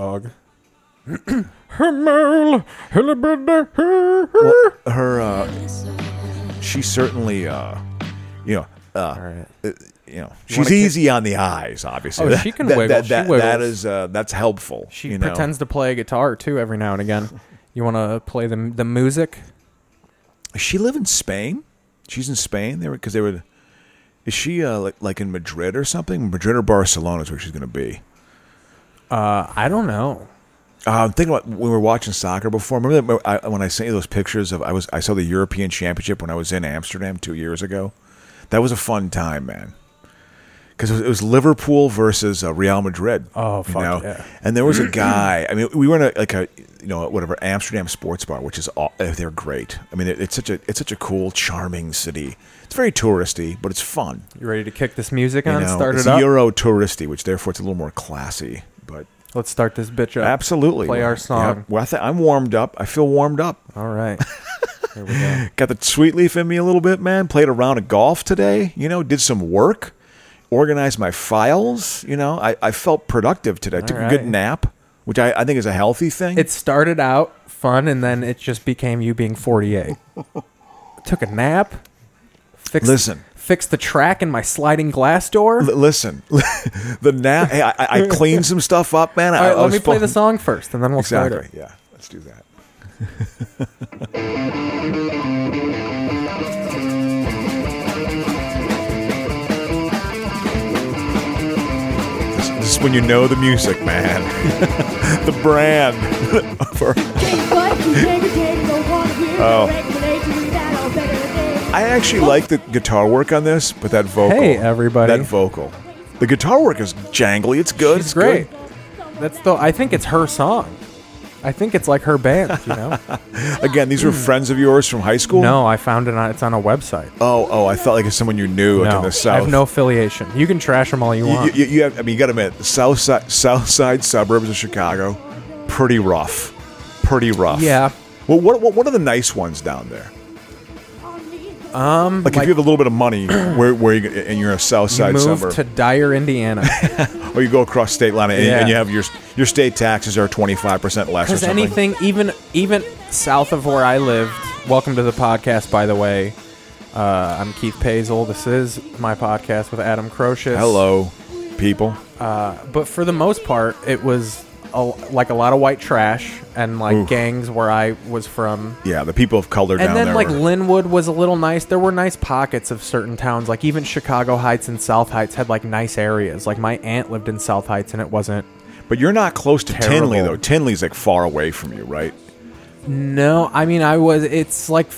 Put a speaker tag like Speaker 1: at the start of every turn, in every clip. Speaker 1: dog.
Speaker 2: Well, her, uh, she certainly, uh, you know, uh,
Speaker 3: All right.
Speaker 2: you know, she's easy on the eyes. Obviously,
Speaker 3: Oh, she can
Speaker 2: that,
Speaker 3: wiggle.
Speaker 2: That,
Speaker 3: She
Speaker 2: that-
Speaker 3: wiggles.
Speaker 2: that is uh, that's helpful.
Speaker 3: She
Speaker 2: you know?
Speaker 3: pretends to play guitar too every now and again. You want to play the the music?
Speaker 2: Does she live in Spain? She's in Spain. They were because they were. Is she uh, like, like in Madrid or something? Madrid or Barcelona is where she's going to be.
Speaker 3: Uh, I don't know.
Speaker 2: Uh, I'm thinking about when we were watching soccer before. Remember that I, when I sent you those pictures of I was I saw the European Championship when I was in Amsterdam two years ago. That was a fun time, man. Because it, was- it was Liverpool versus uh, Real Madrid.
Speaker 3: Oh,
Speaker 2: you
Speaker 3: fuck
Speaker 2: know?
Speaker 3: yeah.
Speaker 2: And there was a guy. I mean, we were in a like a you know whatever Amsterdam sports bar, which is all, uh, they're great. I mean, it, it's such a it's such a cool, charming city. It's very touristy, but it's fun.
Speaker 3: You ready to kick this music
Speaker 2: You
Speaker 3: on?
Speaker 2: know?
Speaker 3: start
Speaker 2: it's
Speaker 3: it up.
Speaker 2: Euro touristy, which therefore it's a little more classy, but.
Speaker 3: Let's start this bitch up.
Speaker 2: Absolutely.
Speaker 3: Play our
Speaker 2: Yeah.
Speaker 3: song.
Speaker 2: Well, I th- I'm warmed up. I feel warmed up.
Speaker 3: All right. Here we go.
Speaker 2: Got the sweet leaf in me a little bit, man. Played a round of golf today. You know, did some work, organized my files. You know, I, I felt productive today. I took a
Speaker 3: right.
Speaker 2: good nap, which I, I think is a healthy thing.
Speaker 3: It started out fun, and then it just became you being 48. Took a nap. Fixed,
Speaker 2: Listen.
Speaker 3: Fixed the track in my sliding glass door.
Speaker 2: L- listen, the nap. Hey, I, I I cleaned some stuff up, man.
Speaker 3: All
Speaker 2: I,
Speaker 3: right,
Speaker 2: I
Speaker 3: let
Speaker 2: was
Speaker 3: me play
Speaker 2: fun-
Speaker 3: the song first, and then we'll
Speaker 2: Exactly.
Speaker 3: start it.
Speaker 2: Yeah. Let's do that. this, this is when you know the music, man. the brand. For-
Speaker 4: Oh.
Speaker 2: I actually like the guitar work on this, but that vocal.
Speaker 3: Hey, everybody.
Speaker 2: That vocal. The guitar work is jangly. It's good.
Speaker 3: She's
Speaker 2: it's
Speaker 3: great.
Speaker 2: good.
Speaker 3: That's the. I think it's her song. I think it's like her band. You know?
Speaker 2: Again, these were friends of yours from high school.
Speaker 3: Mm. no, I found it. On, it's on a website.
Speaker 2: Oh, oh, I felt like it's someone you knew like
Speaker 3: no,
Speaker 2: in the
Speaker 3: I
Speaker 2: south.
Speaker 3: have no affiliation. You can trash them all you
Speaker 2: You,
Speaker 3: want.
Speaker 2: you, you have, I mean, you got to admit, the south side, south side suburbs of Chicago, pretty rough, pretty rough.
Speaker 3: Yeah.
Speaker 2: Well, what, what what are the nice ones down there?
Speaker 3: um,
Speaker 2: Like, if you have a little bit of money, where where you, and you're a south
Speaker 3: Mm, you
Speaker 2: side
Speaker 3: move
Speaker 2: suburb,
Speaker 3: to Dyer, Indiana,
Speaker 2: or you go across state line and,
Speaker 3: Yeah.
Speaker 2: and you have your your state taxes are twenty five percent less or
Speaker 3: because
Speaker 2: something.
Speaker 3: anything, even even south of where I lived. Welcome to the podcast, by the way. Uh, I'm Keith Pazel. This is my podcast with Adam Crotius.
Speaker 2: Hello, people.
Speaker 3: but for the most part, it was a, like a lot of white trash and like
Speaker 2: Oof.
Speaker 3: gangs where I was from.
Speaker 2: Yeah, the people of color down
Speaker 3: And then
Speaker 2: there.
Speaker 3: like
Speaker 2: were-
Speaker 3: Linwood was a little nice. There were nice pockets of certain towns. Like even Chicago Heights and South Heights had like nice areas. Like my aunt lived in South Heights and it wasn't.
Speaker 2: but you're not close to Tinley
Speaker 3: Terrible.
Speaker 2: though. Tinley's like far away from you, right?
Speaker 3: No, I mean I was. It's like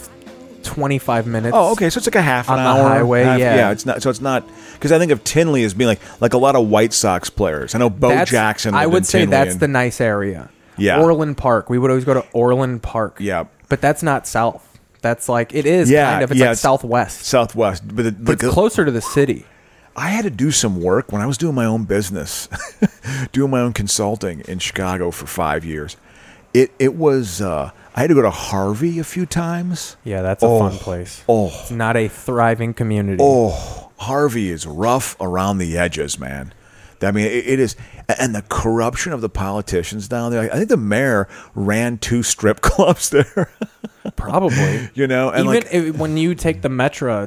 Speaker 3: twenty five minutes.
Speaker 2: Oh, okay. So it's like a half
Speaker 3: On
Speaker 2: an
Speaker 3: the
Speaker 2: hour
Speaker 3: highway,
Speaker 2: half-
Speaker 3: yeah.
Speaker 2: It's not. So it's not because I think of Tinley as being like like a lot of White Sox players. I know Bo
Speaker 3: That's-
Speaker 2: Jackson.
Speaker 3: I
Speaker 2: lived
Speaker 3: would
Speaker 2: in
Speaker 3: say
Speaker 2: Tinley
Speaker 3: that's
Speaker 2: and-
Speaker 3: the nice area.
Speaker 2: Yeah.
Speaker 3: Orland Park. We would always go to Orland Park.
Speaker 2: Yeah.
Speaker 3: But that's not south. That's like it is
Speaker 2: Yeah,
Speaker 3: kind of. It's
Speaker 2: yeah,
Speaker 3: like
Speaker 2: it's- uh,
Speaker 3: southwest.
Speaker 2: Southwest. But, the,
Speaker 3: but it's
Speaker 2: the-
Speaker 3: closer to the city.
Speaker 2: I had to do some work when I was doing my own business, doing my own consulting in Chicago for five years. It it was. Uh, I had to go to Harvey a few times.
Speaker 3: Yeah, that's a
Speaker 2: Oh,
Speaker 3: fun place.
Speaker 2: oh.
Speaker 3: It's not a thriving community.
Speaker 2: Oh, Harvey is rough around the edges, man. I mean, it, it is, and the corruption of the politicians down there. I think the mayor ran two strip clubs there.
Speaker 3: Probably.
Speaker 2: You know, and
Speaker 3: Even
Speaker 2: like-
Speaker 3: if- when you take the metro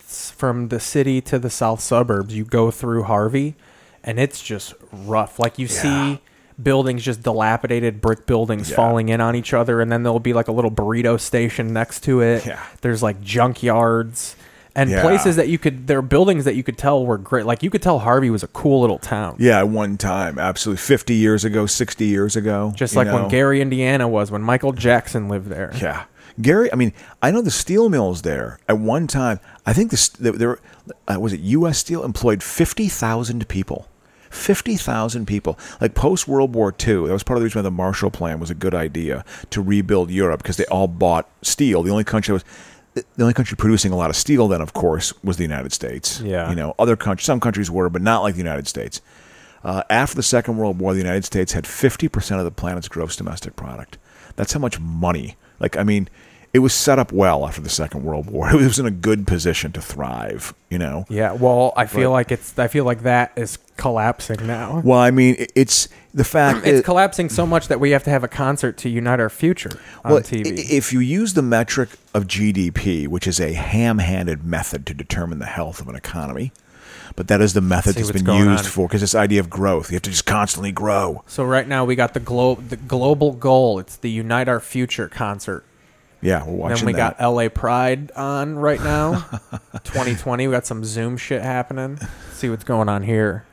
Speaker 3: s- from the city to the south suburbs, you go through Harvey, and it's just rough. Like you
Speaker 2: Yeah.
Speaker 3: see buildings just dilapidated brick buildings
Speaker 2: Yeah.
Speaker 3: falling in on each other and then there'll be like a little burrito station next to it
Speaker 2: Yeah.
Speaker 3: there's like junkyards and
Speaker 2: Yeah.
Speaker 3: places that you could there are buildings that you could tell were great like you could tell harvey was a cool little town
Speaker 2: yeah, at one time, absolutely, fifty years ago, sixty years ago,
Speaker 3: Just
Speaker 2: you
Speaker 3: like
Speaker 2: know?
Speaker 3: when Gary, Indiana was, when Michael Jackson lived there.
Speaker 2: Yeah, Gary. I mean, I know the steel mills there. At one time, I think this there- there uh, was it U.S. Steel employed fifty thousand people. Fifty thousand people. Like post World War II, that was part of the reason why the Marshall Plan was a good idea to rebuild Europe because they all bought steel. The only country that was the only country producing a lot of steel then, of course, was the United States.
Speaker 3: Yeah.
Speaker 2: you know, other countries, some countries were, but not like the United States. Uh, after the Second World War, the United States had 50% of the planet's gross domestic product. That's how much money. Like, I mean, it was set up well after the Second World War. It was in a good position to thrive, you know.
Speaker 3: Yeah, well, I feel like it's. I feel like that is collapsing now.
Speaker 2: Well, I mean, it- it's the fact
Speaker 3: it's
Speaker 2: that-
Speaker 3: collapsing so much that we have to have a concert to unite our future on
Speaker 2: well,
Speaker 3: TV.
Speaker 2: i- i- If you use the metric of GDP, which is a ham-handed method to determine the health of an economy, but that is the method
Speaker 3: See
Speaker 2: that's
Speaker 3: what's
Speaker 2: been
Speaker 3: going
Speaker 2: used
Speaker 3: on.
Speaker 2: for because this idea of growth, you have to just constantly grow.
Speaker 3: so right now we got the globe, the global goal. It's the Unite Our Future concert.
Speaker 2: Yeah, we're watching
Speaker 3: Then we
Speaker 2: that.
Speaker 3: got LA Pride on right now. 2020, we got some Zoom shit happening. See what's going on here.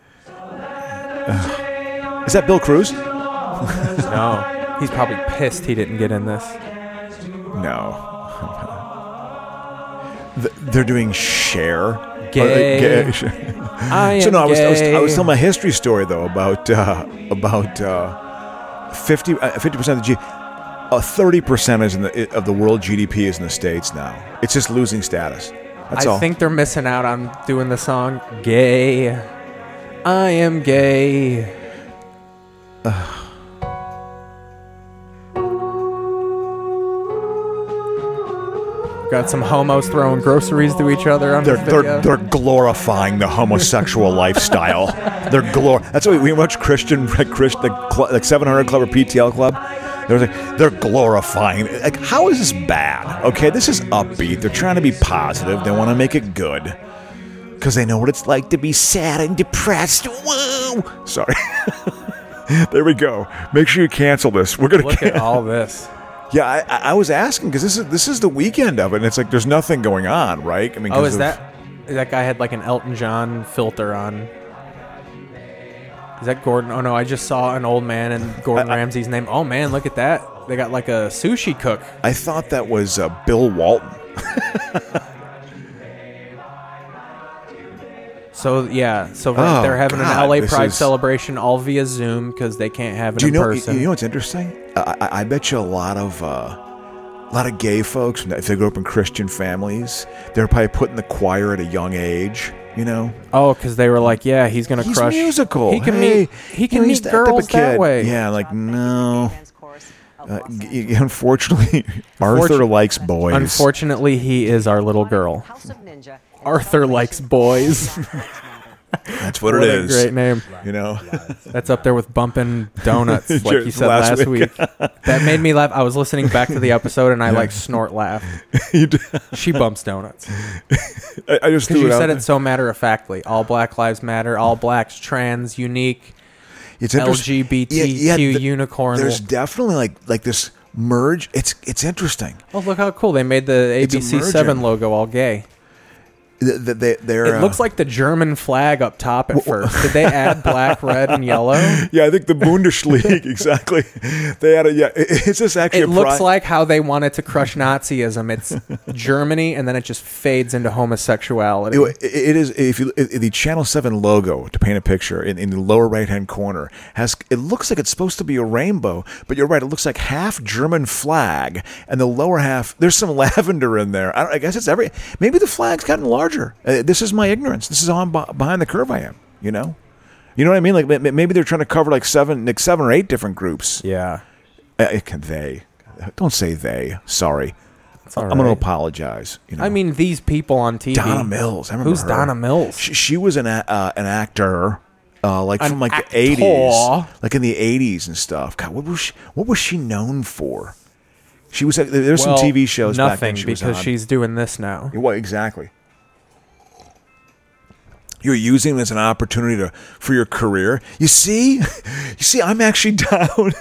Speaker 2: is that Bill Cruz?
Speaker 3: No, he's probably pissed he didn't get in this.
Speaker 2: No. Th- They're doing share.
Speaker 3: Gay. I am
Speaker 2: So no, I was, I was I was
Speaker 3: gay.
Speaker 2: telling my history story though about uh, about uh, 50 percent of the G, uh, thirty percent is in the of the world GDP is in the states now. It's just losing status. That's
Speaker 3: I
Speaker 2: all.
Speaker 3: think they're missing out on doing the song "Gay." I am gay. Got some homos throwing groceries to each other on
Speaker 2: they're,
Speaker 3: this video.
Speaker 2: they're, they're glorifying the homosexual lifestyle. They're glor. That's why we watch Christian, like, Christ, the cl- like 700 Club or PTL Club. They're like they're glorifying. Like how is this bad? Okay, this is upbeat. They're trying to be positive. They want to make it good because they know what it's like to be sad and depressed. Woo! Sorry. there we go. Make sure you cancel this. We're gonna.
Speaker 3: Look
Speaker 2: can-
Speaker 3: at all this.
Speaker 2: yeah, I, I- I was asking because this is this is the weekend of it, and it's like there's nothing going on, right? I mean,
Speaker 3: Oh,
Speaker 2: 'cause
Speaker 3: is
Speaker 2: of-
Speaker 3: that that guy had like an Elton John filter on? Is that Gordon? Oh no, I just saw an old man and Gordon Ramsay's name. Oh man, look at that! They got like a sushi cook.
Speaker 2: I thought that was uh, Bill Walton.
Speaker 3: So yeah, so right,
Speaker 2: Oh,
Speaker 3: they're having
Speaker 2: God,
Speaker 3: an LA
Speaker 2: this
Speaker 3: Pride
Speaker 2: is-
Speaker 3: celebration all via Zoom because they can't have it
Speaker 2: Do you
Speaker 3: in
Speaker 2: know?
Speaker 3: person.
Speaker 2: You know what's interesting? I, I- I bet you a lot of uh, a lot of gay folks, if they grew up in Christian families, they're probably put in the choir at a young age. You know,
Speaker 3: oh, because they were like, yeah, he's gonna
Speaker 2: he's
Speaker 3: crush.
Speaker 2: musical.
Speaker 3: He can
Speaker 2: Hey,
Speaker 3: meet. He
Speaker 2: you
Speaker 3: can
Speaker 2: know,
Speaker 3: meet
Speaker 2: he's type of
Speaker 3: girls that
Speaker 2: kid.
Speaker 3: way.
Speaker 2: Yeah, like no. Uh, g-
Speaker 1: Unfortunately,
Speaker 2: unfortunately, Arthur likes boys.
Speaker 3: Unfortunately, he is our
Speaker 2: oh,
Speaker 3: little girl. Arthur likes boys.
Speaker 2: That's what,
Speaker 3: what
Speaker 2: it
Speaker 3: a
Speaker 2: is.
Speaker 3: great name.
Speaker 2: You know,
Speaker 3: That's up there with bumping donuts, like you said last,
Speaker 2: Last
Speaker 3: week.
Speaker 2: week.
Speaker 3: that made me laugh. I was listening back to the episode and I like snort laugh.
Speaker 2: You do-
Speaker 3: She bumps donuts.
Speaker 2: I, I just
Speaker 3: Because
Speaker 2: threw
Speaker 3: you
Speaker 2: it out.
Speaker 3: said
Speaker 2: there.
Speaker 3: it so matter of factly. All black lives matter. All blacks, trans, unique.
Speaker 2: It's interesting.
Speaker 3: LGBTQ unicorn.
Speaker 2: There's definitely like like this merge. It's it's interesting.
Speaker 3: Oh, look how cool they made the ABC7
Speaker 2: emerging.
Speaker 3: logo all gay.
Speaker 2: Th- th- They, they're,
Speaker 3: It looks
Speaker 2: uh,
Speaker 3: like the German flag up top at first. Did they add black, red, and yellow?
Speaker 2: Yeah, I think the Bundesliga exactly. They had a yeah. It, it's just actually
Speaker 3: It
Speaker 2: a
Speaker 3: looks
Speaker 2: pri-
Speaker 3: like how they wanted to crush Nazism. It's Germany, and then it just fades into homosexuality.
Speaker 2: It- it is if you if the Channel Seven logo to paint a picture in, in the lower right hand corner has it looks like it's supposed to be a rainbow, but you're right. It looks like half German flag, and the lower half there's some lavender in there. I, don't, I guess it's every maybe the flag's gotten larger. Uh, this is my ignorance. This is on behind the curve. I am. You know. You know what I mean? Like ma- ma- maybe they're trying to cover like seven, like seven or eight different groups.
Speaker 3: Yeah.
Speaker 2: Uh, it can- they. Don't say they. Sorry.
Speaker 3: all
Speaker 2: I'm going to
Speaker 3: right.
Speaker 2: apologize. You know.
Speaker 3: I mean, these people on TV.
Speaker 2: Donna Mills. I remember
Speaker 3: Who's
Speaker 2: her.
Speaker 3: Donna Mills?
Speaker 2: She, she was an a, uh, an actor, uh, like
Speaker 3: An
Speaker 2: from like
Speaker 3: actor.
Speaker 2: the eighties, like in the eighties and stuff. God, what was she, what was she known for? She was uh, there were
Speaker 3: Well,
Speaker 2: some TV shows.
Speaker 3: Nothing
Speaker 2: back then she was
Speaker 3: because
Speaker 2: on.
Speaker 3: she's doing this now.
Speaker 2: What exactly? You're using it as an opportunity to for your career. You see, you see, I'm actually down.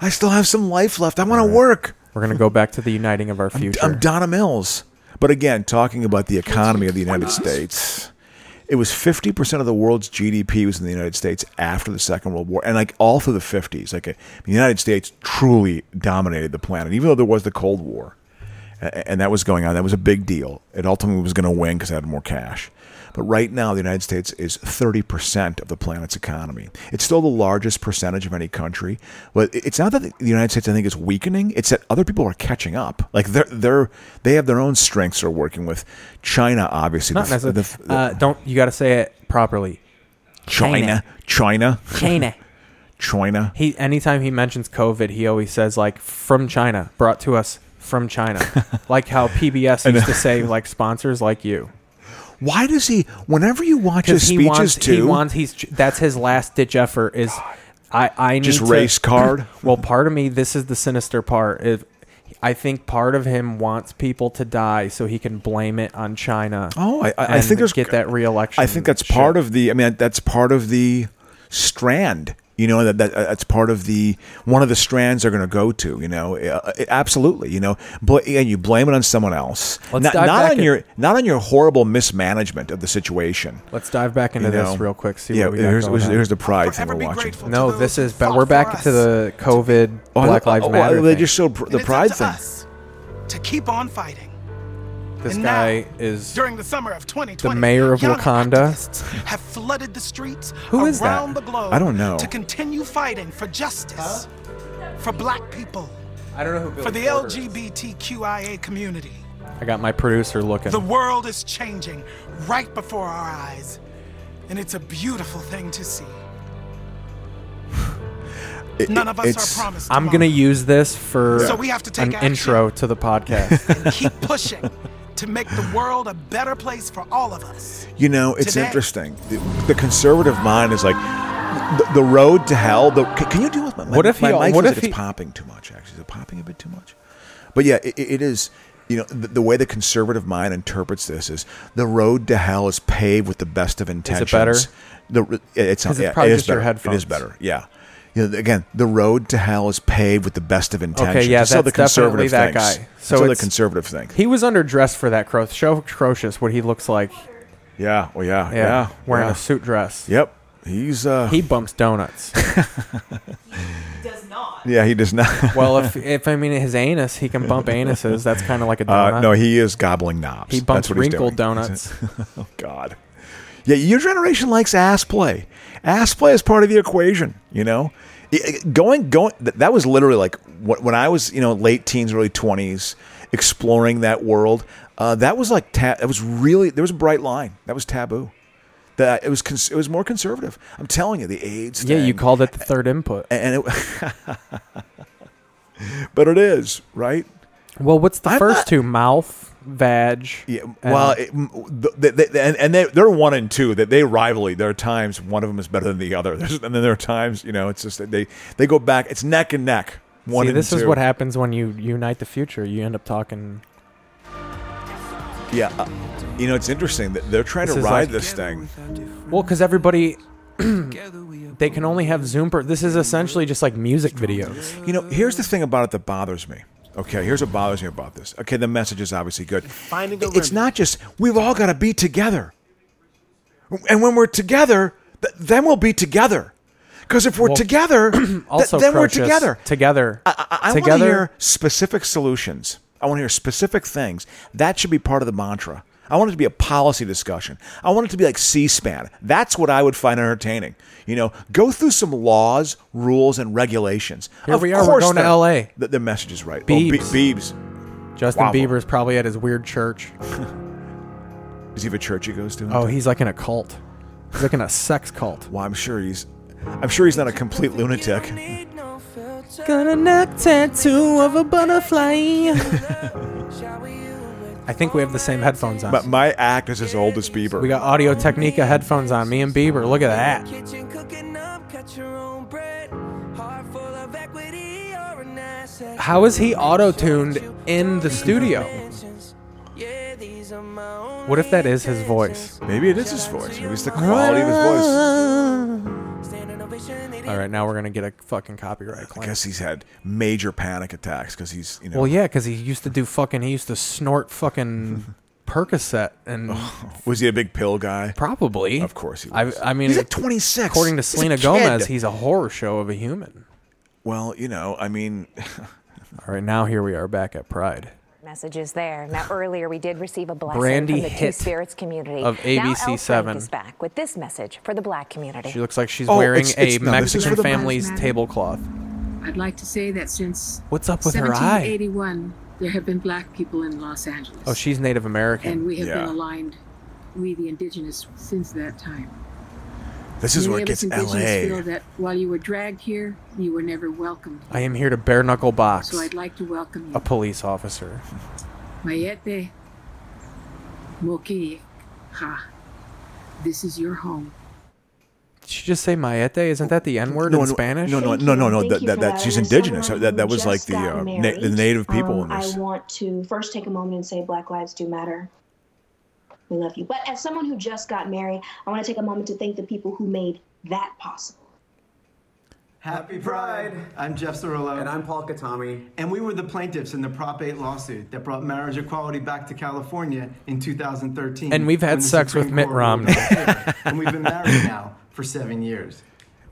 Speaker 2: I still have some life left. I want to work.
Speaker 3: We're gonna go back to the uniting of our future.
Speaker 2: I'm Donna Mills. But again, talking about the economy of the United States, it was 50% of the world's GDP was in the United States after the Second World War. And like all through the 50s, like uh, the United States truly dominated the planet, even though there was the Cold War. A- And that was going on. That was a big deal. It ultimately was going to win because it had more cash. But right now, the United States is 30% of the planet's economy. It's still the largest percentage of any country. But it- it's not that the United States, I think, is weakening. It's that other people are catching up. Like they're they're they have their own strengths they're working with. China, obviously,
Speaker 3: Not
Speaker 2: the f-
Speaker 3: necessarily.
Speaker 2: the f-
Speaker 3: uh, don't you got to say it properly?
Speaker 2: China, China,
Speaker 3: China.
Speaker 2: China.
Speaker 3: He anytime he mentions COVID, he always says like from China, brought to us from China, like how PBS used to say like sponsors like you.
Speaker 2: Why does he? Whenever you watch his
Speaker 3: Because he
Speaker 2: speeches,
Speaker 3: wants,
Speaker 2: too,
Speaker 3: he wants, he's that's his last ditch effort. Is I I need
Speaker 2: just
Speaker 3: to-
Speaker 2: race card.
Speaker 3: Well, part of me, this is the sinister part. If I think part of him wants people to die so he can blame it on China.
Speaker 2: Oh, I, I, I
Speaker 3: and
Speaker 2: think there's
Speaker 3: get that reelection.
Speaker 2: I think that's part of the. I mean, that's part of the strand. You know that, that that's part of the one of the strands they're going to go to. You know, uh, absolutely. You know, but and you blame it on someone else.
Speaker 3: Let's
Speaker 2: not
Speaker 3: dive
Speaker 2: not
Speaker 3: back
Speaker 2: on
Speaker 3: in-
Speaker 2: your not on your horrible mismanagement of the situation.
Speaker 3: Let's dive back into
Speaker 2: You
Speaker 3: this
Speaker 2: know?
Speaker 3: real quick. See
Speaker 2: yeah,
Speaker 3: what we got
Speaker 2: here's,
Speaker 3: going
Speaker 2: here's,
Speaker 3: on.
Speaker 2: here's the pride thing
Speaker 1: Forever
Speaker 2: we're
Speaker 1: be
Speaker 2: watching.
Speaker 1: grateful.
Speaker 3: No,
Speaker 1: to
Speaker 3: this
Speaker 1: those
Speaker 3: is.
Speaker 1: who
Speaker 3: But
Speaker 1: fought
Speaker 3: we're
Speaker 1: for
Speaker 3: back to
Speaker 1: us.
Speaker 3: the COVID
Speaker 2: Oh, I-
Speaker 3: Black
Speaker 2: oh,
Speaker 3: Lives
Speaker 2: oh,
Speaker 3: Matter.
Speaker 2: They
Speaker 3: thing.
Speaker 2: just showed pr-
Speaker 1: And
Speaker 2: the
Speaker 1: it's
Speaker 2: pride
Speaker 1: up to
Speaker 2: thing.
Speaker 1: us to keep on fighting.
Speaker 3: this
Speaker 1: and
Speaker 3: guy
Speaker 1: now,
Speaker 3: is
Speaker 1: During the summer of 2020,
Speaker 3: The mayor of
Speaker 1: young
Speaker 3: Wakanda?
Speaker 1: activists have flooded the streets
Speaker 3: Who is that?
Speaker 1: around the globe.
Speaker 2: I don't know.
Speaker 1: To continue fighting for justice, for Black people,
Speaker 3: I don't know who Billy
Speaker 1: for the
Speaker 3: Porter is.
Speaker 1: LGBTQIA community.
Speaker 3: I got my producer looking.
Speaker 1: The world is changing right before our eyes, and it's a beautiful thing to see.
Speaker 2: It-
Speaker 1: None of us
Speaker 2: it's-
Speaker 1: are promised.
Speaker 3: I'm gonna
Speaker 1: tomorrow.
Speaker 3: use this for
Speaker 1: So we have to take
Speaker 3: an
Speaker 1: action.
Speaker 3: intro to the podcast.
Speaker 1: and keep pushing to make the world a better place for all of us.
Speaker 2: You know, it's
Speaker 1: Today.
Speaker 2: interesting. The, the conservative mind is like the, the road to hell. The, can, can you deal with my? my
Speaker 3: What if
Speaker 2: my
Speaker 3: he-
Speaker 2: mic
Speaker 3: what if
Speaker 2: feels like
Speaker 3: he-
Speaker 2: it's popping too much? Actually, is it popping a bit too much? But yeah, it, it is. You know, the, the way the conservative mind interprets this is the road to hell is paved with the best of intentions.
Speaker 3: better?
Speaker 2: The, it's not.
Speaker 3: it's
Speaker 2: yeah,
Speaker 3: probably
Speaker 2: it is
Speaker 3: just your
Speaker 2: better. It
Speaker 3: headphones.
Speaker 2: is better. Yeah. You know, again, the road to hell is paved with the best of intentions.
Speaker 3: yeah,
Speaker 2: that's how the
Speaker 3: that's definitely
Speaker 2: conservative
Speaker 3: that
Speaker 2: thinks.
Speaker 3: guy. So
Speaker 2: that's how the
Speaker 3: it's-
Speaker 2: conservative think.
Speaker 3: he was underdressed for that. Cro- show Crocious what he looks like.
Speaker 2: Yeah. Well, yeah. Yeah.
Speaker 3: Yeah, wearing
Speaker 2: yeah.
Speaker 3: a suit dress.
Speaker 2: Yep. He's uh.
Speaker 3: He bumps donuts.
Speaker 4: does not.
Speaker 2: yeah. He does not.
Speaker 3: well, if if I mean his anus, he can bump anuses. That's kind of like a donut.
Speaker 2: Uh, no, he is gobbling knobs.
Speaker 3: he bumps
Speaker 2: That's what he's
Speaker 3: wrinkled
Speaker 2: doing.
Speaker 3: donuts.
Speaker 2: Oh God. Yeah, your generation likes ass play. Ass play is part of the equation. You know, I- I- going going. th- That was literally like wh- when I was you know late teens, early twenties, exploring that world. Uh, that was like ta- that was really there was a bright line. That was taboo. That it was cons- it was more conservative. I'm telling you, the AIDS.
Speaker 3: yeah, you
Speaker 2: thing,
Speaker 3: called it the third input.
Speaker 2: and it. but it is right.
Speaker 3: Well, what's the
Speaker 2: I'm
Speaker 3: first
Speaker 2: not-
Speaker 3: two? Mouth, vag.
Speaker 2: Yeah,
Speaker 3: and-
Speaker 2: well, it, m- th- th- th- and, and they, they're one and two. That they rivalry. There are times one of them is better than the other, There's, and then there are times you know it's just that they they go back. It's neck and neck. One
Speaker 3: see,
Speaker 2: and
Speaker 3: this
Speaker 2: two.
Speaker 3: is what happens when you unite the future. You end up talking.
Speaker 2: Yeah, uh, you know it's interesting that they're trying
Speaker 3: This
Speaker 2: to
Speaker 3: is
Speaker 2: ride
Speaker 3: like-
Speaker 2: this thing.
Speaker 3: Well, because everybody, they can only have Zoom. Per- this is essentially just like music videos.
Speaker 2: You know, here's the thing about it that bothers me. Okay, here's what bothers me about this. Okay, the message is obviously good.
Speaker 1: Finding the
Speaker 2: it's not just we've all got to be together, and when we're together, th- then we'll be together. Because if we're together, th-
Speaker 3: Also,
Speaker 2: then we're
Speaker 3: Crocious,
Speaker 2: together.
Speaker 3: Together.
Speaker 2: I, I, I want to
Speaker 3: together.
Speaker 2: hear specific solutions. I want to hear specific things. That should be part of the mantra. I want it to be a policy discussion. I want it to be like C-SPAN. That's what I would find entertaining. You know, go through some laws, rules, and regulations.
Speaker 3: Here
Speaker 2: of
Speaker 3: we are, we're
Speaker 2: course
Speaker 3: going to
Speaker 2: they're-
Speaker 3: LA.
Speaker 2: The, the message is right.
Speaker 3: Biebs.
Speaker 2: Oh, Bie- Biebs.
Speaker 3: Justin
Speaker 2: Wobble.
Speaker 3: Bieber's probably at his weird church.
Speaker 2: Does he have a church he goes to?
Speaker 3: Oh, he's like in a cult. He's like in a sex cult.
Speaker 2: Well, I'm sure he's. I'm sure he's not a complete lunatic.
Speaker 3: Got a neck tattoo of a butterfly. I think we have the same headphones on.
Speaker 2: But my act is as old as Bieber.
Speaker 3: we got Audio Technica headphones on. Me and Bieber. Look at that.
Speaker 5: Kitchen cooking up, cut your own bread. Heart full of equity or an asset.
Speaker 3: How is he auto-tuned in the studio?
Speaker 5: Yeah, these are my only
Speaker 3: What if that is his voice?
Speaker 2: Maybe it is his voice. Maybe it's the quality of his voice.
Speaker 5: standing ovation. They
Speaker 3: All right, now we're gonna get a fucking copyright
Speaker 2: I
Speaker 3: claim.
Speaker 2: guess he's had major panic attacks because he's you know.
Speaker 3: Well, yeah, because he used to do fucking. He used to snort fucking Percocet, and
Speaker 2: Was he a big pill guy?
Speaker 3: probably,
Speaker 2: Of course he was.
Speaker 3: I, I mean,
Speaker 2: He's like 26.
Speaker 3: according to
Speaker 2: He's a
Speaker 3: Selena
Speaker 2: kid.
Speaker 3: Gomez, he's a horror show of a human.
Speaker 2: Well, you know, I mean,
Speaker 3: All right, now here we are back at Pride.
Speaker 6: messages there. Now, earlier we did receive a blessing
Speaker 3: Brandy
Speaker 6: from the Two
Speaker 3: Hitt
Speaker 6: Spirits community.
Speaker 3: of
Speaker 6: now,
Speaker 3: ABC7.
Speaker 6: Elle Frank is back with this message for the black community.
Speaker 3: She looks like she's
Speaker 2: Oh,
Speaker 3: wearing
Speaker 2: it's- it's-
Speaker 3: a
Speaker 2: no, this is
Speaker 3: Mexican
Speaker 2: for the-
Speaker 3: family's tablecloth.
Speaker 7: I'd like to say that since
Speaker 3: What's up with her eye?
Speaker 7: 1781, there have been black people in Los Angeles.
Speaker 3: Oh, she's Native American.
Speaker 7: and we have
Speaker 2: Yeah.
Speaker 7: been aligned, we the indigenous, since that time.
Speaker 2: This is
Speaker 7: Many
Speaker 2: where it
Speaker 7: of us
Speaker 2: gets
Speaker 7: indigenous feel
Speaker 2: LA.
Speaker 7: that while you were dragged here, you were never welcomed.
Speaker 3: I am here to bare knuckle box
Speaker 7: So I'd like to welcome
Speaker 3: a
Speaker 7: you.
Speaker 3: police officer.
Speaker 7: Mayete Moki Ha. This is your home.
Speaker 3: Did you just say maete? Isn't that the N word
Speaker 2: No,
Speaker 3: in
Speaker 2: no,
Speaker 3: Spanish?
Speaker 2: No, no,
Speaker 8: Thank
Speaker 2: no,
Speaker 8: you.
Speaker 2: no, no.
Speaker 8: Thank
Speaker 2: That,
Speaker 8: you
Speaker 2: that,
Speaker 8: for
Speaker 2: that she's
Speaker 8: As
Speaker 2: indigenous.
Speaker 8: someone
Speaker 2: That, that
Speaker 8: who
Speaker 2: was like
Speaker 8: just
Speaker 2: the
Speaker 8: got
Speaker 2: uh, na-
Speaker 8: married,
Speaker 2: the native people
Speaker 8: um,
Speaker 2: in this.
Speaker 8: I want to first take a moment and say Black Lives Do Matter. We love you. But as someone who just got married, I want to take a moment to thank the people who made that possible.
Speaker 9: Happy Pride! I'm Jeff Cirillo. And I'm Paul Katami. And we were the plaintiffs in the Prop 8 lawsuit that brought marriage equality back to California in 2013.
Speaker 3: And we've had
Speaker 9: when the
Speaker 3: sex with
Speaker 9: Supreme
Speaker 3: Mitt
Speaker 9: Court ruled
Speaker 3: Romney.
Speaker 9: in our favor. and we've been married now for seven years.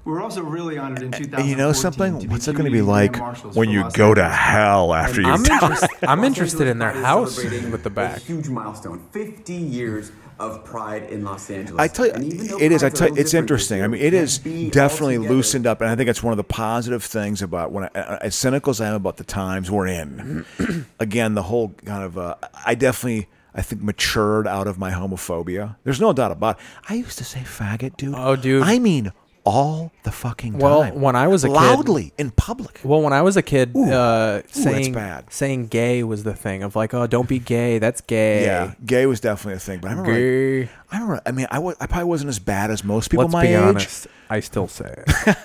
Speaker 9: We were also really honored in 2014.
Speaker 2: And you know something?
Speaker 9: to be
Speaker 2: What's it going to be
Speaker 9: community
Speaker 2: like
Speaker 9: grand marshals
Speaker 2: when
Speaker 9: for
Speaker 2: you
Speaker 9: Los
Speaker 2: go to
Speaker 9: Angeles.
Speaker 2: hell after you?
Speaker 3: I'm,
Speaker 2: die?
Speaker 3: interest, I'm
Speaker 10: Los
Speaker 3: interested
Speaker 10: Angeles
Speaker 3: in their
Speaker 10: Pride is
Speaker 3: house
Speaker 10: celebrating
Speaker 3: with the
Speaker 10: a
Speaker 3: back.
Speaker 10: huge milestone, 50 years of Pride in Los Angeles.
Speaker 2: I tell you,
Speaker 10: And even though
Speaker 2: it is. I
Speaker 10: pride's a
Speaker 2: tell you,
Speaker 10: little different
Speaker 2: it's
Speaker 10: this
Speaker 2: interesting. I
Speaker 10: year,
Speaker 2: mean,
Speaker 10: we
Speaker 2: it
Speaker 10: can't
Speaker 2: is
Speaker 10: be all
Speaker 2: definitely
Speaker 10: together.
Speaker 2: loosened up, and I think that's one of the positive things about when, I, as cynical as I am about the times we're in, again, the whole kind of, uh, I definitely, I think, matured out of my homophobia. There's no doubt about. it. I used to say faggot, dude.
Speaker 3: Oh, dude.
Speaker 2: I mean, all the fucking time.
Speaker 3: Well, when I was a kid-
Speaker 2: loudly in public.
Speaker 3: Well, when I was a kid, uh, saying
Speaker 2: bad.
Speaker 3: saying gay was the thing of like, oh, don't be gay. That's gay.
Speaker 2: Yeah, gay was definitely a thing, but I remember. like-
Speaker 3: Gay.
Speaker 2: I remember. I mean, I, was, I probably wasn't as bad as most people
Speaker 3: Let's
Speaker 2: my
Speaker 3: be
Speaker 2: age.
Speaker 3: honest. I still say it.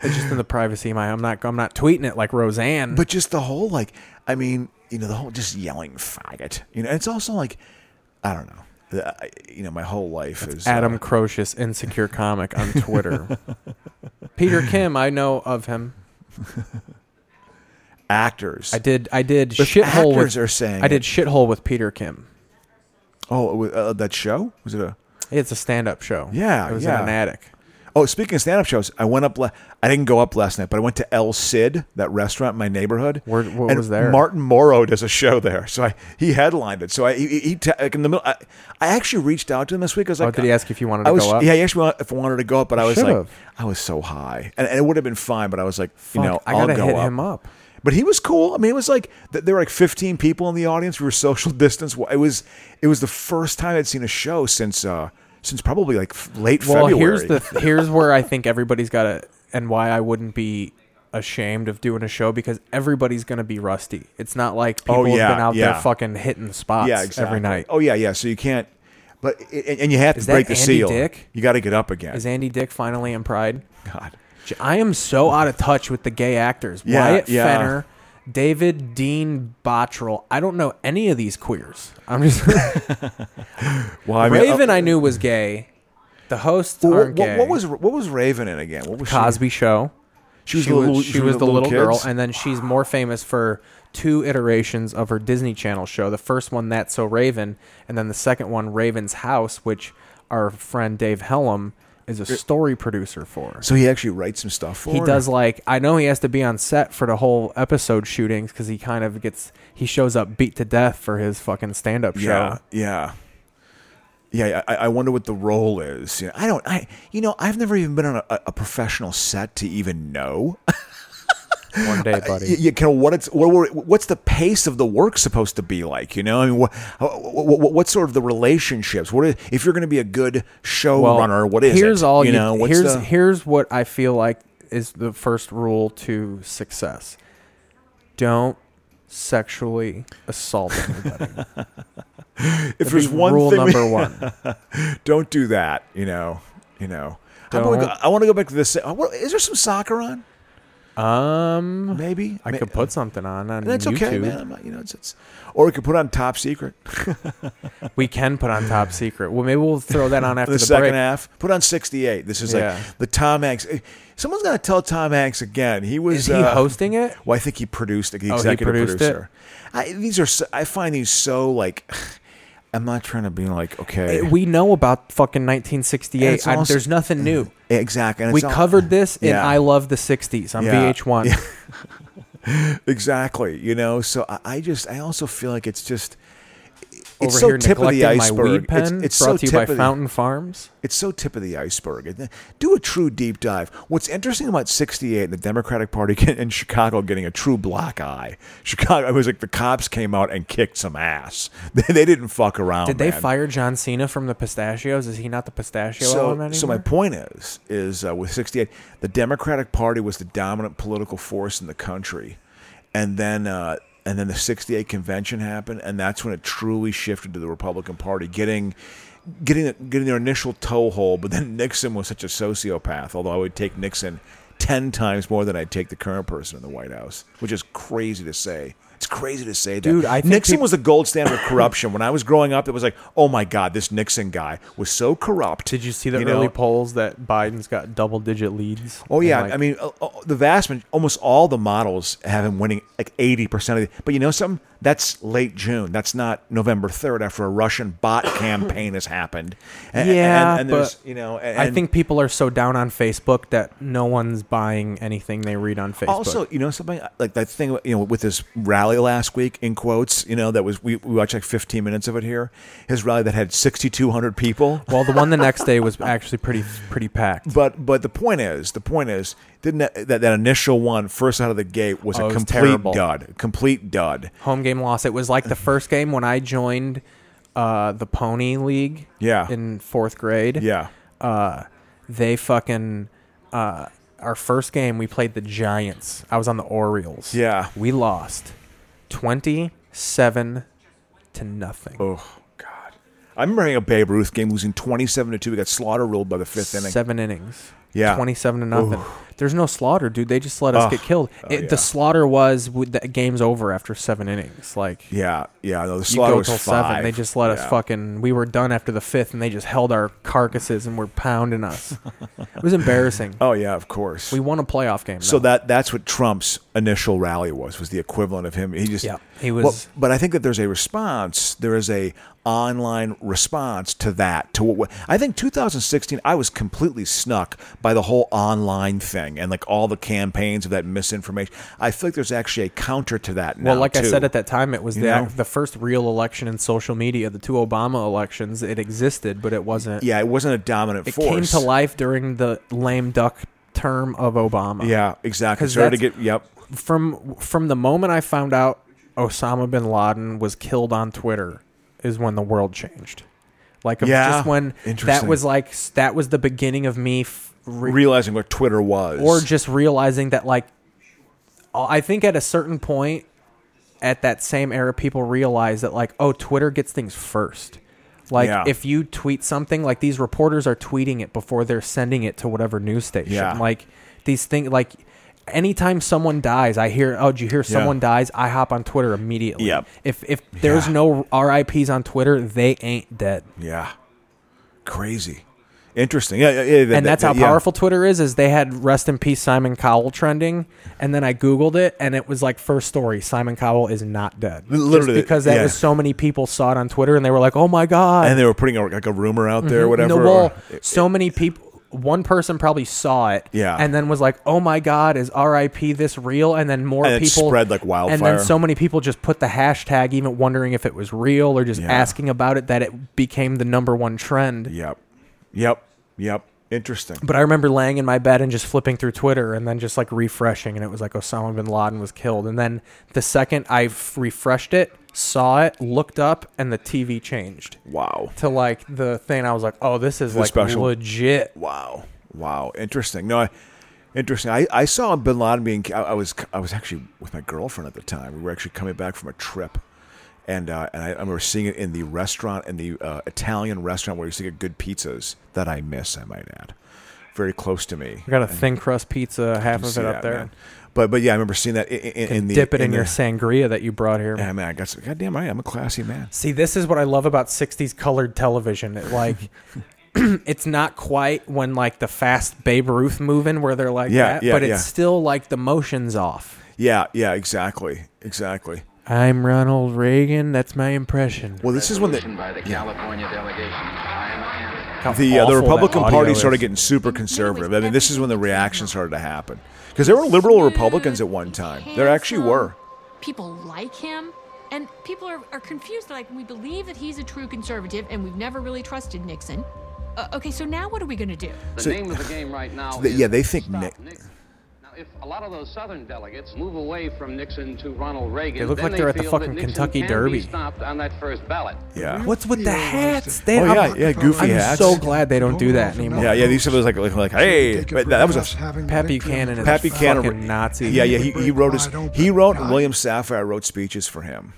Speaker 3: it's just in the privacy of my. I'm not. I'm not tweeting it like Roseanne.
Speaker 2: But just the whole like, I mean, you know, the whole just yelling faggot. You know, it's also like, I don't know. The- I- You know, my whole life is uh,
Speaker 3: Adam Crocious, insecure comic on Twitter. Peter Kim, I know of him.
Speaker 2: actors.
Speaker 3: I did. I did shithole.
Speaker 2: actors
Speaker 3: With,
Speaker 2: are saying
Speaker 3: I did
Speaker 2: it.
Speaker 3: shithole with Peter Kim.
Speaker 2: oh, it was, uh, that show was it a?
Speaker 3: It's a stand-up show.
Speaker 2: Yeah,
Speaker 3: it was
Speaker 2: yeah.
Speaker 3: in an attic.
Speaker 2: Oh, speaking of stand-up shows, I went up. La- I didn't go up last night, but I went to El Cid, that restaurant in my neighborhood.
Speaker 3: Where- what
Speaker 2: and
Speaker 3: was there?
Speaker 2: Martin Morrow does a show there, so I, he headlined it. So I, he, he t- like in the middle. I, I actually reached out to him this week. I was
Speaker 3: Oh,
Speaker 2: like,
Speaker 3: did he ask if you wanted
Speaker 2: I
Speaker 3: to
Speaker 2: was,
Speaker 3: go up?
Speaker 2: Yeah, he actually wanted, if I wanted to go up, but I was like,
Speaker 3: should've.
Speaker 2: I was so high, and, and it would have been fine. But I was like, you
Speaker 3: Fuck,
Speaker 2: know,
Speaker 3: I
Speaker 2: will
Speaker 3: gotta
Speaker 2: go
Speaker 3: hit
Speaker 2: up.
Speaker 3: him up.
Speaker 2: But he was cool. I mean, it was like th- there were like 15 people in the audience. We were social distance. It was it was the first time I'd seen a show since uh since probably like f- late
Speaker 3: Well,
Speaker 2: February.
Speaker 3: here's the here's where I think everybody's got to, and why I wouldn't be ashamed of doing a show because everybody's gonna be rusty. It's not like people
Speaker 2: Oh, yeah,
Speaker 3: have been out
Speaker 2: yeah.
Speaker 3: there fucking hitting spots
Speaker 2: yeah, exactly.
Speaker 3: every night.
Speaker 2: Oh yeah, yeah. So you can't, but and, and you have
Speaker 3: Is
Speaker 2: to
Speaker 3: that
Speaker 2: break the
Speaker 3: Andy
Speaker 2: seal.
Speaker 3: Dick?
Speaker 2: You got to get up again.
Speaker 3: Is Andy Dick finally in Pride?
Speaker 2: God.
Speaker 3: J- I am so out of touch with the gay actors.
Speaker 2: Yeah,
Speaker 3: Wyatt
Speaker 2: yeah.
Speaker 3: Fenner, David Dean Bottrell. I don't know any of these queers. I'm just
Speaker 2: Well, I mean,
Speaker 3: Raven.
Speaker 2: uh,
Speaker 3: I knew was gay. The hosts
Speaker 2: well,
Speaker 3: aren't
Speaker 2: what,
Speaker 3: gay.
Speaker 2: what was what was Raven in again? What was she-
Speaker 3: Cosby Show?
Speaker 2: She was the little-
Speaker 3: she
Speaker 2: she
Speaker 3: was
Speaker 2: was the
Speaker 3: the
Speaker 2: little
Speaker 3: little girl,
Speaker 2: kids?
Speaker 3: and then she's more famous for two iterations of her Disney Channel show. The first one, That's So Raven, and then the second one, Raven's House, which our friend Dave Hellum is a story producer for.
Speaker 2: So he actually writes some stuff for.
Speaker 3: He
Speaker 2: her?
Speaker 3: does like I know he has to be on set for the whole episode shootings because he kind of gets he shows up beat to death for his fucking stand up show.
Speaker 2: Yeah, yeah, yeah. I, I wonder what the role is. You know, I don't. I you know I've never even been on a, a professional set to even know.
Speaker 3: One day, buddy.
Speaker 2: you, you know what it's what, what- what's the pace of the work supposed to be like you know i mean what what, what, what sort of the relationships what is, if you're going to be a good
Speaker 3: Well,
Speaker 2: showrunner what is
Speaker 3: here's
Speaker 2: it?
Speaker 3: all
Speaker 2: you know what's
Speaker 3: here's
Speaker 2: the,
Speaker 3: here's what I feel like is the first rule to success. Don't sexually assault anybody.
Speaker 2: if there's
Speaker 3: Be
Speaker 2: one
Speaker 3: rule
Speaker 2: thing we-
Speaker 3: number one.
Speaker 2: don't do that you know you know I'm gonna
Speaker 3: Don't.
Speaker 2: go- i want to go back to this I wanna- is there some soccer on
Speaker 3: Um,
Speaker 2: maybe
Speaker 3: I
Speaker 2: May-
Speaker 3: could put something on on
Speaker 2: and that's
Speaker 3: YouTube.
Speaker 2: okay man I'm not, you know it's, it's or we could put on top secret
Speaker 3: We can put on top secret. Well, maybe we'll throw that on after
Speaker 2: the,
Speaker 3: the,
Speaker 2: second
Speaker 3: break.
Speaker 2: half. Put on 68. This is
Speaker 3: Yeah.
Speaker 2: like the Tom Hanks. eh, Someone's got to tell Tom Hanks again. He was
Speaker 3: Is he
Speaker 2: uh,
Speaker 3: hosting it?
Speaker 2: Well, I think he produced it. The
Speaker 3: Oh, he
Speaker 2: executive
Speaker 3: produced it?
Speaker 2: producer. I, these are. So, I find these so like. I'm not trying to be like okay.
Speaker 3: Eh, We know about fucking
Speaker 2: And
Speaker 3: 1968.
Speaker 2: it's
Speaker 3: I-
Speaker 2: also-
Speaker 3: there's nothing new.
Speaker 2: exactly. and
Speaker 3: we
Speaker 2: it's all-
Speaker 3: covered this in
Speaker 2: Yeah.
Speaker 3: I Love the 60s on
Speaker 2: Yeah.
Speaker 3: VH1.
Speaker 2: Yeah. exactly. You know. So I, I just. I also feel like it's just.
Speaker 3: over
Speaker 2: so
Speaker 3: here
Speaker 2: tip of the
Speaker 3: neglecting my
Speaker 2: iceberg.
Speaker 3: weed
Speaker 2: It's-
Speaker 3: pen.
Speaker 2: it's so
Speaker 3: brought to you
Speaker 2: tip
Speaker 3: by
Speaker 2: of the-
Speaker 3: Fountain Farms.
Speaker 2: It's so tip of the iceberg. It- Do a true deep dive. What's interesting about 68 and the Democratic Party get- in Chicago getting a true black eye. Chicago, it was like the cops came out and kicked some ass. They, they didn't fuck around.
Speaker 3: Did they
Speaker 2: man.
Speaker 3: fire John Cena from the pistachios? Is he not the pistachio
Speaker 2: so,
Speaker 3: element
Speaker 2: so my
Speaker 3: anymore?
Speaker 2: point is, is uh, with 68, the Democratic Party was the dominant political force in the country. And then, uh, and then the 68 convention happened, and that's when it truly shifted to the Republican Party, getting, getting, getting their initial toehold. But then Nixon was such a sociopath, although I would take Nixon 10 times more than I'd take the current person in the White House, which is crazy to say. It's crazy to say that.
Speaker 3: Dude, I think
Speaker 2: Nixon
Speaker 3: peop-
Speaker 2: was the gold standard of corruption. When I was growing up, it was like, oh my God, this Nixon guy was so corrupt.
Speaker 3: Did you see the
Speaker 2: you know?
Speaker 3: early polls that Biden's got double digit leads?
Speaker 2: Oh
Speaker 3: And,
Speaker 2: yeah,
Speaker 3: like,
Speaker 2: I mean, uh, uh, the vast, maj- almost all the models have him winning like eighty percent of the. But you know something? That's late June. That's not November third after a Russian bot campaign has happened. And- and-
Speaker 3: yeah,
Speaker 2: and, there's,
Speaker 3: but
Speaker 2: you know, and,
Speaker 3: I think people are so down on Facebook that no one's buying anything they read on Facebook.
Speaker 2: Also, you know something like that thing you know with this rally last week in quotes. You know that was we, we watched like fifteen minutes of it here. His rally that had sixty two hundred people.
Speaker 3: well, the one the next day was actually pretty pretty packed.
Speaker 2: But but the point is, the point is, didn't that, that, that initial one first out of the gate was
Speaker 3: Oh, it
Speaker 2: a
Speaker 3: was
Speaker 2: complete
Speaker 3: terrible.
Speaker 2: dud, complete dud.
Speaker 3: home game loss. It was like the first game when I joined uh, the Pony League.
Speaker 2: Yeah.
Speaker 3: In fourth grade.
Speaker 2: Yeah.
Speaker 3: Uh, they fucking uh, our first game we played the Giants. I was on the Orioles.
Speaker 2: Yeah.
Speaker 3: We lost twenty seven to nothing.
Speaker 2: Oh God! I remember having a Babe Ruth game losing twenty-seven to two. We got slaughter ruled by the fifth inning.
Speaker 3: Seven innings.
Speaker 2: Yeah.
Speaker 3: Twenty-seven to nothing. There's no slaughter, dude. They just let us
Speaker 2: Ugh.
Speaker 3: get killed.
Speaker 2: Oh,
Speaker 3: It,
Speaker 2: yeah.
Speaker 3: The slaughter was w- the game's over after seven innings. Like
Speaker 2: Yeah, yeah. No, the
Speaker 3: you
Speaker 2: slaughter
Speaker 3: go
Speaker 2: was
Speaker 3: till
Speaker 2: five.
Speaker 3: seven. They just let us
Speaker 2: Yeah.
Speaker 3: fucking. We were done after the fifth, and they just held our carcasses and were pounding us. it was embarrassing.
Speaker 2: Oh yeah, of course.
Speaker 3: We won a playoff game.
Speaker 2: so
Speaker 3: though.
Speaker 2: that that's what Trump's initial rally was was the equivalent of him. He just
Speaker 3: Yeah, he was-
Speaker 2: Well, but I think that there's a response. There is a online response to that. To what I think 2016, I was completely snuck by the whole online thing and like all the campaigns of that misinformation. I feel like there's actually a counter to that now.
Speaker 3: well, like I
Speaker 2: too.
Speaker 3: said at that time, it was
Speaker 2: You
Speaker 3: the
Speaker 2: know?
Speaker 3: the first real election in social media. The two Obama elections, it existed, but it wasn't.
Speaker 2: Yeah, it wasn't a dominant
Speaker 3: it
Speaker 2: force.
Speaker 3: came to life during the lame duck term of Obama.
Speaker 2: Yeah, exactly.
Speaker 3: 'Cause
Speaker 2: Started to
Speaker 3: that's-
Speaker 2: get yep.
Speaker 3: from from the moment I found out Osama bin Laden was killed on Twitter is when the world changed. Like
Speaker 2: Yeah.
Speaker 3: just when that
Speaker 2: Interesting.
Speaker 3: was like that was the beginning of me f- re-
Speaker 2: realizing what Twitter was.
Speaker 3: or just realizing that like I think at a certain point at that same era people realize that like oh Twitter gets things first. Like
Speaker 2: Yeah.
Speaker 3: if you tweet something like these reporters are tweeting it before they're sending it to whatever news station.
Speaker 2: Yeah.
Speaker 3: Like these things like anytime someone dies I hear oh did you hear someone dies I hop on Twitter immediately.
Speaker 2: Yep.
Speaker 3: If if there's
Speaker 2: Yeah.
Speaker 3: no RIPs on Twitter they ain't dead.
Speaker 2: yeah, crazy, interesting. Yeah, yeah, yeah that-
Speaker 3: and that's
Speaker 2: that-
Speaker 3: how
Speaker 2: yeah.
Speaker 3: powerful Twitter is. Is they had rest in peace Simon Cowell trending, and then I googled it, and it was like first story: Simon Cowell is not dead. Just
Speaker 2: Literally,
Speaker 3: because that
Speaker 2: yeah.
Speaker 3: was so many people saw it on Twitter, and they were like, "Oh my god!"
Speaker 2: And they were putting a, like a rumor out there,
Speaker 3: Mhm.
Speaker 2: whatever.
Speaker 3: No,
Speaker 2: or-
Speaker 3: well, so many people. One person probably saw it,
Speaker 2: Yeah.
Speaker 3: and then was like, "Oh my God, is R.I.P. this real?" And then more
Speaker 2: And it
Speaker 3: people
Speaker 2: spread like
Speaker 3: And then
Speaker 2: wildfire.
Speaker 3: so many people just put the hashtag, even wondering if it was real or just
Speaker 2: Yeah.
Speaker 3: asking about it, that it became the number one trend.
Speaker 2: yep, yep, yep. Interesting.
Speaker 3: But I remember laying in my bed and just flipping through Twitter and then just like refreshing, and it was like Osama bin Laden was killed. And then the second I f- refreshed it, saw it, looked up, and the TV changed
Speaker 2: Wow,
Speaker 3: to like the thing. I was like, oh, this is
Speaker 2: The
Speaker 3: like
Speaker 2: special.
Speaker 3: legit.
Speaker 2: wow, wow. Interesting. No, I, interesting. I, I saw Bin Laden being. I, I was I was actually with my girlfriend at the time. We were actually coming back from a trip. And, uh, and I, I remember seeing it in the restaurant, in the uh, Italian restaurant where you used to get good pizzas that I miss, I might add. Very close to me.
Speaker 3: We got a thin crust pizza, half of
Speaker 2: see
Speaker 3: it up
Speaker 2: that,
Speaker 3: there.
Speaker 2: man. But but yeah, I remember seeing that in, in, in the
Speaker 3: Dip it in, your
Speaker 2: the,
Speaker 3: sangria that you brought here.
Speaker 2: Yeah, man, I got some- goddamn right. I'm a classy man.
Speaker 3: See, this is what I love about 60s colored television. It, like, it's not quite when like the fast Babe Ruth moving where they're like
Speaker 2: Yeah,
Speaker 3: that,
Speaker 2: yeah,
Speaker 3: but it's
Speaker 2: yeah.
Speaker 3: still like the motion's off.
Speaker 2: Yeah, yeah, exactly, exactly.
Speaker 3: I'm Ronald Reagan. That's my impression.
Speaker 2: Well, this is when the
Speaker 11: by the California delegation. I am a candidate.
Speaker 2: the uh, the Republican Party started
Speaker 3: getting.
Speaker 2: getting super conservative. I mean, this is when the reaction started to happen because there were liberal Republicans at one time. There actually were.
Speaker 12: People like him. And people are, are confused. They're like, we believe that he's a true conservative, and we've never really trusted Nixon. Uh, okay, so now what are we going to do?
Speaker 11: The
Speaker 2: So-
Speaker 11: name of the game right now
Speaker 2: So they-
Speaker 11: is
Speaker 2: yeah, they think
Speaker 11: Stop
Speaker 2: Nick-
Speaker 11: Nixon. Now, if a lot of those Southern delegates move away from Nixon to Ronald Reagan,
Speaker 3: They look
Speaker 11: then
Speaker 3: like they're at the
Speaker 11: feel that
Speaker 3: fucking
Speaker 11: Nixon
Speaker 3: Kentucky
Speaker 11: can
Speaker 3: Derby.
Speaker 11: Be stopped on that first ballot.
Speaker 2: Yeah.
Speaker 3: What's with the hats? They,
Speaker 2: Oh, yeah,
Speaker 3: I'm,
Speaker 2: yeah, goofy
Speaker 3: I'm
Speaker 2: hats.
Speaker 3: so glad they don't do that anymore.
Speaker 2: Yeah, yeah. These are those like, like, like hey, but that was a
Speaker 3: Pat Buchanan is Pat
Speaker 2: Pat Buchanan
Speaker 3: fucking Nazi.
Speaker 2: Yeah, yeah. He, he wrote his. He wrote and William Safire wrote speeches for him.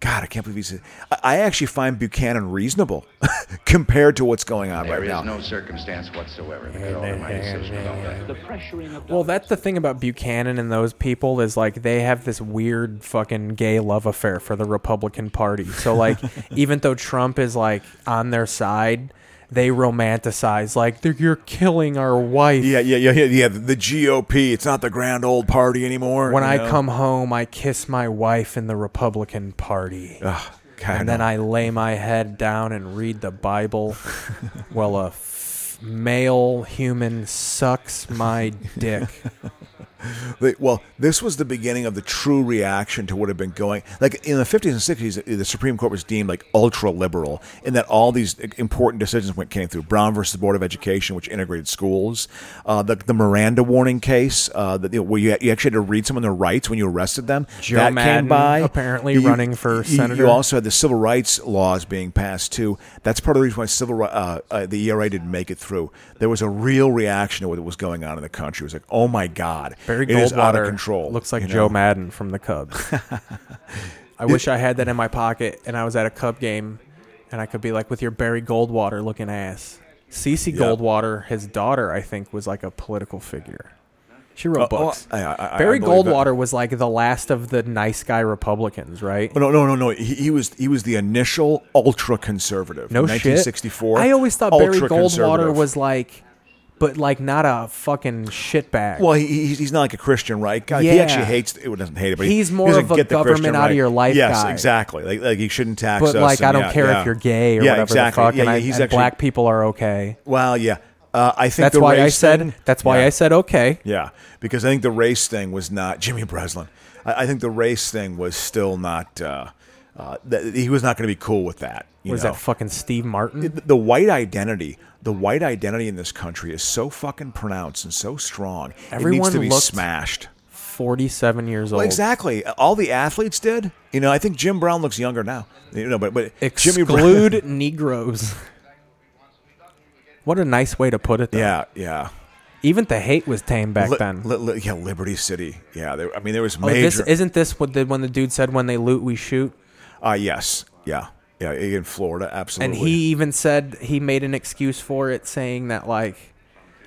Speaker 2: God, I can't believe he said. I I actually find Buchanan reasonable compared to what's going on
Speaker 11: There
Speaker 2: right
Speaker 11: is
Speaker 2: now.
Speaker 11: no circumstance whatsoever that could alter my decision about that. The pressuring of
Speaker 3: Well, that's the thing about Buchanan and those people is like they have this weird fucking gay love affair for the Republican Party. So like even though Trump is like on their side, they romanticize like "They're- you're killing our wife.
Speaker 2: Yeah, yeah, yeah, yeah, yeah. The the GOP. It's not the grand old party anymore.
Speaker 3: when
Speaker 2: you
Speaker 3: I
Speaker 2: know?
Speaker 3: come home, I kiss my wife in the Republican Party.
Speaker 2: Ugh, God,
Speaker 3: and then I lay my head down and read the Bible while a f- male human sucks my dick.
Speaker 2: They- well, this was the beginning of the true reaction to what had been going. Like in the 50s and 60s, the Supreme Court was deemed like ultra liberal in that all these eh, important decisions went came through Brown versus Board of Education, which integrated schools, uh, the, the Miranda warning case, uh, that, you know, where you, you actually had to read someone their rights when you arrested them.
Speaker 3: Joe
Speaker 2: that
Speaker 3: Madden
Speaker 2: came by.
Speaker 3: apparently running for
Speaker 2: you-
Speaker 3: senator.
Speaker 2: You also had the civil rights laws being passed too. That's part of the reason why civil ri- uh, uh, the ERA didn't make it through. There was a real reaction to what was going on in the country. It was like, oh my god,
Speaker 3: Barry
Speaker 2: it is out of
Speaker 3: Goldwater
Speaker 2: control.
Speaker 3: looks like
Speaker 2: you know?
Speaker 3: Joe Madden from the Cubs. I wish I had that in my pocket and I was at a Cub game and I could be like with your Barry Goldwater looking ass. Cece
Speaker 2: Yep.
Speaker 3: Goldwater, his daughter, I think, was like a political figure. She wrote
Speaker 2: Oh, oh,
Speaker 3: books.
Speaker 2: I- I- I-
Speaker 3: Barry
Speaker 2: I believe that.
Speaker 3: Goldwater was like the last of the nice guy Republicans, right?
Speaker 2: No, no, no, no. He, he was he was the initial ultra conservative.
Speaker 3: No shit.
Speaker 2: 1964.
Speaker 3: I always thought Barry Goldwater
Speaker 2: ultra-conservative.
Speaker 3: was like, but like not a fucking shitbag.
Speaker 2: Well, he, he's, he's not like a Christian right guy. He
Speaker 3: Yeah.
Speaker 2: actually hates. It doesn't hate it, but he-
Speaker 3: He's
Speaker 2: he
Speaker 3: more
Speaker 2: doesn't
Speaker 3: of a
Speaker 2: get the Christian
Speaker 3: government out of
Speaker 2: right.
Speaker 3: your life
Speaker 2: Yes,
Speaker 3: guy.
Speaker 2: exactly. Like, like you shouldn't tax us.
Speaker 3: but like, I
Speaker 2: and
Speaker 3: don't
Speaker 2: yeah,
Speaker 3: care
Speaker 2: yeah.
Speaker 3: if you're gay or
Speaker 2: yeah,
Speaker 3: whatever
Speaker 2: exactly.
Speaker 3: the fuck,
Speaker 2: Yeah,
Speaker 3: and,
Speaker 2: yeah,
Speaker 3: I,
Speaker 2: he's
Speaker 3: and
Speaker 2: actually,
Speaker 3: black people are okay.
Speaker 2: Well, yeah. Uh, I think
Speaker 3: That's
Speaker 2: the
Speaker 3: why I
Speaker 2: race
Speaker 3: said.
Speaker 2: thing-
Speaker 3: that's why
Speaker 2: Yeah.
Speaker 3: I said okay.
Speaker 2: Yeah, because I think the race thing was not Jimmy Breslin. I, I think the race thing was still not. Uh, uh, th- he was not going to be cool with that. You
Speaker 3: Was
Speaker 2: know?
Speaker 3: that fucking Steve Martin?
Speaker 2: It- the white identity, the white identity in this country is so fucking pronounced and so strong. it needs
Speaker 3: Everyone
Speaker 2: to be
Speaker 3: looked
Speaker 2: smashed.
Speaker 3: Forty-seven years
Speaker 2: Well,
Speaker 3: old.
Speaker 2: exactly. All the athletes did. You know, I think Jim Brown looks younger now. You know, but but Jimmy Brown.
Speaker 3: Exclude Negroes. What a nice way to put it. Though.
Speaker 2: Yeah, yeah.
Speaker 3: Even the hate was tame back
Speaker 2: Li-
Speaker 3: then.
Speaker 2: li- li- yeah, Liberty City. Yeah, there, I mean, there was
Speaker 3: Oh, this
Speaker 2: major.
Speaker 3: isn't this what the when the dude said when they loot we shoot?
Speaker 2: uh, yes, yeah, yeah. In Florida, absolutely.
Speaker 3: And he even said he made an excuse for it, saying that like,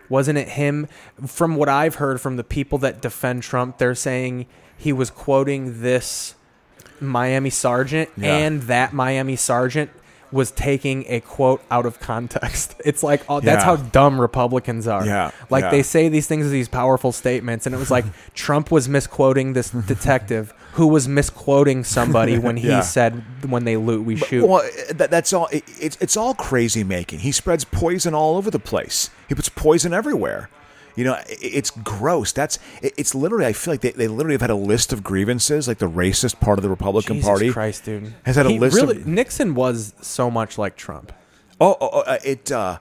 Speaker 3: wasn't it him? From what I've heard from the people that defend Trump, they're saying he was quoting this Miami sergeant,
Speaker 2: Yeah.
Speaker 3: and that Miami sergeant was taking a quote out of context. It's like, oh, that's
Speaker 2: Yeah.
Speaker 3: how dumb Republicans are.
Speaker 2: Yeah,
Speaker 3: Like
Speaker 2: yeah.
Speaker 3: they say these things as these powerful statements, and it was like Trump was misquoting this detective who was misquoting somebody when he
Speaker 2: Yeah.
Speaker 3: said when they loot we shoot.
Speaker 2: Well, that, that's all. It, it's it's all crazy making. He spreads poison all over the place. He puts poison everywhere. You know, i it's gross. That's it, it's literally. I feel like they, they literally have had a list of grievances. Like the racist part of the Republican
Speaker 3: Jesus
Speaker 2: Party
Speaker 3: Christ, dude.
Speaker 2: has had a
Speaker 3: He
Speaker 2: list
Speaker 3: really-
Speaker 2: of.
Speaker 3: Nixon was so much like Trump.
Speaker 2: Oh, oh, oh uh, it. Uh,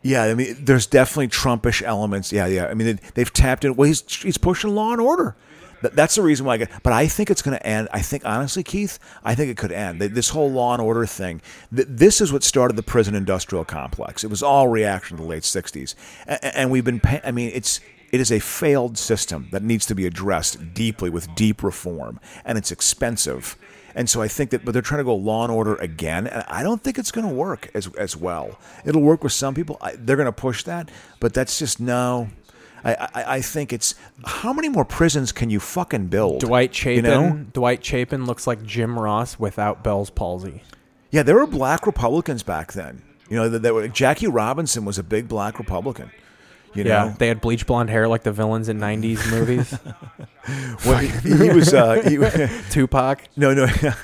Speaker 2: yeah, I mean, there's definitely Trumpish elements. Yeah, yeah. I mean, they, they've tapped in. Well, he's he's pushing law and order. That, that's the reason why. I get, but I think it's going to end. I think honestly, Keith, I think it could end. Th- This whole law and order thing. Th- this is what started the prison industrial complex. It was all reaction to the late '60s, and, and we've been. pa- I mean, it's. It is a failed system that needs to be addressed deeply with deep reform, and it's expensive. And so I think that, but they're trying to go law and order again, and I don't think it's going to work as as well. It'll work with some people. I, they're going to push that, but that's just no. I, I, I think it's how many more prisons can you fucking build?
Speaker 3: Dwight Chapin.
Speaker 2: You know?
Speaker 3: Dwight Chapin looks like Jim Ross without Bell's palsy.
Speaker 2: Yeah, there were black Republicans back then. You know, that, that were, Jackie Robinson was a big black Republican. You
Speaker 3: yeah,
Speaker 2: know,
Speaker 3: they had bleach blonde hair like the villains in '90s movies.
Speaker 2: Well, he, he was uh, he,
Speaker 3: Tupac.
Speaker 2: No, no, yeah.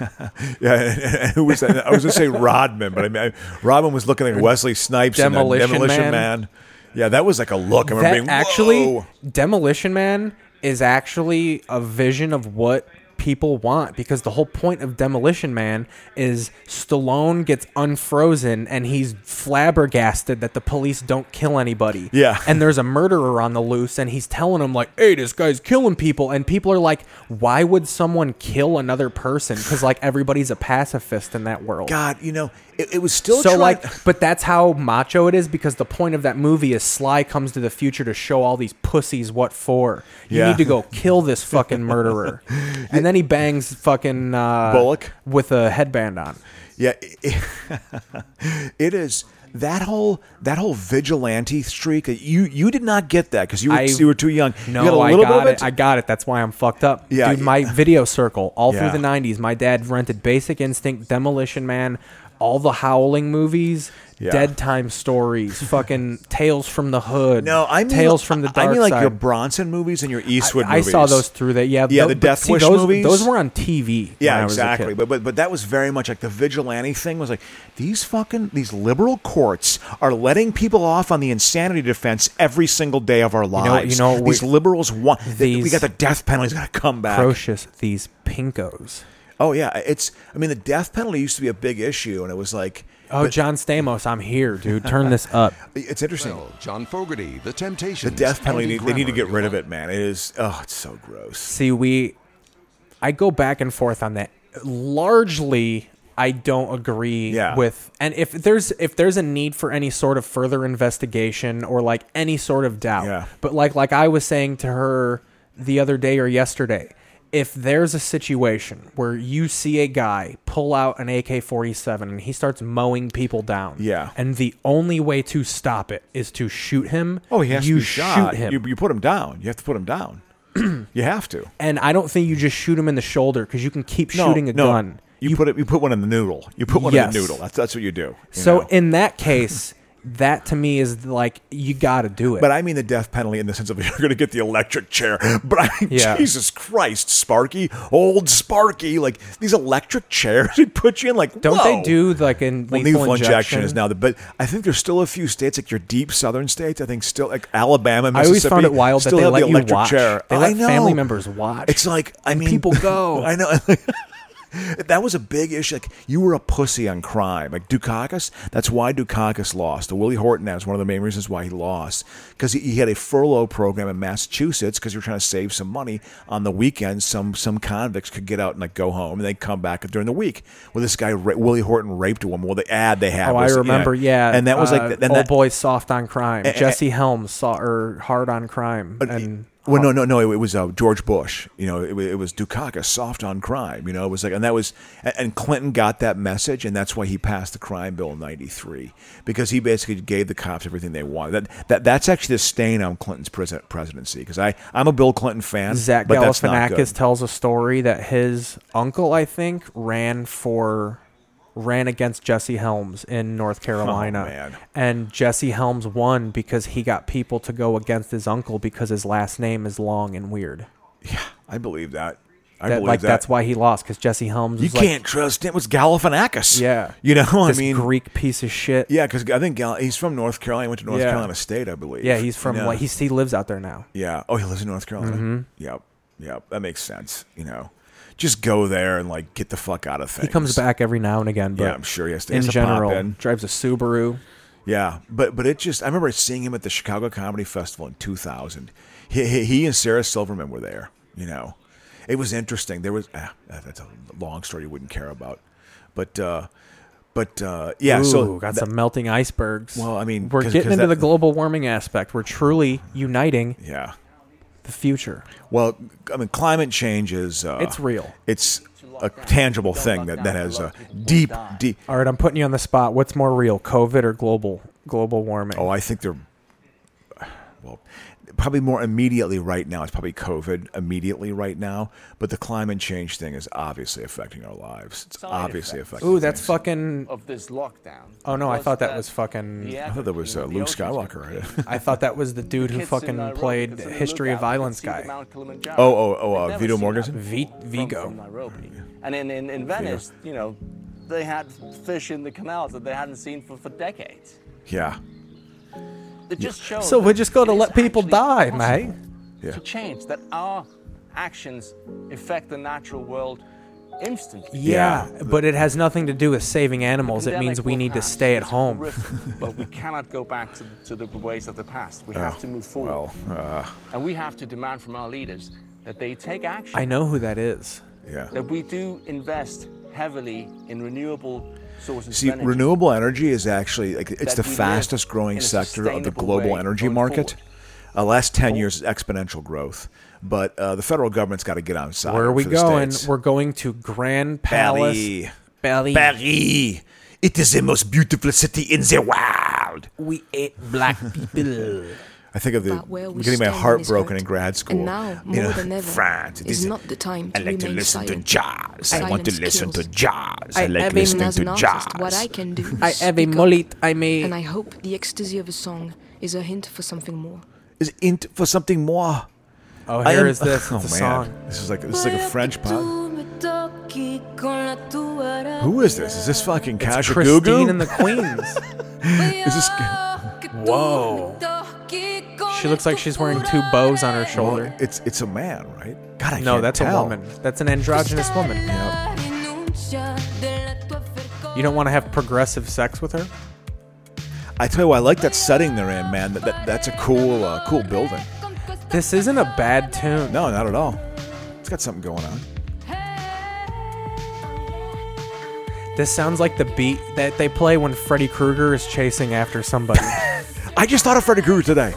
Speaker 2: and- and Who was that? I was going to say Rodman, but I mean, I, Rodman was looking like Wesley Snipes
Speaker 3: Demolition
Speaker 2: in the Demolition
Speaker 3: Man.
Speaker 2: Man. Yeah, that was like a look. I remember
Speaker 3: That
Speaker 2: being
Speaker 3: actually,
Speaker 2: "Whoa."
Speaker 3: Demolition Man is actually a vision of what people want because the whole point of Demolition Man is Stallone gets unfrozen and he's flabbergasted that the police don't kill anybody.
Speaker 2: Yeah.
Speaker 3: And there's a murderer on the loose and he's telling him like, "Hey, this guy's killing people." And people are like, "Why would someone kill another person?" Cuz like everybody's a pacifist in that world.
Speaker 2: God, you know, it, it was still
Speaker 3: so
Speaker 2: trying-
Speaker 3: like but that's how macho it is because the point of that movie is sly comes to the future to show all these pussies what for you
Speaker 2: Yeah.
Speaker 3: need to go kill this fucking murderer and then he bangs fucking uh,
Speaker 2: Bullock?
Speaker 3: with a headband on
Speaker 2: Yeah, it- it is that whole that whole vigilante streak. You you did not get that because you were,
Speaker 3: I-
Speaker 2: you were too young.
Speaker 3: no
Speaker 2: you got a
Speaker 3: i
Speaker 2: little
Speaker 3: got
Speaker 2: bit
Speaker 3: it i got it that's why i'm fucked up
Speaker 2: Yeah,
Speaker 3: Dude, my video circle all
Speaker 2: Yeah.
Speaker 3: through the 90s my dad rented basic instinct demolition man all the howling movies
Speaker 2: Yeah.
Speaker 3: Dead time stories, fucking tales from the hood.
Speaker 2: no, I mean
Speaker 3: tales from the dark
Speaker 2: I mean like
Speaker 3: side.
Speaker 2: your Bronson movies and your Eastwood.
Speaker 3: I
Speaker 2: movies.
Speaker 3: saw those through that. Yeah,
Speaker 2: yeah,
Speaker 3: tho-
Speaker 2: the
Speaker 3: but
Speaker 2: Death
Speaker 3: see,
Speaker 2: Wish
Speaker 3: those,
Speaker 2: movies.
Speaker 3: Those were on TV.
Speaker 2: Yeah,
Speaker 3: when I was a
Speaker 2: exactly.
Speaker 3: kid.
Speaker 2: But but but that was very much like the vigilante thing was like these fucking these liberal courts are letting people off on the insanity defense every single day of our
Speaker 3: know-
Speaker 2: lives.
Speaker 3: you know,
Speaker 2: these
Speaker 3: we-
Speaker 2: liberals want these, we
Speaker 3: these-
Speaker 2: got the death penalty's got to come back.
Speaker 3: Atrocious, these pinkos.
Speaker 2: Oh yeah, it's I mean the death penalty used to be a big issue and it was like
Speaker 3: Oh, John Stamos, I'm here, dude. Turn this up.
Speaker 2: It's interesting.
Speaker 13: John Fogerty, The Temptations.
Speaker 2: the death penalty
Speaker 13: Andy
Speaker 2: need, they need to
Speaker 13: Grammer.
Speaker 2: get rid of it, man. It is oh, it's so gross.
Speaker 3: See, we, I go back and forth on that. Largely, I don't agree
Speaker 2: Yeah.
Speaker 3: with. And if there's if there's a need for any sort of further investigation or like any sort of doubt, but like like I was saying to her the other day or yesterday, if there's a situation where you see a guy pull out an AK-47 and he starts mowing people down,
Speaker 2: Yeah.
Speaker 3: and the only way to stop it is to shoot him.
Speaker 2: Oh, he has to
Speaker 3: you
Speaker 2: be shot.
Speaker 3: shoot him.
Speaker 2: You, you put him down. You have to put him down. you have to.
Speaker 3: and I don't think you just shoot him in the shoulder because you can keep
Speaker 2: No,
Speaker 3: shooting a
Speaker 2: no.
Speaker 3: gun.
Speaker 2: You, put it. You put one in the noodle. You put one
Speaker 3: Yes.
Speaker 2: in the noodle. That's that's what you do. you
Speaker 3: So
Speaker 2: know?
Speaker 3: in that case, that to me is like you got to do it.
Speaker 2: But I mean the death penalty in the sense of you're going to get the electric chair. But I mean,
Speaker 3: Yeah.
Speaker 2: Jesus Christ, Sparky, old Sparky, like these electric chairs they put you in. Like,
Speaker 3: don't
Speaker 2: whoa.
Speaker 3: they do like in
Speaker 2: Well,
Speaker 3: lethal,
Speaker 2: lethal injection.
Speaker 3: injection
Speaker 2: is now the but I think there's still a few states like your deep southern states. I think still like Alabama,
Speaker 3: I always
Speaker 2: Mississippi.
Speaker 3: found it wild that
Speaker 2: still
Speaker 3: they
Speaker 2: have
Speaker 3: let
Speaker 2: the
Speaker 3: you
Speaker 2: electric
Speaker 3: watch.
Speaker 2: chair.
Speaker 3: They let
Speaker 2: I know.
Speaker 3: family members watch.
Speaker 2: It's like I mean,
Speaker 3: people go.
Speaker 2: I know. that was a big issue. Like you were a pussy on crime. Like Dukakis. That's why Dukakis lost. The Willie Horton ad was one of the main reasons why he lost because he, he had a furlough program in Massachusetts because you were trying to save some money on the weekends. Some some convicts could get out and like go home and they come back during the week. Well, this guy ra- Willie Horton raped a woman. Well, the ad they had.
Speaker 3: Oh, I
Speaker 2: was,
Speaker 3: remember. Yeah,
Speaker 2: and that was
Speaker 3: uh,
Speaker 2: like then
Speaker 3: old
Speaker 2: that.
Speaker 3: boy soft on crime.
Speaker 2: Eh, eh,
Speaker 3: Jesse Helms saw or hard on crime, and
Speaker 2: Well, no, no, no. It, was uh, George Bush. You know, it, wa- it was Dukakis, soft on crime. You know, it was like, and that was, and, and Clinton got that message, and that's why he passed the crime bill in '93 because he basically gave the cops everything they wanted. That, that that's actually the stain on Clinton's presi- presidency because I I'm a Bill Clinton fan.
Speaker 3: Zach
Speaker 2: but that's not
Speaker 3: Galifianakis
Speaker 2: good.
Speaker 3: tells a story that his uncle, I think, ran for ran against Jesse Helms in North Carolina.
Speaker 2: Oh, man.
Speaker 3: And Jesse Helms won because he got people to go against his uncle because his last name is long and weird.
Speaker 2: I believe that. I
Speaker 3: That-
Speaker 2: believe
Speaker 3: like
Speaker 2: that.
Speaker 3: that's why he lost because Jesse Helms.
Speaker 2: You
Speaker 3: was like,
Speaker 2: can't trust him. It was Galifianakis.
Speaker 3: Yeah.
Speaker 2: you know, I
Speaker 3: This
Speaker 2: mean,
Speaker 3: Greek piece of shit.
Speaker 2: yeah, because I think Gal- he's from North Carolina. He went to North
Speaker 3: Yeah.
Speaker 2: Carolina State, I believe.
Speaker 3: Yeah, he's from.
Speaker 2: You know?
Speaker 3: like, he's he lives out there now.
Speaker 2: Yeah. Oh, he lives in North Carolina.
Speaker 3: Mhm.
Speaker 2: Yep. Yep. That makes sense. You know, just go there and like get the fuck out of things.
Speaker 3: He comes back every now and again. But
Speaker 2: Yeah, I'm sure he has to- he
Speaker 3: In
Speaker 2: has to pop
Speaker 3: general,
Speaker 2: in.
Speaker 3: drives a Subaru.
Speaker 2: Yeah, but but it just I remember seeing him at the Chicago Comedy Festival in 2000. He he, he and Sarah Silverman were there. You know, it was interesting. There was ah, that's a long story you wouldn't care about, but. uh but uh, yeah, so
Speaker 3: Ooh, got
Speaker 2: tha-
Speaker 3: some melting icebergs.
Speaker 2: Well, I mean,
Speaker 3: we're
Speaker 2: 'cause-
Speaker 3: getting
Speaker 2: 'cause
Speaker 3: into
Speaker 2: that-
Speaker 3: the global warming aspect. We're truly uniting.
Speaker 2: Yeah.
Speaker 3: The future.
Speaker 2: Well, I mean, climate change is uh,
Speaker 3: It's real.
Speaker 2: It's a tangible thing that, that has a deep, deep.
Speaker 3: All right, I'm putting you on the spot. What's more real, COVID or global global warming?
Speaker 2: Oh, I think they're well, probably more immediately right now. It's probably COVID immediately right now, but the climate change thing is obviously affecting our lives. It's obviously affecting.
Speaker 3: Ooh, that's
Speaker 2: things.
Speaker 3: fucking.
Speaker 14: Of this lockdown.
Speaker 3: Oh no, I thought that was fucking.
Speaker 2: I thought that was uh, Luke Skywalker. Right?
Speaker 3: I thought that was the dude who
Speaker 14: Kids in uh,
Speaker 3: fucking
Speaker 14: Nairobi
Speaker 3: played
Speaker 14: can see the
Speaker 3: History of
Speaker 14: lookout and
Speaker 3: Violence
Speaker 14: see the
Speaker 3: guy.
Speaker 14: Mount Kilimanjaro.
Speaker 2: Oh, oh, oh, uh,
Speaker 14: They've never
Speaker 2: Vito
Speaker 14: seen
Speaker 2: Morganson?
Speaker 14: that
Speaker 3: Vi-
Speaker 14: from-
Speaker 3: Vigo.
Speaker 14: from Nairobi. And in, in, in Venice, you know, they had fish in the canals that they hadn't seen for, for decades.
Speaker 2: Yeah.
Speaker 14: It just shows
Speaker 3: So
Speaker 14: that
Speaker 3: we're just going to
Speaker 14: it is
Speaker 3: let people
Speaker 14: actually
Speaker 3: die,
Speaker 14: possible
Speaker 3: mate.
Speaker 2: Yeah.
Speaker 14: To change that our actions affect the natural world instantly.
Speaker 3: Yeah, but it has nothing to do with saving animals. It means
Speaker 14: Pandemic
Speaker 3: we
Speaker 14: will
Speaker 3: need to
Speaker 14: pass.
Speaker 3: stay at
Speaker 14: It's
Speaker 3: home.
Speaker 14: horrific, but we cannot go back to, to the ways of the past. We have
Speaker 3: Oh,
Speaker 14: to move forward. and we have to demand from our leaders that they take action.
Speaker 3: I know who that is.
Speaker 2: Yeah.
Speaker 14: That we do invest heavily in renewable sources
Speaker 2: See,
Speaker 14: of energy.
Speaker 2: renewable energy is actually like it's
Speaker 14: That
Speaker 2: the
Speaker 14: we live
Speaker 2: fastest growing
Speaker 14: in a
Speaker 2: sector of the
Speaker 14: sustainable
Speaker 2: global
Speaker 14: way
Speaker 2: energy
Speaker 14: going Oh.
Speaker 2: market. Uh, last ten years is exponential growth, but uh, the federal government's got to get on side.
Speaker 3: Where are we
Speaker 2: for the
Speaker 3: going?
Speaker 2: states.
Speaker 3: We're going to Grand Palace.
Speaker 2: Paris. Paris. It is the most beautiful city in the world.
Speaker 3: We ate black people.
Speaker 2: I think of the
Speaker 15: But where we
Speaker 2: getting my
Speaker 15: stand
Speaker 2: heart
Speaker 15: is
Speaker 2: broken
Speaker 15: hurt.
Speaker 2: in grad school.
Speaker 15: And now,
Speaker 2: You
Speaker 15: more
Speaker 2: know,
Speaker 15: than ever,
Speaker 2: France, it
Speaker 15: is
Speaker 2: is-
Speaker 15: not the time
Speaker 2: I
Speaker 15: to
Speaker 2: like to
Speaker 15: remain
Speaker 2: listen
Speaker 15: silent.
Speaker 2: to jazz. I want to
Speaker 15: Silence
Speaker 2: listen to
Speaker 15: kills.
Speaker 2: jazz.
Speaker 15: I-
Speaker 2: I, like
Speaker 15: I've been
Speaker 2: listening
Speaker 15: as an
Speaker 2: to jazz.
Speaker 15: artist, what I can do
Speaker 3: I
Speaker 15: is
Speaker 3: have a
Speaker 15: speak up,
Speaker 3: mullet, I may-
Speaker 15: And I hope the ecstasy of a song is a hint for something more.
Speaker 2: Is int for something more.
Speaker 3: Oh,
Speaker 2: I
Speaker 3: here
Speaker 2: am-
Speaker 3: is this.
Speaker 2: Oh
Speaker 3: It's a
Speaker 2: man,
Speaker 3: song.
Speaker 2: this is like this is like a French pop.
Speaker 15: Who
Speaker 2: Who is this? Is this fucking
Speaker 3: It's
Speaker 2: Kaja
Speaker 3: Christine
Speaker 2: Gugu?
Speaker 3: and the Queens.
Speaker 2: is this?
Speaker 3: Whoa. She looks like she's wearing two bows on her shoulder.
Speaker 2: it's it's a man, right? God, I
Speaker 3: no,
Speaker 2: can't
Speaker 3: that's a
Speaker 2: tell.
Speaker 3: woman. That's an androgynous woman. You don't want to have progressive sex with her?
Speaker 2: I tell you, what, I like that setting they're in, man. That, that that's a cool uh, cool building.
Speaker 3: This isn't a bad tune.
Speaker 2: No, not at all. It's got something going on.
Speaker 3: This sounds like the beat that they play when Freddy Krueger is chasing after somebody.
Speaker 2: I just thought of Freddy Krueger today.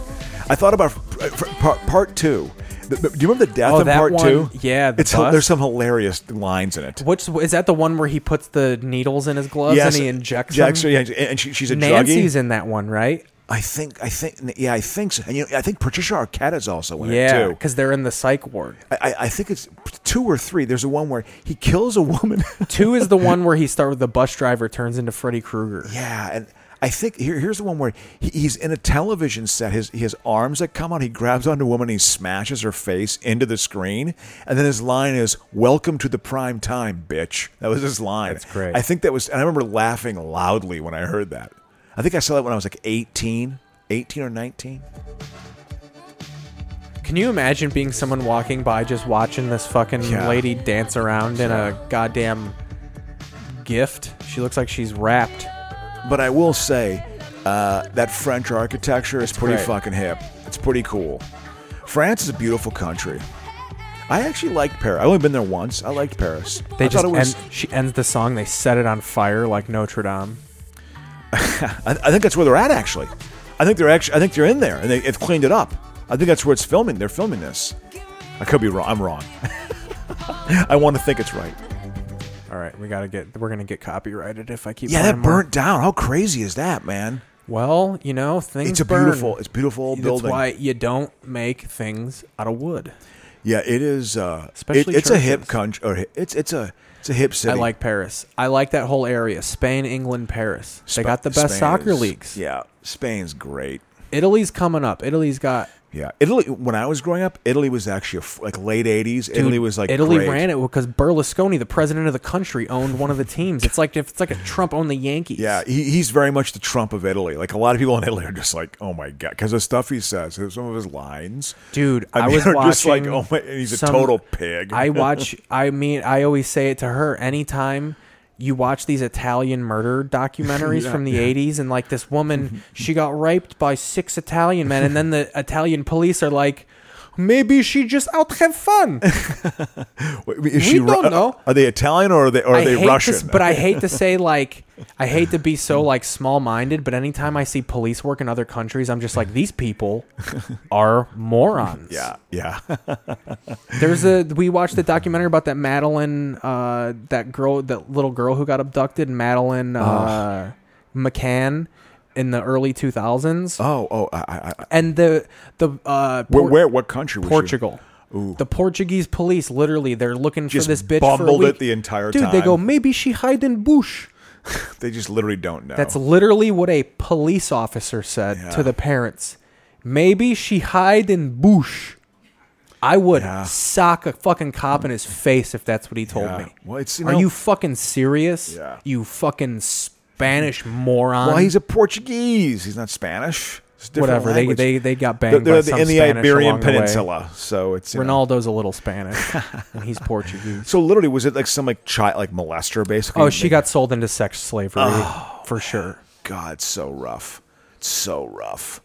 Speaker 2: I thought about uh, fr- part, part two. The- the- do you remember the death
Speaker 3: Oh,
Speaker 2: in
Speaker 3: that
Speaker 2: part
Speaker 3: one-
Speaker 2: two?
Speaker 3: yeah, the
Speaker 2: it's hil-
Speaker 3: bus.
Speaker 2: there's some hilarious lines in it.
Speaker 3: Which is that the one where he puts the needles in his gloves
Speaker 2: Yes,
Speaker 3: and he injects
Speaker 2: injects
Speaker 3: them?
Speaker 2: her, yeah, and- and she- she's a druggie.
Speaker 3: Nancy's in that one, right?
Speaker 2: I think, I think, yeah, I think so. And you know, I think Patricia Arquette is also in
Speaker 3: Yeah,
Speaker 2: it too.
Speaker 3: because they're in the psych ward.
Speaker 2: I, I- I think it's two or three. There's a one where he kills a woman.
Speaker 3: Two is the one where he started the bus driver turns into Freddy Krueger.
Speaker 2: yeah, and I think here, here's the one where he, he's in a television set. His his arms that come out, he grabs onto a woman, he smashes her face into the screen, and then his line is "Welcome to the prime time, bitch." That was his line. That's
Speaker 3: great.
Speaker 2: I think that was, and I remember laughing loudly when I heard that. I think I saw that when I was like 18, 18 or 19.
Speaker 3: Can you imagine being someone walking by just watching this fucking
Speaker 2: Yeah.
Speaker 3: lady dance around in a goddamn gift? She looks like she's wrapped.
Speaker 2: But I will say uh, that French architecture is pretty
Speaker 3: great.
Speaker 2: fucking hip. It's pretty cool. France is a beautiful country. I actually liked Paris. I've only been there once. I liked Paris.
Speaker 3: They
Speaker 2: I
Speaker 3: just
Speaker 2: thought it was.
Speaker 3: end, she ends the song. They set it on fire like Notre Dame.
Speaker 2: I, I think that's where they're at actually. I think they're actually. I think they're in there and they, they've cleaned it up. I think that's where it's filming. They're filming this. I could be wrong. I'm wrong. I want to think it's right.
Speaker 3: All right, we gotta get. We're gonna get copyrighted if I keep.
Speaker 2: Yeah,
Speaker 3: playing
Speaker 2: that
Speaker 3: more.
Speaker 2: burnt down. How crazy is that, man?
Speaker 3: Well, you know, things.
Speaker 2: It's a
Speaker 3: burn.
Speaker 2: beautiful- it's a beautiful old
Speaker 3: That's
Speaker 2: building.
Speaker 3: why you don't make things out of wood.
Speaker 2: Yeah, it is. Uh, it-
Speaker 3: Especially
Speaker 2: it's a hip
Speaker 3: churches.
Speaker 2: country, or hi- it's it's a it's a hip city.
Speaker 3: I like Paris. I like that whole area. Spain, England, Paris. They
Speaker 2: Spa-
Speaker 3: got the best
Speaker 2: Spain
Speaker 3: soccer
Speaker 2: is-
Speaker 3: leagues.
Speaker 2: Yeah, Spain's great.
Speaker 3: Italy's coming up. Italy's got.
Speaker 2: Yeah, Italy. When I was growing up, Italy was actually a f like late '80s. Italy
Speaker 3: Dude,
Speaker 2: was like
Speaker 3: Italy
Speaker 2: great.
Speaker 3: ran it because Berlusconi, the president of the country, owned one of the teams. It's like if it's like a Trump owned the Yankees.
Speaker 2: Yeah, he, he's very much the Trump of Italy. Like a lot of people in Italy are just like, oh my god, because the stuff he says, some of his lines,
Speaker 3: Dude, I,
Speaker 2: I, mean,
Speaker 3: was
Speaker 2: are
Speaker 3: watching.
Speaker 2: just like, oh my, and he's
Speaker 3: some-
Speaker 2: a total pig.
Speaker 3: I watch. I mean, I always say it to her. Anytime you watch these Italian murder documentaries
Speaker 2: Yeah,
Speaker 3: from the
Speaker 2: yeah.
Speaker 3: '80s, and like this woman, she got raped by six Italian men, and then the Italian police are like, maybe she just out to have fun.
Speaker 2: Wait, is she
Speaker 3: we
Speaker 2: Ru- uh,
Speaker 3: don't know.
Speaker 2: Are they Italian or are they or are
Speaker 3: I
Speaker 2: they
Speaker 3: hate
Speaker 2: Russian?
Speaker 3: this- but I hate to say like I hate to be so like small-minded, but anytime I see police work in other countries, I'm just like these people are morons.
Speaker 2: Yeah, yeah.
Speaker 3: There's a we watched the documentary about that Madeline, uh, that girl, that little girl who got abducted, Madeline uh, McCann, in the early 2000s.
Speaker 2: Oh, oh, I, I, I,
Speaker 3: and the the uh,
Speaker 2: where,
Speaker 3: Por-
Speaker 2: where, what country? Was she?
Speaker 3: Portugal.
Speaker 2: Ooh.
Speaker 3: The Portuguese police literally they're looking
Speaker 2: Just
Speaker 3: for this bitch for a
Speaker 2: bumbled
Speaker 3: week.
Speaker 2: it the entire
Speaker 3: Dude,
Speaker 2: time.
Speaker 3: they go maybe she hide in bush.
Speaker 2: They just literally don't know.
Speaker 3: That's literally what a police officer said
Speaker 2: Oh. Yeah.
Speaker 3: to the parents. Maybe she hide in bush. I would sock a fucking cop in his face if that's what he told
Speaker 2: Yeah.
Speaker 3: me.
Speaker 2: Well, it's, you
Speaker 3: Are
Speaker 2: know-
Speaker 3: you fucking serious?
Speaker 2: Yeah.
Speaker 3: You fucking Spanish moron.
Speaker 2: Well, he's a Portuguese. He's not Spanish. It's different
Speaker 3: Whatever they,
Speaker 2: language.
Speaker 3: they they got
Speaker 2: They're-
Speaker 3: banged.
Speaker 2: They're
Speaker 3: by
Speaker 2: in
Speaker 3: some
Speaker 2: the
Speaker 3: Spanish
Speaker 2: Iberian
Speaker 3: along the way.
Speaker 2: Peninsula, so it's you know.
Speaker 3: Ronaldo's a little Spanish, and he's Portuguese.
Speaker 2: So literally, was it like some like child, like molester, basically?
Speaker 3: Oh, she got sold into sex slavery
Speaker 2: Oh.
Speaker 3: for sure.
Speaker 2: God, so rough, so rough.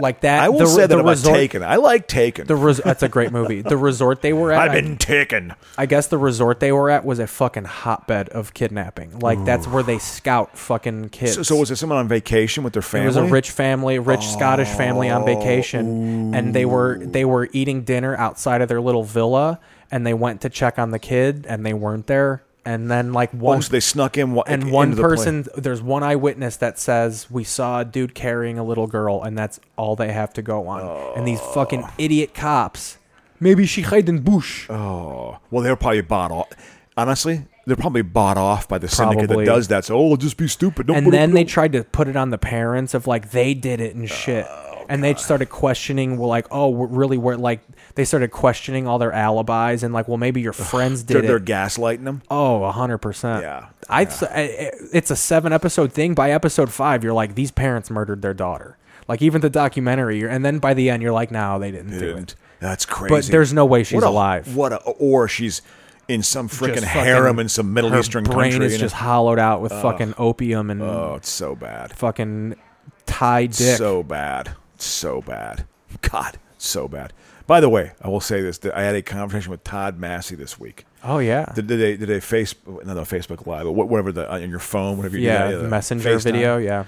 Speaker 3: Like that.
Speaker 2: I will
Speaker 3: the,
Speaker 2: say that
Speaker 3: the
Speaker 2: about
Speaker 3: resort,
Speaker 2: Taken. I like Taken.
Speaker 3: The res- that's a great movie. The resort they were at.
Speaker 2: I've been taken.
Speaker 3: I guess the resort they were at was a fucking hotbed of kidnapping. Like that's
Speaker 2: Ooh.
Speaker 3: where they scout fucking kids.
Speaker 2: So, so was it someone on vacation with their family?
Speaker 3: It was a rich family, rich Scottish family on vacation, and they were they were eating dinner outside of their little villa, and they went to check on the kid, and they weren't there. And then like one,
Speaker 2: Oh, so they snuck in. wa-
Speaker 3: and
Speaker 2: into
Speaker 3: one
Speaker 2: the plane.
Speaker 3: person, there's one eyewitness that says we saw a dude carrying a little girl, and that's all they have to go on. And these fucking idiot cops. Maybe she hid in bush.
Speaker 2: Oh, well, they're probably bought off. Honestly, they're probably bought off by the syndicate
Speaker 3: Probably.
Speaker 2: that does that. So, oh, just be stupid. Don't
Speaker 3: and
Speaker 2: put it-
Speaker 3: then they tried to put it on the parents of like they did it and shit.
Speaker 2: Oh,
Speaker 3: and they started questioning, well, like, oh, we're really, we're like, they started questioning all their alibis and like, well, maybe your friends
Speaker 2: they're,
Speaker 3: did
Speaker 2: they're
Speaker 3: it.
Speaker 2: gaslighting them.
Speaker 3: Oh, hundred percent. Yeah, I, I- It's a seven episode thing. By episode five, you're like, these parents murdered their daughter. Like even the documentary, you're, and then by the end, you're like, no, they didn't do it.
Speaker 2: That's crazy.
Speaker 3: But there's no way she's
Speaker 2: What a-
Speaker 3: alive.
Speaker 2: What a or she's in some freaking
Speaker 3: Just
Speaker 2: harem
Speaker 3: fucking-
Speaker 2: in some Middle
Speaker 3: her
Speaker 2: Eastern
Speaker 3: brain
Speaker 2: country.
Speaker 3: is
Speaker 2: you know?
Speaker 3: just hollowed out with
Speaker 2: Ugh.
Speaker 3: fucking opium and
Speaker 2: Oh, it's so bad.
Speaker 3: Fucking tie dick.
Speaker 2: So bad. So bad. God, so bad. By the way, I will say this: that I had a conversation with Todd Massey this week.
Speaker 3: Oh, yeah.
Speaker 2: Did, did they did they face no, no Facebook Live, but wha- whatever the on your phone, whatever you do,
Speaker 3: Yeah,
Speaker 2: that,
Speaker 3: the Messenger video, yeah.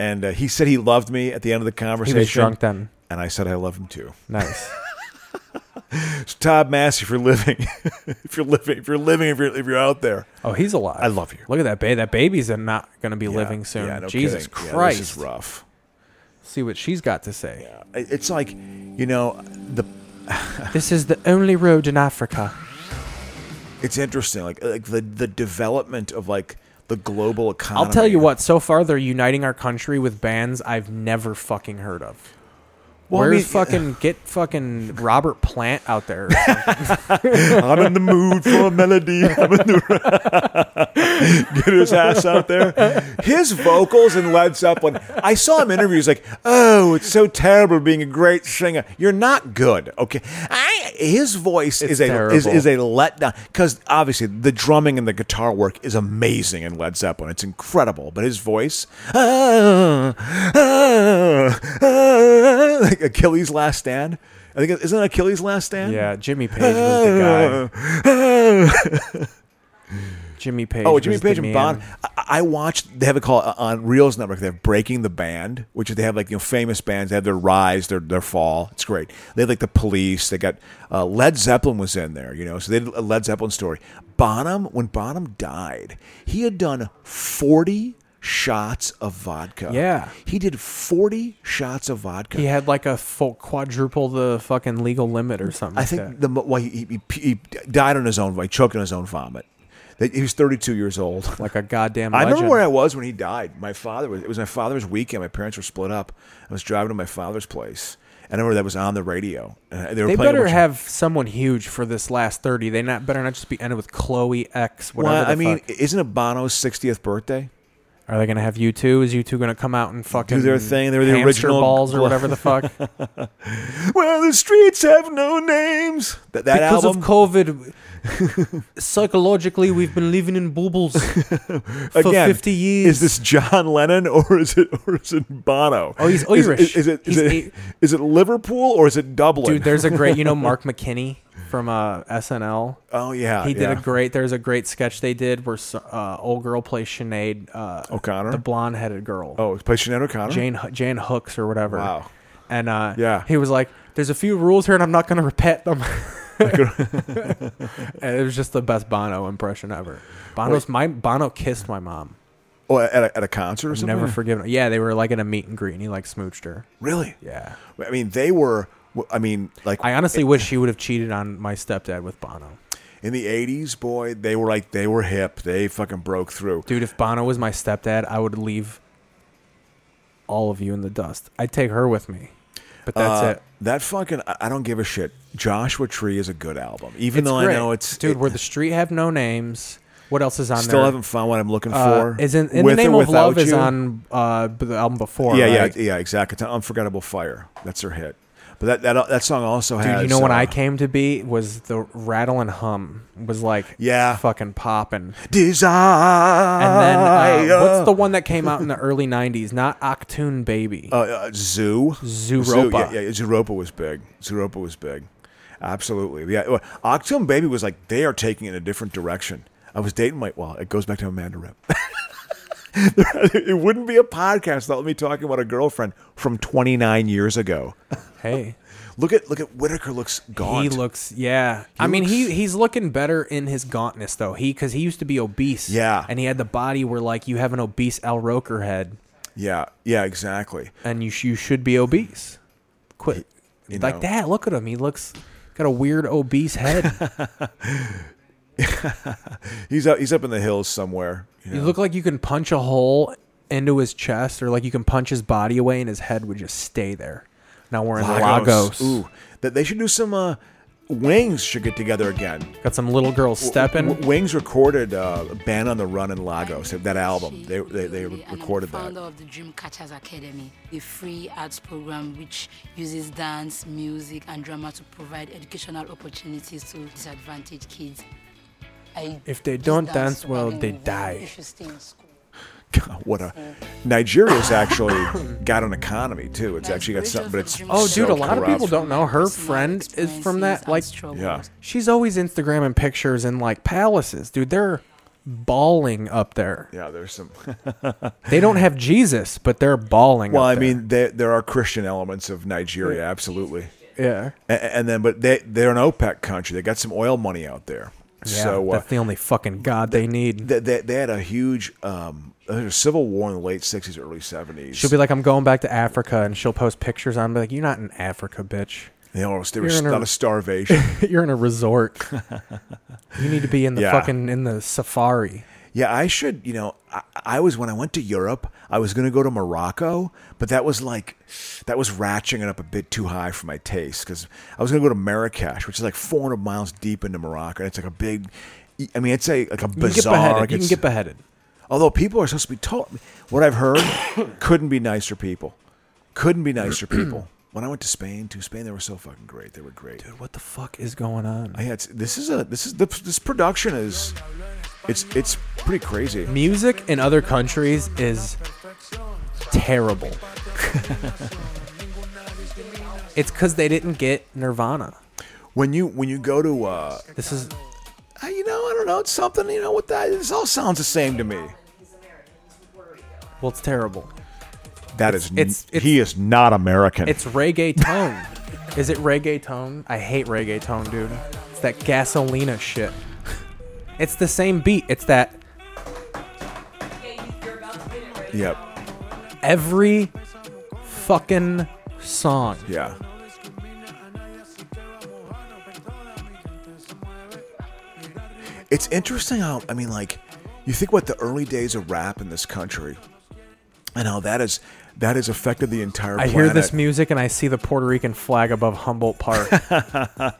Speaker 2: And uh, he said he loved me at the end of the conversation.
Speaker 3: drunk then.
Speaker 2: and I said I love him too.
Speaker 3: Nice.
Speaker 2: so Todd Massey, if you're living, if you're living, if you're living, if you're if you're out there,
Speaker 3: Oh, he's alive. I love you. Look at that baby. That baby's not going to be living soon.
Speaker 2: yeah, no
Speaker 3: Jesus
Speaker 2: kidding. Yeah,
Speaker 3: Christ.
Speaker 2: this is rough. Uh,
Speaker 3: See what she's got to say.
Speaker 2: It- it's like, you know, the
Speaker 3: this is the only road in Africa.
Speaker 2: it's interesting, like like the the development of like the global economy.
Speaker 3: I'll tell you what. So far, they're uniting our country with bands I've never fucking heard of.
Speaker 2: Well, I
Speaker 3: Where's
Speaker 2: mean-
Speaker 3: fucking get fucking Robert Plant out there? or something?
Speaker 2: I'm in the mood for a melody. I'm in the get his ass out there. His vocals in Led Zeppelin. I saw him in interviews like, oh, it's so terrible being a great singer. You're not good, okay? I his voice is a is,
Speaker 3: terrible.
Speaker 2: is a letdown because obviously the drumming and the guitar work is amazing in Led Zeppelin. It's incredible, but his voice, ah, ah, ah, like Achilles' Last Stand. I think it- isn't it Achilles' Last Stand?
Speaker 3: Yeah, Jimmy Page was the
Speaker 2: guy.
Speaker 3: Jimmy Page.
Speaker 2: oh, Jimmy
Speaker 3: was the
Speaker 2: Page and
Speaker 3: man.
Speaker 2: Bond. I, I watched. They have a call on Reels Network. They have Breaking the Band, which they have like you know famous bands. They have their rise, their their fall. It's great. They had like the Police. They got uh, Led Zeppelin was in there. You know, so they did a Led Zeppelin story. Bonham, when Bonham died, he had done forty shots of vodka.
Speaker 3: Yeah.
Speaker 2: he did forty shots of vodka.
Speaker 3: He had like a full quadruple the fucking legal limit or something.
Speaker 2: I
Speaker 3: like
Speaker 2: think
Speaker 3: that.
Speaker 2: the mo- why he, he, he he died on his own, like choked on his own vomit. That- He was 32 years old,
Speaker 3: like a goddamn.
Speaker 2: I remember
Speaker 3: legend.
Speaker 2: where I was when he died. My father was. It was my father's weekend. My parents were split up. I was driving to my father's place. And I remember that was on the radio. And they were
Speaker 3: They
Speaker 2: playing a
Speaker 3: better
Speaker 2: bunch of-
Speaker 3: have someone huge for this last thirty. They not better not just be ended with Chloe X. Whatever.
Speaker 2: Well,
Speaker 3: the
Speaker 2: I mean,
Speaker 3: fuck.
Speaker 2: isn't it Bono's 60th birthday?
Speaker 3: are they gonna have you two? Is you two gonna come out and fucking
Speaker 2: Do their thing. They were the
Speaker 3: hamster
Speaker 2: original
Speaker 3: balls or
Speaker 2: glo-
Speaker 3: whatever the fuck?
Speaker 2: well, the streets have no names. That, that
Speaker 3: because
Speaker 2: album.
Speaker 3: of COVID, psychologically we've been living in bubbles for
Speaker 2: Again,
Speaker 3: fifty years.
Speaker 2: Is this John Lennon or is it or is it Bono?
Speaker 3: Oh, he's
Speaker 2: Is-
Speaker 3: Irish.
Speaker 2: Is, is it is
Speaker 3: He's
Speaker 2: it, is it Liverpool or is it Dublin?
Speaker 3: Dude, there's a great, you know, Mark McKinney from uh, SNL.
Speaker 2: Oh, yeah,
Speaker 3: he did
Speaker 2: yeah.
Speaker 3: a great. There's a great sketch they did where s- uh, old girl plays Sinead uh,
Speaker 2: O'Connor?
Speaker 3: the blonde headed girl.
Speaker 2: Oh, it plays Sinead O'Connor?
Speaker 3: Jane H- Jane Hooks or whatever.
Speaker 2: Wow.
Speaker 3: And uh,
Speaker 2: Yeah.
Speaker 3: he was like, "There's a few rules here, and I'm not going to repeat them." and it was just the best Bono impression ever. Bono's
Speaker 2: Wait.
Speaker 3: my Bono kissed my mom.
Speaker 2: Oh, at a, at a concert or
Speaker 3: I've
Speaker 2: something?
Speaker 3: Never forgiven. her. Yeah, they were like in a meet and greet, and he like smooched her.
Speaker 2: Really?
Speaker 3: Yeah.
Speaker 2: I mean, they were. I mean, like
Speaker 3: I honestly wish he would have cheated on my stepdad with Bono.
Speaker 2: In the '80s, boy, they were like they were hip. They fucking broke through.
Speaker 3: Dude, if Bono was my stepdad, I would leave all of you in the dust. I'd take her with me. But that's
Speaker 2: Uh,
Speaker 3: it.
Speaker 2: That fucking I I don't give a shit. Joshua Tree is a good album, even
Speaker 3: It's
Speaker 2: though
Speaker 3: great.
Speaker 2: I know it's
Speaker 3: dude,
Speaker 2: it-
Speaker 3: where the street have no names. What else is on
Speaker 2: Still
Speaker 3: there?
Speaker 2: haven't found what I'm looking
Speaker 3: Uh,
Speaker 2: for.
Speaker 3: is in, in
Speaker 2: With or
Speaker 3: the name of
Speaker 2: Without
Speaker 3: love is
Speaker 2: You?
Speaker 3: on uh, b- the album before.
Speaker 2: yeah,
Speaker 3: right?
Speaker 2: yeah, yeah, exactly. It's Unforgettable Fire. That's her hit. But that that, that song also
Speaker 3: Dude,
Speaker 2: has.
Speaker 3: you know when
Speaker 2: uh,
Speaker 3: I came to be was the rattle and hum was like yeah fucking popping.
Speaker 2: Desire.
Speaker 3: And then uh, what's the one that came out in the early '90s? Not Octoon Baby.
Speaker 2: Uh, uh, Zoo.
Speaker 3: Zooropa.
Speaker 2: Zoo, yeah, yeah, yeah, Zooropa was big. Zooropa was big. Absolutely. Yeah. Well, Octum Baby was like they are taking it in a different direction. I was dating my well, it goes back to Amanda Rip. it wouldn't be a podcast without me talking about a girlfriend from 29 years ago.
Speaker 3: Hey.
Speaker 2: look at look at Whitaker looks gaunt.
Speaker 3: He looks, yeah. I mean, he he's looking better in his gauntness though. He because he used to be obese,
Speaker 2: Yeah.
Speaker 3: and he had the body where like you have an obese Al Roker head,
Speaker 2: Yeah, yeah, exactly.
Speaker 3: and you sh- you should be obese. Quit
Speaker 2: you
Speaker 3: like
Speaker 2: know.
Speaker 3: that. Look at him. He looks got a weird obese head.
Speaker 2: He's up he's up in the hills somewhere. You
Speaker 3: You
Speaker 2: know?
Speaker 3: look like you can punch a hole into his chest, or like you can punch his body away, and his head would just stay there. Now we're in Lagos.
Speaker 2: Ooh, that they should do some. Uh, Wings should get together again.
Speaker 3: Got some little girls stepping.
Speaker 2: Wings recorded uh, "Band on the Run" in Lagos. That album, they they, they recorded that.
Speaker 16: founder of the Dreamcatchers Academy, a free arts program which uses dance, music, and drama to provide educational opportunities to disadvantaged kids. I
Speaker 3: If they
Speaker 16: just
Speaker 3: don't
Speaker 16: dance
Speaker 3: dance
Speaker 16: to
Speaker 3: well,
Speaker 16: Babylon
Speaker 3: they
Speaker 16: Woman.
Speaker 3: die.
Speaker 16: You should stay in school.
Speaker 2: God, what a Nigeria's actually got an economy too. It's actually got something, but it's
Speaker 3: Oh,
Speaker 2: so
Speaker 3: dude, a lot of
Speaker 2: corrupt.
Speaker 3: people don't know her friend is from that. Like,
Speaker 2: Yeah.
Speaker 3: she's always Instagramming pictures in like palaces, dude. They're bawling up there.
Speaker 2: Yeah, there's some.
Speaker 3: they don't have Jesus, but they're bawling.
Speaker 2: Well,
Speaker 3: up
Speaker 2: I
Speaker 3: there.
Speaker 2: mean, there there are Christian elements of Nigeria, absolutely.
Speaker 3: Yeah.
Speaker 2: A- a- And, then, but they they're an OPEC country. They got some oil money out there.
Speaker 3: Yeah,
Speaker 2: so uh,
Speaker 3: that's the only fucking god they need.
Speaker 2: They, they, they had a huge um, a civil war in the late '60s, early '70s.
Speaker 3: she'll be like, "I'm going back to Africa," and she'll post pictures. I'm like, "You're not in Africa, bitch.
Speaker 2: They almost they were
Speaker 3: You're in a-
Speaker 2: not a starvation.
Speaker 3: You're in a resort. you need to be in the
Speaker 2: Yeah.
Speaker 3: fucking in the safari."
Speaker 2: Yeah, I should. You know, I, I was when I went to Europe, I was going to go to Morocco, but that was like, that was ratcheting it up a bit too high for my taste because I was going to go to Marrakesh, which is like 400 miles deep into Morocco, and it's like a big. e, I mean, it's a like a
Speaker 3: get
Speaker 2: bizarre.
Speaker 3: beheaded. You can
Speaker 2: it's-
Speaker 3: get beheaded.
Speaker 2: Although people are supposed to be taught, what I've heard couldn't be nicer people. Couldn't be nicer people. When I went to Spain, to Spain, they were so fucking great. They were great. Dude,
Speaker 3: what the fuck is going on?
Speaker 2: Yeah, it's, this is a this is the, this production is, it's it's pretty crazy.
Speaker 3: Music in other countries is terrible. it's because they didn't get Nirvana.
Speaker 2: When you when you go to uh,
Speaker 3: this is
Speaker 2: Uh, you know, I don't know. It's something. You know what? That this all sounds the same to me.
Speaker 3: well, it's terrible.
Speaker 2: That is.
Speaker 3: it's-
Speaker 2: n- he is not American.
Speaker 3: It's reggae tone. is it reggae tone? I hate reggae tone, dude. It's that gasolina shit. It's the same beat. It's that
Speaker 2: Yep.
Speaker 3: every fucking song.
Speaker 2: Yeah. It's interesting how I mean, like, you think about the early days of rap in this country, and how that is that has affected the entire.
Speaker 3: I
Speaker 2: planet.
Speaker 3: hear this music and I see the Puerto Rican flag above Humboldt Park.
Speaker 2: Yeah,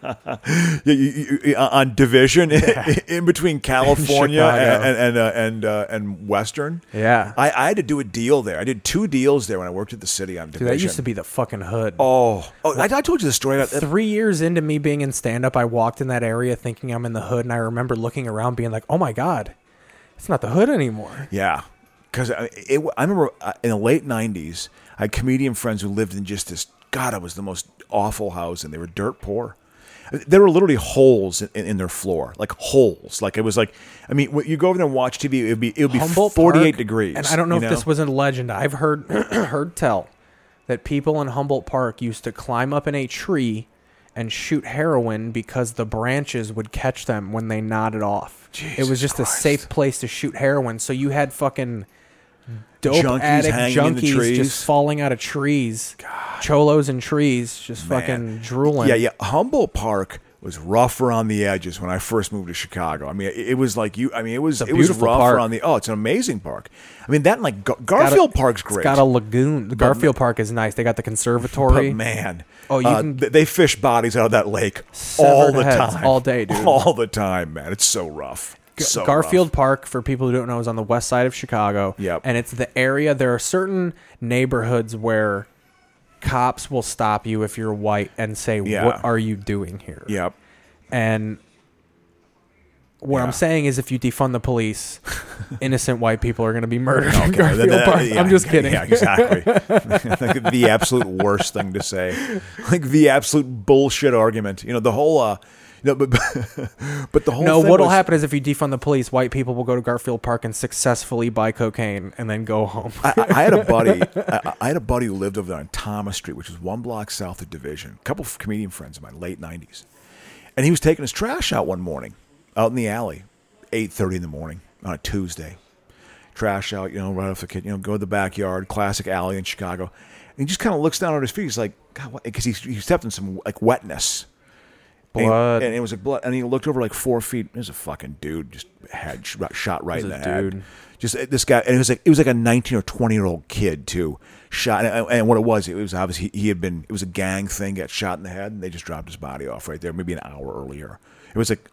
Speaker 2: you, you, you, uh, on division in between California
Speaker 3: Chicago.
Speaker 2: and and and, uh, and, uh, and Western.
Speaker 3: Yeah.
Speaker 2: I, I had to do a deal there. I did two deals there when I worked at the city on division.
Speaker 3: Dude, that used to be the fucking hood.
Speaker 2: Oh, oh! I, I told you the story about
Speaker 3: Three years into me being in stand up, I walked in that area thinking I'm in the hood, and I remember looking around being like, oh my God, it's not the hood anymore.
Speaker 2: Yeah, because I, it- I remember uh, in the late '90s, I had comedian friends who lived in just this. God, it was the most awful house, and they were dirt poor. There were literally holes in, in their floor, like holes. Like it was like, I mean, when you go over there and watch TV, it would be it would be
Speaker 3: Humboldt
Speaker 2: 48
Speaker 3: Park,
Speaker 2: degrees.
Speaker 3: And I don't know
Speaker 2: you
Speaker 3: if this was a legend. I've heard heard tell that people in Humboldt Park used to climb up in a tree and shoot heroin because the branches would catch them when they nodded off. it was just a safe place to shoot heroin. So you had fucking dope
Speaker 2: Junkies
Speaker 3: addict
Speaker 2: hanging in the
Speaker 3: junkies
Speaker 2: trees.
Speaker 3: just falling out of trees, cholos and trees just
Speaker 2: Man.
Speaker 3: fucking drooling.
Speaker 2: Yeah, yeah. Humboldt Park was rough around the edges when I first moved to Chicago. I mean, it, it was like you. I mean, it was
Speaker 3: It's a
Speaker 2: it was
Speaker 3: beautiful
Speaker 2: rough
Speaker 3: park.
Speaker 2: around the. Oh, it's an amazing park. I mean, that and like Gar- Garfield Park's great.
Speaker 3: It's got a lagoon. The
Speaker 2: But-
Speaker 3: Garfield Park is nice. They got the conservatory.
Speaker 2: But man,
Speaker 3: oh, you
Speaker 2: uh,
Speaker 3: can
Speaker 2: th- they fish bodies out of that lake
Speaker 3: Severed
Speaker 2: all the
Speaker 3: heads
Speaker 2: time,
Speaker 3: all day, dude.
Speaker 2: all the time, man. It's so rough. so
Speaker 3: Garfield Park, for people who don't know, is on the west side of Chicago.
Speaker 2: Yep.
Speaker 3: And it's the area. There are certain neighborhoods where cops will stop you if you're white and say,
Speaker 2: Yeah.
Speaker 3: "What are you doing here?"
Speaker 2: Yep.
Speaker 3: And what
Speaker 2: Yeah.
Speaker 3: I'm saying is, if you defund the police, innocent white people are going to be murdered in
Speaker 2: Okay,
Speaker 3: Garfield
Speaker 2: that- that-
Speaker 3: Park.
Speaker 2: yeah,
Speaker 3: I'm just kidding.
Speaker 2: Yeah, exactly. Like the absolute worst thing to say, like the absolute bullshit argument. You know, the whole. Uh, no, but but the whole.
Speaker 3: no,
Speaker 2: thing
Speaker 3: what'll
Speaker 2: was-
Speaker 3: happen is if you defund the police, white people will go to Garfield Park and successfully buy cocaine and then go home.
Speaker 2: I, I had a buddy. I, I had a buddy who lived over there on Thomas Street, which is one block south of Division. A couple of comedian friends of mine, late '90s, and he was taking his trash out one morning, out in the alley, 8:30 in the morning on a Tuesday. Trash out, you know, right off the kid, you know, go to the backyard, classic alley in Chicago, and he just kind of looks down at his feet. He's like, God, because he, he stepped in some like wetness. And he-
Speaker 3: Blood.
Speaker 2: and it was like blood. And he looked over like four feet. There's a fucking dude just had sh- shot right in
Speaker 3: There's
Speaker 2: the
Speaker 3: a
Speaker 2: head.
Speaker 3: dude.
Speaker 2: Just uh, this guy, and it was like it was like a 19 or 20 year old kid too. Shot, and, and what it was, it was obviously he, he had been. It was a gang thing. Got shot in the head, and they just dropped his body off right there, maybe an hour earlier. It was like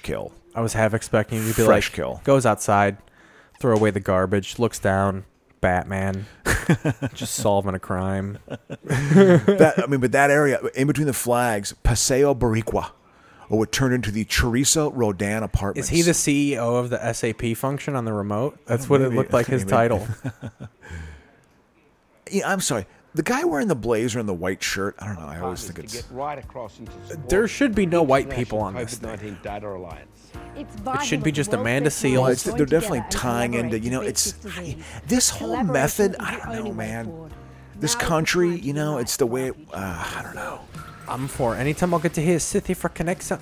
Speaker 2: kill.
Speaker 3: I was half expecting you to be
Speaker 2: Fresh
Speaker 3: like,
Speaker 2: kill.
Speaker 3: goes outside, throw away the garbage, looks down, Batman, just solving a crime.
Speaker 2: that, I mean, but that area in between the flags, Paseo Boricua, or what turned into the Teresa
Speaker 3: Is
Speaker 2: Rodan apartments.
Speaker 3: he the CEO of the SAP function on the remote? That's
Speaker 2: Oh,
Speaker 3: what
Speaker 2: maybe.
Speaker 3: it looked like his
Speaker 2: Maybe.
Speaker 3: title.
Speaker 2: Yeah, I'm sorry. The guy wearing the blazer and the white shirt. I don't know. I always think it's.
Speaker 17: right across into support
Speaker 3: There should be no
Speaker 17: of the
Speaker 3: white
Speaker 17: International
Speaker 3: people on this thing.
Speaker 17: COVID-19 Data Alliance.
Speaker 3: It should be just Amanda
Speaker 2: Well,
Speaker 3: Seals.
Speaker 2: it's- they're definitely tying into you know it's this whole method. I don't know, man. This country, you know, it's the way. It, uh, I don't know.
Speaker 3: I'm for anytime I'll get to hear Sithy for Connexa.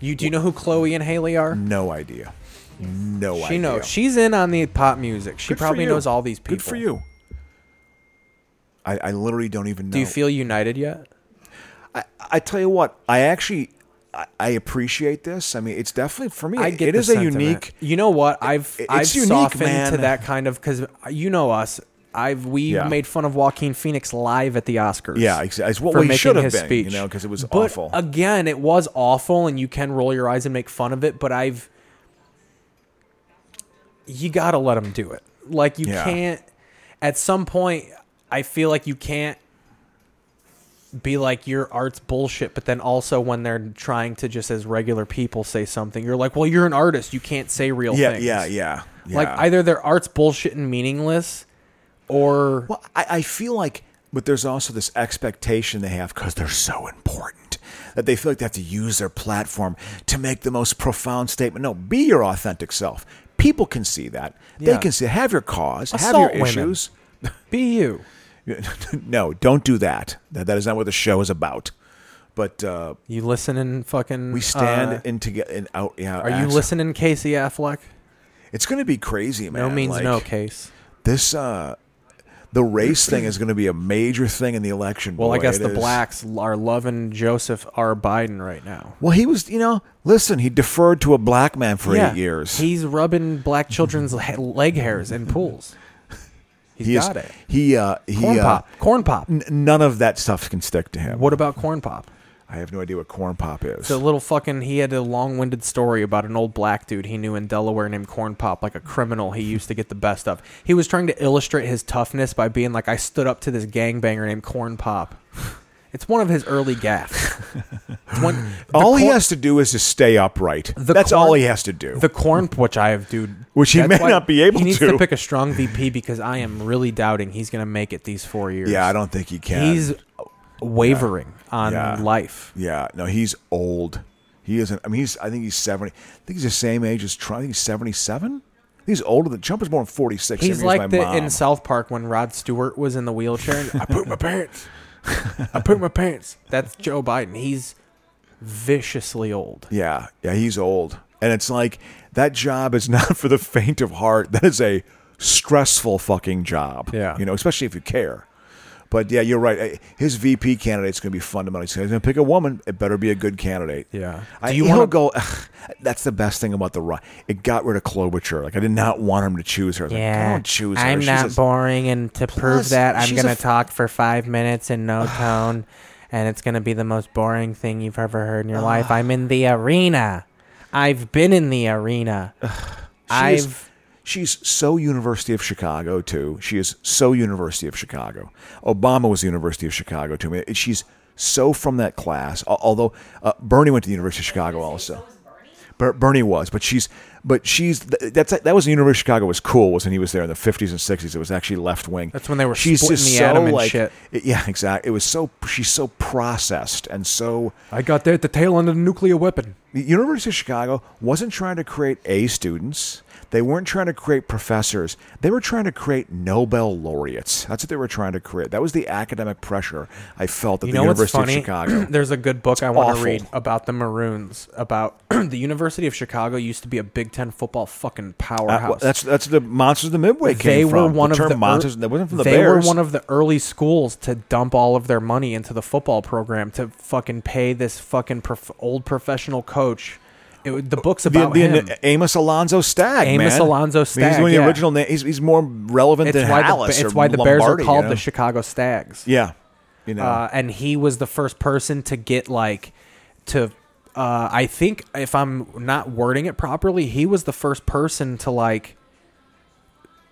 Speaker 3: You do you know who Chloe and Haley are?
Speaker 2: No idea. No idea.
Speaker 3: She knows. She's in on the pop music. She
Speaker 2: Good for
Speaker 3: probably
Speaker 2: you.
Speaker 3: knows all these people.
Speaker 2: Good for you. I, I literally don't even know.
Speaker 3: Do you feel united yet?
Speaker 2: I, I tell you what, I actually I, I appreciate this. I mean, it's definitely for me.
Speaker 3: I
Speaker 2: it-
Speaker 3: get
Speaker 2: it
Speaker 3: the
Speaker 2: is a
Speaker 3: sentiment.
Speaker 2: unique.
Speaker 3: You know what? I've
Speaker 2: It-
Speaker 3: I've
Speaker 2: it's unique,
Speaker 3: softened to
Speaker 2: man.
Speaker 3: that kind of because you know us. I've we
Speaker 2: Yeah.
Speaker 3: made fun of Joaquin Phoenix live at the Oscars.
Speaker 2: Yeah, exa- it's what
Speaker 3: for
Speaker 2: we
Speaker 3: making
Speaker 2: should have
Speaker 3: his
Speaker 2: been, you
Speaker 3: Speech.
Speaker 2: know, 'cause it was
Speaker 3: But
Speaker 2: awful.
Speaker 3: Again, it was awful, and you can roll your eyes and make fun of it. But I've you got to let him do it. Like you
Speaker 2: Yeah.
Speaker 3: can't. At some point, I feel like you can't be like your art's bullshit, but then also when they're trying to just as regular people say something, you're like, well, you're an artist, you can't say real
Speaker 2: Yeah,
Speaker 3: things.
Speaker 2: yeah, yeah,
Speaker 3: Like
Speaker 2: yeah.
Speaker 3: either their art's bullshit and meaningless, or
Speaker 2: Well, I, I feel like, but there's also this expectation they have because they're so important that they feel like they have to use their platform to make the most profound statement. No, be your authentic self. People can see that.
Speaker 3: Yeah.
Speaker 2: They can see. Have your cause.
Speaker 3: Assault
Speaker 2: have your
Speaker 3: women.
Speaker 2: issues.
Speaker 3: be you.
Speaker 2: no, don't do that. that. That is not what the show is about. But uh,
Speaker 3: You listening, fucking.
Speaker 2: we stand
Speaker 3: uh,
Speaker 2: in together. And out. Yeah.
Speaker 3: Are you
Speaker 2: acts-
Speaker 3: listening, Casey Affleck?
Speaker 2: It's going to be crazy, man.
Speaker 3: No means
Speaker 2: Like,
Speaker 3: no, Case.
Speaker 2: This. Uh, the race thing is going to be a major thing in the election.
Speaker 3: Well, I
Speaker 2: boy.
Speaker 3: guess
Speaker 2: It
Speaker 3: the
Speaker 2: is.
Speaker 3: blacks are loving Joseph R. Biden right now.
Speaker 2: Well, he was, you know, listen, he deferred to a black man for
Speaker 3: Yeah.
Speaker 2: eight years.
Speaker 3: He's rubbing black children's le- leg hairs in pools. He's
Speaker 2: He is-
Speaker 3: got it.
Speaker 2: He, uh, he,
Speaker 3: Corn
Speaker 2: uh,
Speaker 3: pop. Corn pop.
Speaker 2: n- none of that stuff can stick to him.
Speaker 3: What about corn pop?
Speaker 2: I have no idea what corn pop is.
Speaker 3: It's a little fucking. He had a long-winded story about an old black dude he knew in Delaware named Corn Pop, like a criminal he used to get the best of. He was trying to illustrate his toughness by being like, "I stood up to this gangbanger named Corn Pop." It's one of his early gaffes. It's one- the
Speaker 2: all he
Speaker 3: cor-
Speaker 2: has to do is just stay upright. That's
Speaker 3: corn-
Speaker 2: all he has to do.
Speaker 3: The corn, which I have, dude,
Speaker 2: Which he
Speaker 3: that's
Speaker 2: may
Speaker 3: why
Speaker 2: not be able
Speaker 3: He needs
Speaker 2: to.
Speaker 3: to. pick a strong VP because I am really doubting he's going to make it these four years.
Speaker 2: yeah, I don't think he can.
Speaker 3: He's wavering on
Speaker 2: Yeah.
Speaker 3: life.
Speaker 2: Yeah, no, he's old. He isn't. I mean, he's. I think he's seventy. I think he's the same age as Trump. I think he's seventy-seven. He's older than Trump. Was born in forty-six. Same
Speaker 3: He's
Speaker 2: year as
Speaker 3: like
Speaker 2: my
Speaker 3: the
Speaker 2: mom.
Speaker 3: in South Park when Rod Stewart was in the wheelchair. and, I pooped my pants. I pooped my pants. That's Joe Biden. He's viciously old.
Speaker 2: Yeah, yeah, he's old. And it's like that job is not for the faint of heart. That is a stressful fucking job.
Speaker 3: Yeah.
Speaker 2: You know, especially if you care. But yeah, you're right. Eh, His VP candidate's going to be fundamental. He's going to pick a woman. It better be a good candidate.
Speaker 3: Yeah.
Speaker 2: I,
Speaker 3: Do you
Speaker 2: he'll
Speaker 3: wanna-
Speaker 2: go? "Ugh, that's the best thing about the right. It got rid of Klobuchar. Like I did not want him to choose her. I was like, don't choose her.
Speaker 3: I'm
Speaker 2: She's
Speaker 3: not
Speaker 2: a-
Speaker 3: boring, and to prove
Speaker 2: Plus,
Speaker 3: that, I'm
Speaker 2: she's a
Speaker 3: gonna
Speaker 2: f-
Speaker 3: talk for five minutes in no tone, and it's gonna be the most boring thing you've ever heard in your life. I'm in the arena. I've been in the arena.
Speaker 2: is-
Speaker 3: I've
Speaker 2: she's so University of Chicago too. She is so University of Chicago. Obama was University of Chicago too. I mean, she's so from that class. Al- Although uh, Bernie went to the University of Chicago also. Ber- Bernie was, but she's, but she's. th- That's that was the University of Chicago was cool. Was when he was there in the fifties and sixties. It was actually left wing.
Speaker 3: That's when they were splitting the atom and shit.
Speaker 2: it- yeah, exactly. It was so she's so processed and so.
Speaker 3: I got there at the tail end of the nuclear weapon.
Speaker 2: The University of Chicago wasn't trying to create A students. They weren't trying to create professors. They were trying to create Nobel laureates. That's what they were trying to create. That was the academic pressure I felt at
Speaker 3: You
Speaker 2: the
Speaker 3: know what's
Speaker 2: University
Speaker 3: funny?
Speaker 2: of Chicago.
Speaker 3: There's a good book I want
Speaker 2: awful.
Speaker 3: to read about the Maroons. About the University of Chicago used to be a Big Ten football fucking
Speaker 2: Uh,
Speaker 3: powerhouse.
Speaker 2: well, that's that's the monsters of the Midway came
Speaker 3: they
Speaker 2: from.
Speaker 3: were one
Speaker 2: the
Speaker 3: of
Speaker 2: term
Speaker 3: the ear-
Speaker 2: monsters. That wasn't from the
Speaker 3: they
Speaker 2: Bears.
Speaker 3: were one of the early schools to dump all of their money into the football program to fucking pay this fucking prof- old professional coach. It, wa- the book's
Speaker 2: the,
Speaker 3: about
Speaker 2: the-
Speaker 3: him.
Speaker 2: Amos Alonzo Stagg.
Speaker 3: Amos
Speaker 2: man.
Speaker 3: Alonzo
Speaker 2: I mean,
Speaker 3: Stagg,
Speaker 2: he's one of the
Speaker 3: yeah.
Speaker 2: original. Na- he's, he's more relevant
Speaker 3: it's
Speaker 2: than
Speaker 3: why
Speaker 2: Hallis
Speaker 3: the,
Speaker 2: or
Speaker 3: it's why the Bears are
Speaker 2: Lombardi, you
Speaker 3: called
Speaker 2: know?
Speaker 3: the Chicago Stags.
Speaker 2: Yeah, you know.
Speaker 3: Uh, and he was the first person to get like to. Uh, I think if I'm not wording it properly, he was the first person to like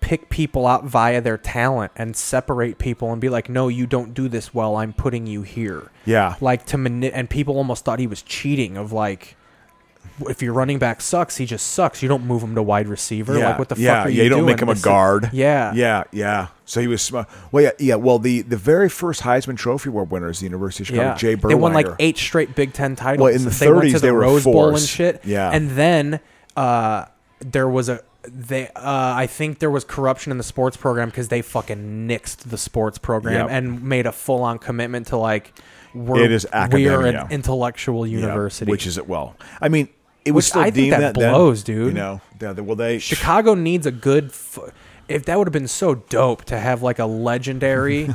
Speaker 3: pick people out via their talent and separate people and be like, no, you don't do this well. I'm putting you here.
Speaker 2: Yeah.
Speaker 3: Like to mani- and people almost thought he was cheating of like. If your running back sucks, he just sucks. You don't move him to wide receiver.
Speaker 2: Yeah,
Speaker 3: like what the
Speaker 2: yeah,
Speaker 3: fuck are
Speaker 2: yeah,
Speaker 3: you
Speaker 2: you don't
Speaker 3: doing?
Speaker 2: make him a
Speaker 3: This is-
Speaker 2: guard.
Speaker 3: yeah,
Speaker 2: yeah, yeah. So he was smart. Well, yeah, yeah. Well, the the very first Heisman Trophy award winner is the University of Chicago. Jay Berlinger.
Speaker 3: They won like eight straight Big Ten titles.
Speaker 2: Well, in the
Speaker 3: they went
Speaker 2: 30s,
Speaker 3: to the
Speaker 2: they were
Speaker 3: Rose Bowl and
Speaker 2: fours.
Speaker 3: shit.
Speaker 2: Yeah.
Speaker 3: and then uh, there was a they. Uh, I think there was corruption in the sports program because they fucking nixed the sports program
Speaker 2: Yep.
Speaker 3: and made a full on commitment to like we're
Speaker 2: It is
Speaker 3: we are
Speaker 2: academia.
Speaker 3: an intellectual university,
Speaker 2: which is it? Well, I mean, it was
Speaker 3: Which
Speaker 2: still
Speaker 3: I think
Speaker 2: deemed
Speaker 3: that
Speaker 2: then,
Speaker 3: blows, dude.
Speaker 2: You know, yeah, well, they
Speaker 3: Chicago needs a good. F- if that would have been so dope to have like a legendary,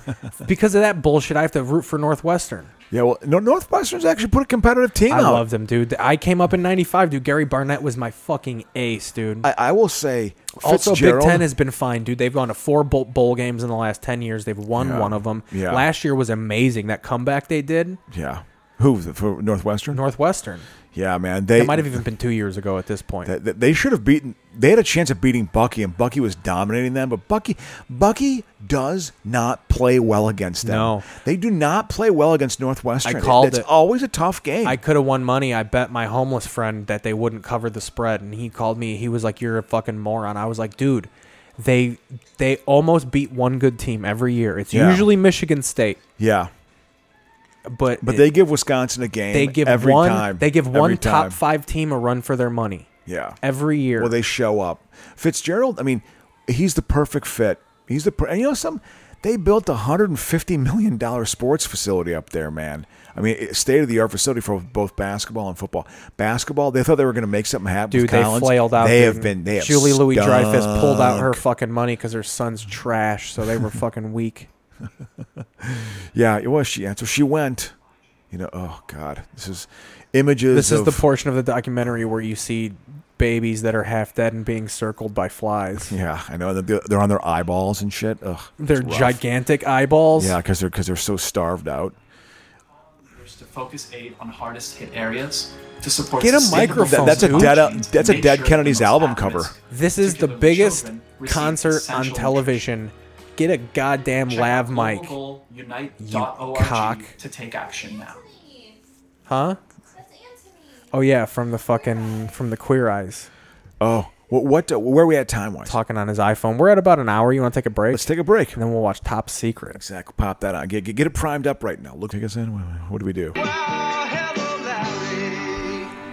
Speaker 3: because of that bullshit, I have to root for Northwestern.
Speaker 2: Yeah, well, no, Northwestern's actually put a competitive team
Speaker 3: I
Speaker 2: out.
Speaker 3: love them, dude. I came up in '95, dude. Gary Barnett was my fucking ace, dude.
Speaker 2: I, I will say,
Speaker 3: Also, Big
Speaker 2: Uh, Fitzgerald-
Speaker 3: Ten has been fine, dude. They've gone to four bowl, bowl games in the last ten years. They've won
Speaker 2: Yeah.
Speaker 3: one of them.
Speaker 2: Yeah.
Speaker 3: Last year was amazing. That comeback they did,
Speaker 2: Yeah, who the- for Northwestern?
Speaker 3: Northwestern.
Speaker 2: Yeah, man, they
Speaker 3: it might have even been two years ago at this point.
Speaker 2: They, they should have beaten. They had a chance of beating Bucky, and Bucky was dominating them. But Bucky, Bucky does not play well against them.
Speaker 3: No.
Speaker 2: they do not play well against Northwestern.
Speaker 3: I called
Speaker 2: It's
Speaker 3: it.
Speaker 2: always a tough game.
Speaker 3: I could have won money. I bet my homeless friend that they wouldn't cover the spread, and he called me. He was like, "You're a fucking moron." I was like, "Dude, they they almost beat one good team every year. It's
Speaker 2: Yeah.
Speaker 3: usually Michigan State,
Speaker 2: yeah,
Speaker 3: but
Speaker 2: but they give Wisconsin a game.
Speaker 3: they give
Speaker 2: every
Speaker 3: one
Speaker 2: time.
Speaker 3: they give
Speaker 2: Every
Speaker 3: one top
Speaker 2: time.
Speaker 3: five team a run for their money.
Speaker 2: Yeah.
Speaker 3: every year.
Speaker 2: Well, they show up. Fitzgerald, I mean, he's the perfect fit. He's the per- and you know some they built a hundred and fifty million dollar sports facility up there, man. I mean, state of the art facility for both basketball and football. Basketball, they thought they were going to make something happen.
Speaker 3: Dude,
Speaker 2: with
Speaker 3: they
Speaker 2: Collins.
Speaker 3: flailed out.
Speaker 2: They
Speaker 3: dude.
Speaker 2: have been. They have
Speaker 3: Julie Louis Dreyfus pulled out her
Speaker 2: stunk.
Speaker 3: fucking money because her son's trash, so they were fucking weak.
Speaker 2: Yeah, it was she. And so she went. You know, oh god, this is images.
Speaker 3: This is
Speaker 2: of-
Speaker 3: the portion of the documentary where you see babies that are half dead and being circled by flies.
Speaker 2: Yeah, I know. They're they're on their eyeballs and shit. Ugh, it's
Speaker 3: Their
Speaker 2: rough.
Speaker 3: gigantic eyeballs.
Speaker 2: Yeah, because they're because they're so starved out.
Speaker 18: to focus aid on hardest hit areas to support
Speaker 2: Get a
Speaker 18: sustainable
Speaker 2: microphone.
Speaker 18: development
Speaker 2: That's a dead. uh,
Speaker 18: chains to
Speaker 2: that's a
Speaker 18: make
Speaker 2: dead
Speaker 18: sure
Speaker 2: Kennedy's
Speaker 18: the most
Speaker 2: album
Speaker 18: at-
Speaker 2: cover.
Speaker 3: This is the biggest concert on television. Get a goddamn
Speaker 18: Check
Speaker 3: lav
Speaker 18: out
Speaker 3: mic,
Speaker 18: globalunite.org
Speaker 3: cock.
Speaker 18: to take action now.
Speaker 3: huh? Oh yeah, from the fucking from the Queer Eyes.
Speaker 2: Oh, what what where are we at time wise?
Speaker 3: Talking on his iPhone. We're at about an hour. You want to take a break? Let's
Speaker 2: take a break,
Speaker 3: and then we'll watch Top Secret.
Speaker 2: Exactly. Pop that on. Get, get, get it primed up right now. Look, take us in. What do we do?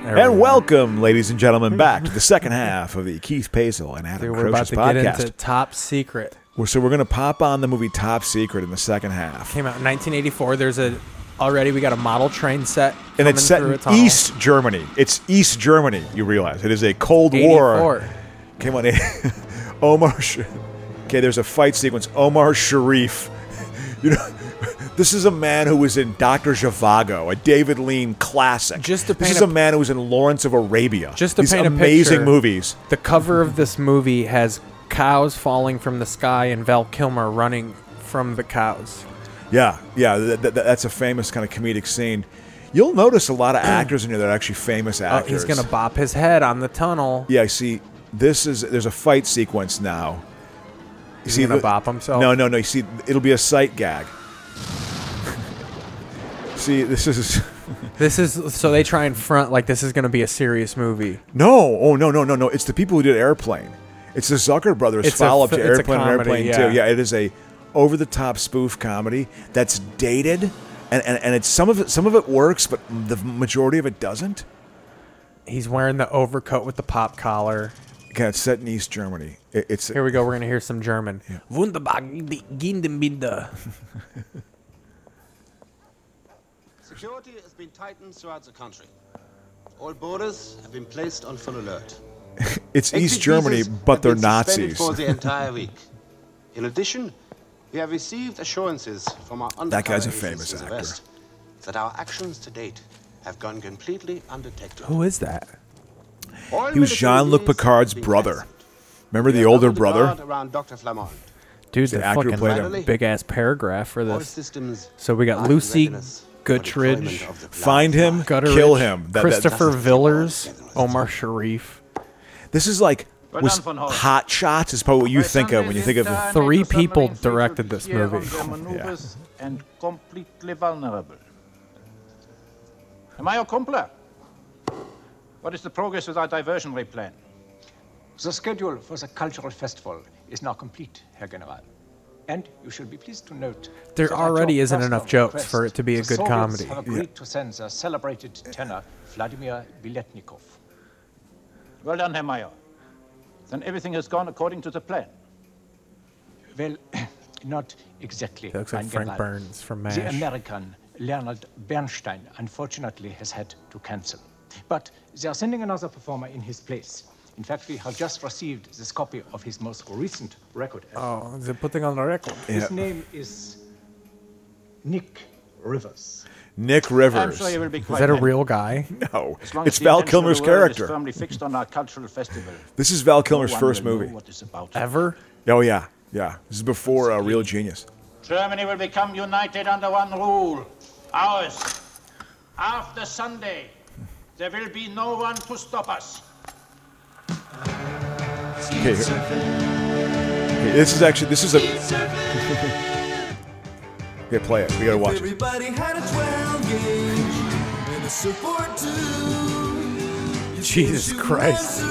Speaker 2: and welcome, ladies and gentlemen, back to the second half of the Keith Paisel and Adam
Speaker 3: Dude, we're about
Speaker 2: Croce's
Speaker 3: to
Speaker 2: podcast.
Speaker 3: get into Top Secret.
Speaker 2: We're- so we're gonna pop on the movie Top Secret in the second half,
Speaker 3: Came out in 1984. There's a already we got a model train set,
Speaker 2: and
Speaker 3: coming
Speaker 2: it's set
Speaker 3: through
Speaker 2: in
Speaker 3: a tunnel.
Speaker 2: East Germany. It's East Germany. You realize it is a Cold War.
Speaker 3: 84.
Speaker 2: Came on, Omar. Sh- okay, there's a fight sequence. Omar Sharif. You know, this is a man who was in Doctor Zhivago, a David Lean classic. Just to this
Speaker 3: paint
Speaker 2: is
Speaker 3: a-
Speaker 2: a man who was in Lawrence of Arabia.
Speaker 3: Just to
Speaker 2: These
Speaker 3: paint a
Speaker 2: amazing
Speaker 3: picture,
Speaker 2: movies.
Speaker 3: The cover of this movie has cows falling from the sky and Val Kilmer running from the cows.
Speaker 2: Yeah, yeah, th- th- that's a famous kind of comedic scene. You'll notice a lot of actors in here that are actually famous
Speaker 3: Oh,
Speaker 2: actors.
Speaker 3: he's gonna bop his head on the tunnel.
Speaker 2: Yeah, I see. This is there's a fight sequence now. You
Speaker 3: He's gonna
Speaker 2: the-
Speaker 3: bop himself?
Speaker 2: No, no, no. You see, it'll be a sight gag. see, this is
Speaker 3: This is so they try and front like this is gonna be a serious movie.
Speaker 2: no, oh no, no, no, no. It's the people who did Airplane. It's the Zucker brothers
Speaker 3: It's a
Speaker 2: follow up
Speaker 3: f-
Speaker 2: to
Speaker 3: it's a
Speaker 2: Airplane and
Speaker 3: comedy,
Speaker 2: Airplane
Speaker 3: yeah.
Speaker 2: Two. Yeah, it is a over the top spoof comedy that's dated, and, and and it's some of it some of it works, but the majority of it doesn't.
Speaker 3: He's wearing the overcoat with the pop collar.
Speaker 2: Okay, it's set in East Germany. It- it's
Speaker 3: Here we go. We're gonna hear some German. Wunderbar, Gindenbinder.
Speaker 6: Security has been tightened throughout the country. All borders have been placed on full alert.
Speaker 2: It's East
Speaker 6: Exit
Speaker 2: Germany,
Speaker 6: visas
Speaker 2: but
Speaker 6: have
Speaker 2: they're
Speaker 6: been suspended
Speaker 2: Nazis.
Speaker 6: for the entire week. In addition, we have received assurances from our undercover
Speaker 2: That guy's a
Speaker 6: agents
Speaker 2: famous
Speaker 6: in the
Speaker 2: actor.
Speaker 6: West that our actions to date have gone completely undetected.
Speaker 2: Who is that?
Speaker 6: All
Speaker 2: He was
Speaker 6: military
Speaker 2: Jean Luc
Speaker 6: units
Speaker 2: Picard's
Speaker 6: have been
Speaker 2: brother.
Speaker 6: cancelled.
Speaker 2: Remember
Speaker 6: We
Speaker 2: the
Speaker 6: have
Speaker 2: older
Speaker 6: doubled the
Speaker 2: brother?
Speaker 6: guard around Dr. Flamand.
Speaker 3: Dude,
Speaker 2: the
Speaker 3: the
Speaker 2: actor who
Speaker 3: fucking
Speaker 2: played
Speaker 6: him.
Speaker 3: big ass paragraph for
Speaker 6: All
Speaker 3: this.
Speaker 6: systems
Speaker 3: So we
Speaker 6: are
Speaker 3: got
Speaker 6: in
Speaker 3: Lucy
Speaker 6: readiness
Speaker 3: Guttridge,
Speaker 2: Find him,
Speaker 3: Gutteridge,
Speaker 2: kill him. That- that-
Speaker 3: Christopher Villers, Omar Sharif.
Speaker 2: This is like was Hot Shots is probably what you think of when you think of
Speaker 3: three people directed this movie.
Speaker 19: maneuvers and completely vulnerable. Am I your compler? What is the progress with our diversionary plan?
Speaker 20: The schedule for the cultural festival is now complete, Herr General. And you should be pleased to note.
Speaker 3: There
Speaker 20: that at
Speaker 3: already
Speaker 20: your
Speaker 3: isn't enough
Speaker 20: personal
Speaker 3: jokes for it to be a
Speaker 20: the
Speaker 3: good
Speaker 20: Soviets
Speaker 3: comedy.
Speaker 20: Have agreed to send their celebrated tenor, Vladimir Biletnikov.
Speaker 19: Well done, Herr Mayer. Then everything has gone according to the plan.
Speaker 20: Well, not exactly.
Speaker 19: That looks like
Speaker 20: mein
Speaker 19: Frank
Speaker 20: General.
Speaker 3: Burns
Speaker 20: The
Speaker 3: from MASH.
Speaker 20: American Leonard Bernstein, unfortunately, has had to cancel. But they are sending another performer in his place. In fact, we have just received this copy of his most recent record.
Speaker 3: Oh, they're putting on the record.
Speaker 20: His name is Nick Rivers.
Speaker 2: Nick Rivers.
Speaker 19: I'm sure you will be
Speaker 2: Is
Speaker 19: quite
Speaker 2: that a
Speaker 19: happy.
Speaker 2: real guy? No.
Speaker 19: As long
Speaker 2: It's
Speaker 19: as the attention
Speaker 2: Val
Speaker 19: of the
Speaker 2: Kilmer's
Speaker 19: world is
Speaker 2: character.
Speaker 19: firmly fixed on our cultural festival.
Speaker 2: This is Val
Speaker 19: no
Speaker 2: Kilmer's
Speaker 19: one
Speaker 2: first
Speaker 19: will know
Speaker 2: movie.
Speaker 19: what it's about.
Speaker 3: Ever?
Speaker 2: Oh yeah, yeah. This is before uh, Real Genius.
Speaker 19: Germany will become united under one rule ours. After Sunday, there will be no one to stop us.
Speaker 2: Okay, here. Okay, this is actually this is a. okay, play it. We gotta watch it.
Speaker 21: Everybody had a 12 gauge and a support too.
Speaker 3: Jesus Christ.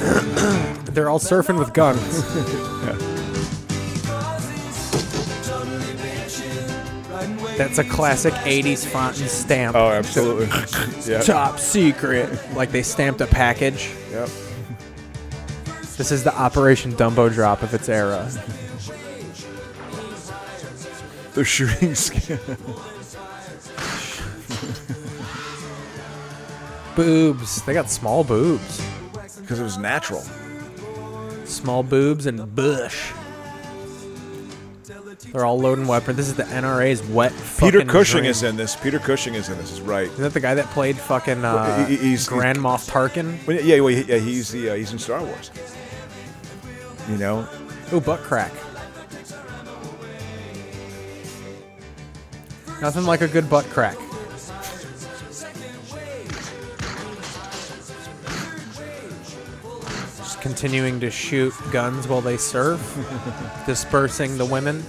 Speaker 3: They're all surfing with guns. That's a classic 80s font and stamp.
Speaker 2: Oh, absolutely. Yeah.
Speaker 3: Top secret. Like they stamped a package.
Speaker 2: Yep.
Speaker 3: This is the Operation Dumbo Drop of its era.
Speaker 2: They're shooting. sc-
Speaker 3: boobs. They got small boobs.
Speaker 2: Because it was natural.
Speaker 3: Small boobs and bush. They're all loading weapons. This is the NRA's wet.
Speaker 2: Peter
Speaker 3: fucking
Speaker 2: Cushing
Speaker 3: dream.
Speaker 2: is in this. Peter Cushing is in this. Is right.
Speaker 3: Isn't that the guy that played fucking uh,
Speaker 2: Well, he- he's-
Speaker 3: Grand Moff Tarkin?
Speaker 2: Well, yeah, well, he- yeah, he's the uh, he's in Star Wars. You know.
Speaker 3: Ooh, butt crack. Nothing like a good butt crack. Just continuing to shoot guns while they surf, dispersing the women.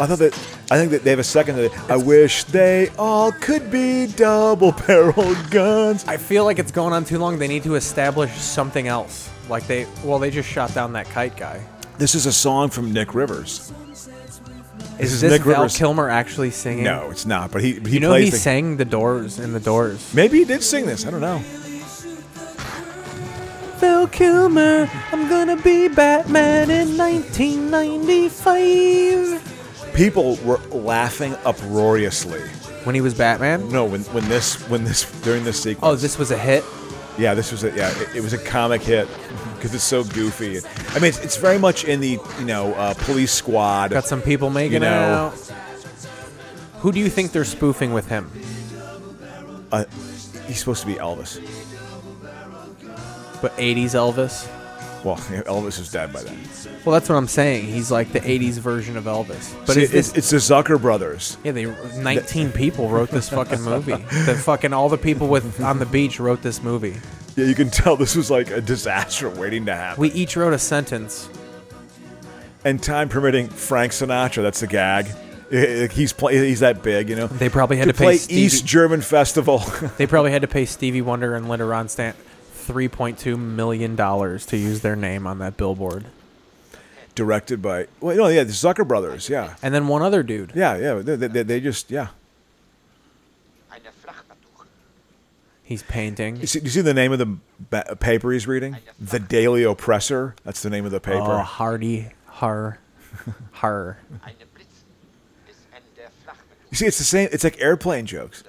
Speaker 2: I thought that I think that they have a second. That I wish they all could be double barreled guns.
Speaker 3: I feel like it's going on too long. They need to establish something else. Like they, well, they just shot down that kite guy.
Speaker 2: This is a song from Nick Rivers.
Speaker 3: Is this Val Kilmer actually singing?
Speaker 2: No, it's not. But he, but he
Speaker 3: you know
Speaker 2: plays
Speaker 3: he
Speaker 2: the,
Speaker 3: sang the Doors in the Doors.
Speaker 2: Maybe he did sing this. I don't know.
Speaker 3: Val Kilmer, I'm gonna be Batman in 1995.
Speaker 2: People were laughing uproariously
Speaker 3: when he was Batman.
Speaker 2: No, when when this when this during this sequence.
Speaker 3: Oh, this was a hit.
Speaker 2: Yeah, this was a yeah. It, it was a comic hit because it's so goofy. I mean, it's, it's very much in the you know uh, police squad.
Speaker 3: Got some people making
Speaker 2: you know,
Speaker 3: out. Who do you think they're spoofing with him?
Speaker 2: Uh, he's supposed to be Elvis.
Speaker 3: But 80s Elvis.
Speaker 2: Well, Elvis is dead by then.
Speaker 3: Well, that's what I'm saying. He's like the '80s version of Elvis. But
Speaker 2: But See,
Speaker 3: is this,
Speaker 2: it's, it's the Zucker brothers.
Speaker 3: yeah, they 19 people wrote this fucking movie. the fucking all the people with on the beach wrote this movie.
Speaker 2: Yeah, you can tell this was like a disaster waiting to happen.
Speaker 3: We each wrote a sentence.
Speaker 2: and time permitting, Frank Sinatra. That's the gag. Eh, eh, He's play, he's that big, you know. They
Speaker 3: probably had to pay
Speaker 2: play
Speaker 3: Stevie-
Speaker 2: East German Festival.
Speaker 3: They probably had to pay Stevie Wonder and Linda Ronstadt 3.2 million dollars to use their name on that billboard.
Speaker 2: Directed by well, no, yeah, the Zucker brothers, yeah.
Speaker 3: And then one other dude.
Speaker 2: Yeah, yeah, they, they, they just yeah.
Speaker 3: He's painting.
Speaker 2: You see, you see the name of the ba- paper he's reading? The Daily Oppressor. That's the name of the
Speaker 3: Oh,
Speaker 2: paper.
Speaker 3: Hardy Har Har.
Speaker 2: You see, it's the same. It's like airplane jokes.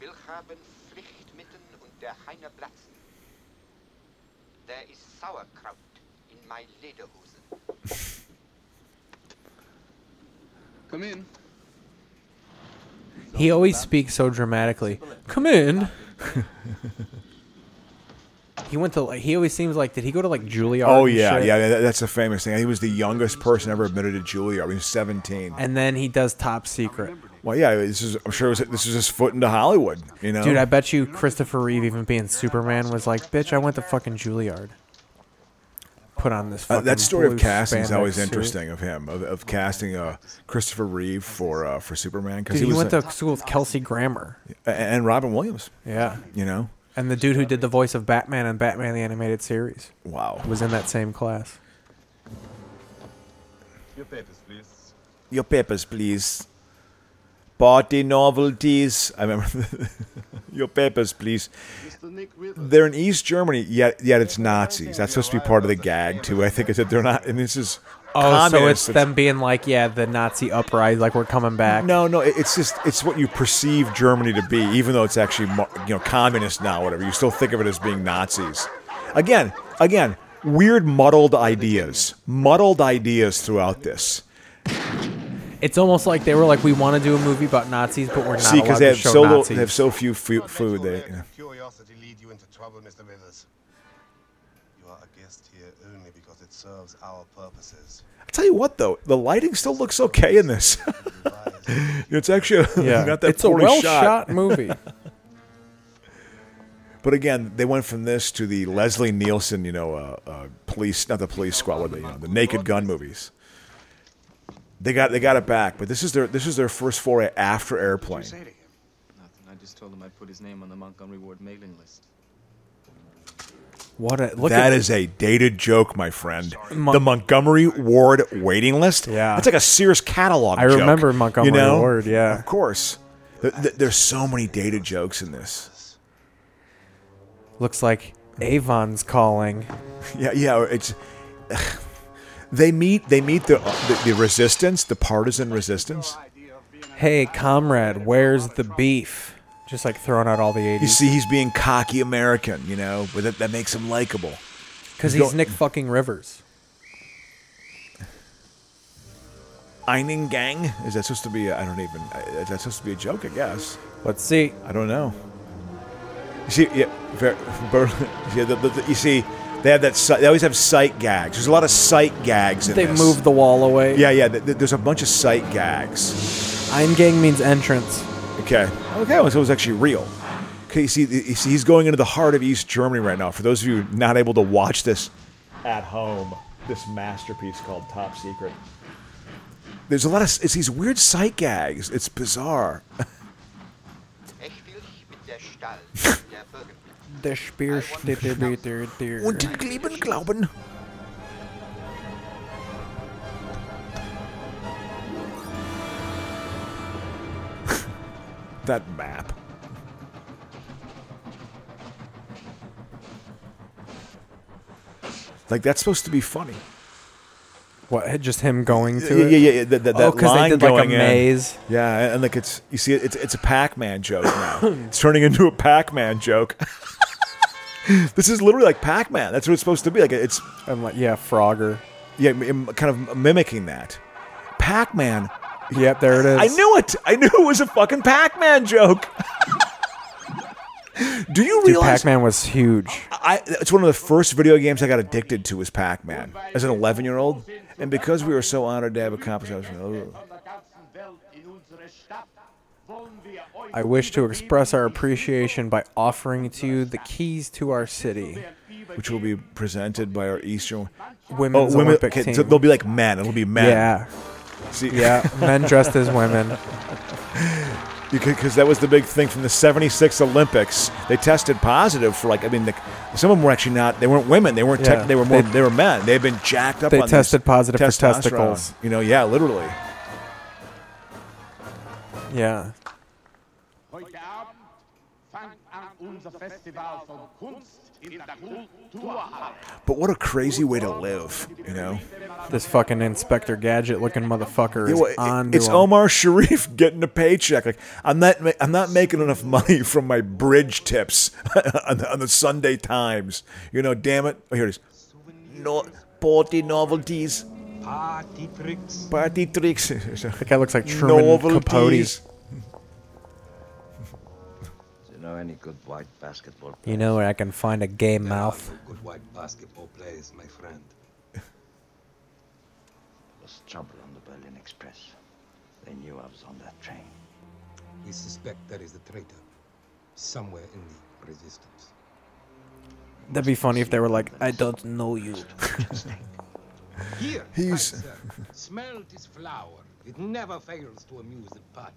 Speaker 1: Wilhelm flicht mitten und der Heiner platzen. Der ist Sauerkraut in mein Lederhose.
Speaker 11: Come in.
Speaker 3: He always speaks so dramatically. Come in. he went to. like He always seems like. Did he go to like Juilliard?
Speaker 2: Oh
Speaker 3: and
Speaker 2: yeah,
Speaker 3: shit?
Speaker 2: yeah. that- That's a famous thing. He was the youngest person ever admitted to Juilliard. He was seventeen.
Speaker 3: And then he does Top Secret.
Speaker 2: Well, yeah. This is. I'm sure it was, this was his foot into Hollywood. You know,
Speaker 3: Dude, I bet you Christopher Reeve, even being Superman, was like, "Bitch, I went to fucking Juilliard." Put on this.
Speaker 2: Uh,
Speaker 3: Fucking
Speaker 2: that story
Speaker 3: blue
Speaker 2: of casting is
Speaker 3: spandex
Speaker 2: always
Speaker 3: suit."
Speaker 2: interesting of him of, of casting uh, Christopher Reeve for uh, for Superman
Speaker 3: Dude,
Speaker 2: because
Speaker 3: he,
Speaker 2: he, was
Speaker 3: went
Speaker 2: a-
Speaker 3: to school with Kelsey Grammer.
Speaker 2: a- and Robin Williams.
Speaker 3: Yeah.
Speaker 2: you know.
Speaker 3: And the dude who did the voice of Batman in Batman the Animated Series.
Speaker 2: Wow.
Speaker 3: Was in that same class.
Speaker 4: Your papers, please.
Speaker 2: Your papers, please. Party novelties. I remember. Your papers, please. They're in East Germany, yet yet it's Nazis. That's supposed to be part of the gag too. I think it's that they're not, and this is.
Speaker 3: Oh, so
Speaker 2: communists.
Speaker 3: it's them being like, yeah, the Nazi uprising, like we're coming back.
Speaker 2: No, no, it- it's just it's what you perceive Germany to be, even though it's actually mo- you know communist now, whatever. You still think of it as being Nazis. Again, again, weird muddled ideas, muddled ideas throughout this.
Speaker 3: It's almost like they were like, we want to do a movie about Nazis, but we're not
Speaker 2: See,
Speaker 3: allowed
Speaker 2: because they
Speaker 3: to
Speaker 2: have
Speaker 3: show
Speaker 2: so little,
Speaker 3: Nazis.
Speaker 2: they have so few fu- food. They, you know.
Speaker 4: Curiosity lead you into trouble, Mr. Withers. You are a guest here only because it serves our purposes.
Speaker 2: I tell you what, though, the lighting still looks okay in this. it's actually
Speaker 3: Yeah.
Speaker 2: not that
Speaker 3: It's a
Speaker 2: poorly
Speaker 3: well-shot movie.
Speaker 2: But again, they went from this to the Leslie Nielsen, you know, uh, uh, police, not the police squad, what they, you know, the Naked Gun movies. They got they got it back, but this is their this is their first foray after Airplane.
Speaker 22: Nothing. I just told him I'd put his name on the Montgomery Ward mailing list.
Speaker 3: What a look at,
Speaker 2: That is a dated joke, my friend.
Speaker 3: Mon-
Speaker 2: the Montgomery Ward waiting list. Yeah, that's like a Sears catalog.
Speaker 3: I
Speaker 2: joke,
Speaker 3: remember Montgomery
Speaker 2: you know?
Speaker 3: Ward, yeah.
Speaker 2: of course. Th- th- there's so many dated jokes in this.
Speaker 3: looks like Avon's calling.
Speaker 2: Yeah, yeah. or It's they meet they meet the uh, the, the resistance, the partisan resistance.
Speaker 3: Hey, comrade, where's the beef? Just like throwing out all the 80s.
Speaker 2: You see, he's being cocky American, you know, but that, that makes him likable.
Speaker 3: Because
Speaker 2: You
Speaker 3: he's
Speaker 2: don't-
Speaker 3: Nick fucking Rivers.
Speaker 2: Einen Gang? Is that supposed to be? A, I don't even. uh, Is that supposed to be a joke? I guess.
Speaker 3: Let's see.
Speaker 2: I don't know. You see, yeah, ver- Berlin. Yeah, the, the, the- you see, they have that. si- They always have sight gags. There's a lot of sight gags in
Speaker 3: They
Speaker 2: this.
Speaker 3: moved the wall away.
Speaker 2: Yeah, yeah. th- th- there's a bunch of sight gags.
Speaker 3: Eingang means entrance.
Speaker 2: Okay. Okay. well, So it was actually real. Okay. You see, you see, he's going into the heart of East Germany right now. For those of you not able to watch this at home, this masterpiece called Top Secret. There's a lot of it's these weird sight gags. It's bizarre.
Speaker 1: Ich will nicht mit der Stall der Bürger.
Speaker 3: Der Spear Stippelbeter.
Speaker 2: Und den lieben Glauben. that map. Like that's supposed to be funny.
Speaker 3: What? Just him going to
Speaker 2: yeah,
Speaker 3: it?
Speaker 2: yeah, yeah, yeah. That, that,
Speaker 3: oh,
Speaker 2: that line
Speaker 3: they did
Speaker 2: going
Speaker 3: like a
Speaker 2: in.
Speaker 3: maze.
Speaker 2: Yeah, and, and like it's you see it, it's it's a Pac-Man joke now. it's turning into a Pac-Man joke. this is literally like Pac-Man. That's what it's supposed to be. Like it's
Speaker 3: I'm like yeah, Frogger.
Speaker 2: Yeah, m- m- kind of mimicking that. Pac-Man.
Speaker 3: Yep, there it is.
Speaker 2: I knew it. I knew it was a fucking Pac-Man joke. Do you
Speaker 3: Dude,
Speaker 2: realize
Speaker 3: Pac-Man was huge.
Speaker 2: I, it's one of the first video games I got addicted to was Pac-Man as an 11-year-old, and because we were so honored to have accomplished, I was like, "Ugh."
Speaker 3: I wish to express our appreciation by offering to you the keys to our city.
Speaker 2: which will be presented by our Eastern
Speaker 3: Women's Olympic
Speaker 2: Oh, okay, So
Speaker 3: team.
Speaker 2: they'll be like men. It'll be men.
Speaker 3: Yeah.
Speaker 2: See?
Speaker 3: Yeah, men dressed as women.
Speaker 2: Because that was the big thing from the '76 Olympics. They tested positive for like I mean, the, some of them were actually not. They weren't women. They weren't.
Speaker 3: Yeah.
Speaker 2: Tech, they were more.
Speaker 3: They-
Speaker 2: They, were men. They had been jacked up.
Speaker 3: They
Speaker 2: on these
Speaker 3: tested positive for
Speaker 2: testosterone.
Speaker 3: testicles.
Speaker 2: You know, yeah, literally.
Speaker 3: Yeah.
Speaker 20: Heute Abend fängt an unser Festival von Kunst in der Kulturhalle.
Speaker 2: But what a crazy way to live, you know?
Speaker 3: This fucking Inspector Gadget looking motherfucker
Speaker 2: Yeah,
Speaker 3: is
Speaker 2: well, it-
Speaker 3: on
Speaker 2: it's Omar Sharif getting a paycheck. Like I'm not, ma- I'm not making enough money from my bridge tips on, the, on the Sunday Times. You know, damn it. Oh, here it is. No, party novelties.
Speaker 20: Party tricks.
Speaker 2: Party tricks. that
Speaker 3: guy looks like Truman
Speaker 2: Novelties.
Speaker 5: Do you know any good white basketball
Speaker 3: You know where I can find a gay mouth?
Speaker 5: Good white basketball players, my friend. there was trouble on the Berlin Express. They knew I was on that train.
Speaker 4: We suspect there is a traitor somewhere in the resistance.
Speaker 3: That'd be funny if they were like, I don't know you.
Speaker 4: Here,
Speaker 2: He's-
Speaker 4: Kaiser, smell this flower. It never fails to amuse the parties.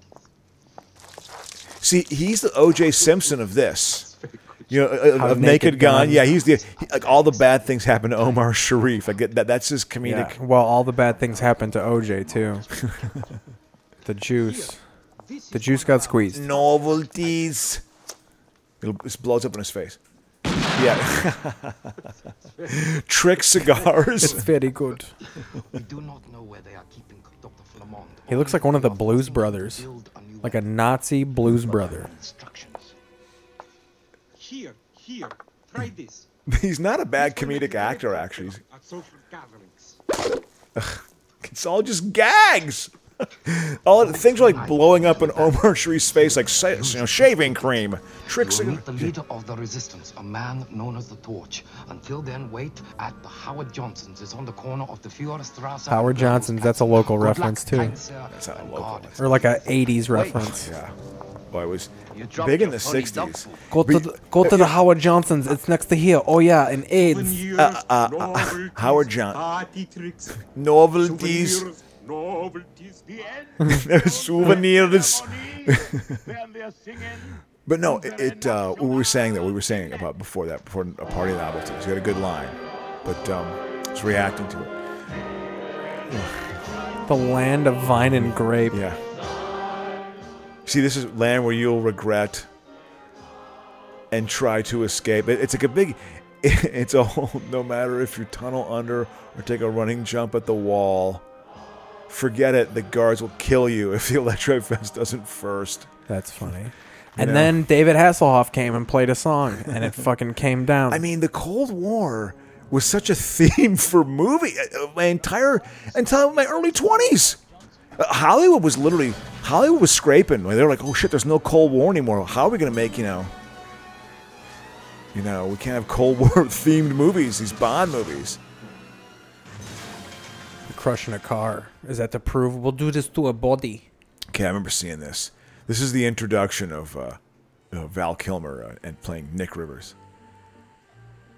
Speaker 2: See, he's the O.J. Simpson of this. You know, of,
Speaker 3: How
Speaker 2: of
Speaker 3: Naked
Speaker 2: Naked, Gun.
Speaker 3: Gun.
Speaker 2: Yeah, he's the he- like all the bad things happen to Omar Sharif. I get that. That's his comedic.
Speaker 3: Yeah. Well, all the bad things happened to OJ, too. the juice. The juice got squeezed.
Speaker 2: Novelties. It'll, it blows up in his face. Yeah. Trick cigars.
Speaker 3: It's very good.
Speaker 5: we do not know where they are keeping Dr. Flamond.
Speaker 3: He looks like one of the Blues Brothers, like a Nazi Blues Brother.
Speaker 4: Here, here, try this.
Speaker 2: He's not a bad comedic actor, actually. He's-
Speaker 4: At social gatherings.
Speaker 2: It's all just gags. All things are like blowing up in Omar Sharif's face, like sa- you know, shaving cream. Trick
Speaker 5: You will
Speaker 2: cigars.
Speaker 5: meet the leader of the resistance, a man known as the Torch. Until then, wait at the Howard Johnson's. It's on the corner of the Fjordstrasse.
Speaker 3: Howard Johnson's, that's a local reference, too.
Speaker 2: That's not a local. one.
Speaker 3: Or like a 80s reference.
Speaker 2: Oh, Yeah. Boy, it was big in the 60s.
Speaker 3: Go to, the, go to the Howard Johnson's. It's next to here. Oh, yeah, and AIDS.
Speaker 2: Uh, uh, uh, uh, Howard John.
Speaker 4: Party tricks.
Speaker 2: Novelties.
Speaker 4: Souvenirs, novelties, the end.
Speaker 2: souvenirs. but no, it, it uh, what we were saying that we were saying about before that before a party novelties. You had a good line, but um, it's reacting to it.
Speaker 3: The land of vine and grape.
Speaker 2: Yeah. See, this is land where you'll regret and try to escape. It- it's like a big. It's a whole. No matter if you tunnel under or take a running jump at the wall, forget it. The guards will kill you if the electro fence doesn't first.
Speaker 3: That's funny.
Speaker 2: You
Speaker 3: And
Speaker 2: know.
Speaker 3: then David Hasselhoff came and played a song, and it fucking came down.
Speaker 2: I mean, the Cold War was such a theme for movie uh, uh, my entire until my early twenties. Uh, Hollywood was literally Hollywood was scraping. They were like, "Oh shit, there's no Cold War anymore. How are we gonna make you know? You know, we can't have Cold War themed movies. These Bond movies.
Speaker 3: Crushing a car. Is that to prove we'll do this to a body?
Speaker 2: Okay, I remember seeing this. This is the introduction of uh, uh, Val Kilmer uh, and playing Nick Rivers.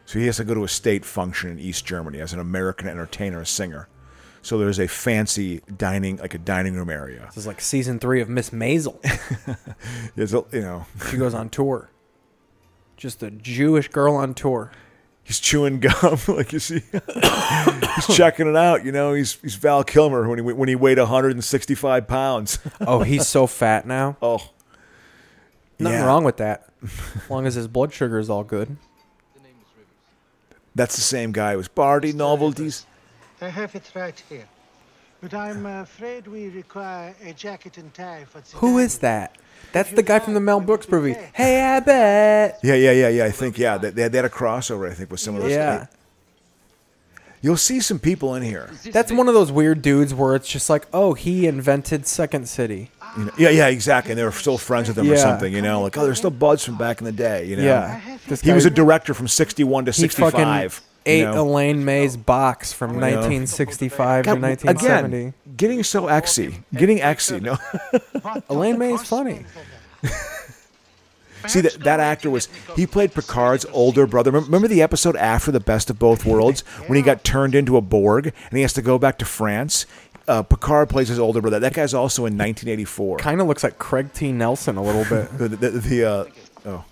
Speaker 2: So he has to go to a state function in East Germany as an American entertainer, a singer. So there's a fancy dining, like a dining room area.
Speaker 3: This is like season three of Miss Maisel.
Speaker 2: There's a, you know,
Speaker 3: she goes on tour. Just a Jewish girl on tour.
Speaker 2: he's chewing gum, like you see. he's checking it out. You know, he's he's Val Kilmer when he when he weighed 165 pounds.
Speaker 3: Oh, he's so fat now.
Speaker 2: Oh.
Speaker 3: Nothing
Speaker 2: Yeah.
Speaker 3: wrong with that. As long as his blood sugar is all good.
Speaker 2: That's the same guy who was Barty novelties.
Speaker 6: I have it right here. But I'm afraid we require a jacket and tie for the
Speaker 3: Who is that? That's the guy from the Mel Brooks movie. Hey, I bet.
Speaker 2: Yeah, yeah, yeah, yeah. I think yeah, they, they had they had a crossover. I think with some of those.
Speaker 3: Yeah.
Speaker 2: You'll see some people in here.
Speaker 3: That's one of those weird dudes where it's just like, oh, he invented Second City.
Speaker 2: You know, yeah, yeah, exactly. And they were still friends with him or
Speaker 3: Yeah.
Speaker 2: something, you know, like, oh, they're still buds from back in the day, you know.
Speaker 3: Yeah. This
Speaker 2: He was
Speaker 3: guy-
Speaker 2: a director from 61 to
Speaker 3: He fucking
Speaker 2: 65.
Speaker 3: ate
Speaker 2: you know?
Speaker 3: Elaine May's box from
Speaker 2: You know?
Speaker 3: 1965 to
Speaker 2: God,
Speaker 3: 1970.
Speaker 2: Again, getting so exy. Getting exy, no.
Speaker 3: Elaine May is funny.
Speaker 2: See that that actor was he played Picard's older brother. Remem- Remember the episode after the Best of Both Worlds when he got turned into a Borg and he has to go back to France. Uh, Picard plays his older brother. That guy's also in 1984.
Speaker 3: Kind of looks like Craig T. Nelson a little bit.
Speaker 2: the the, the uh, oh,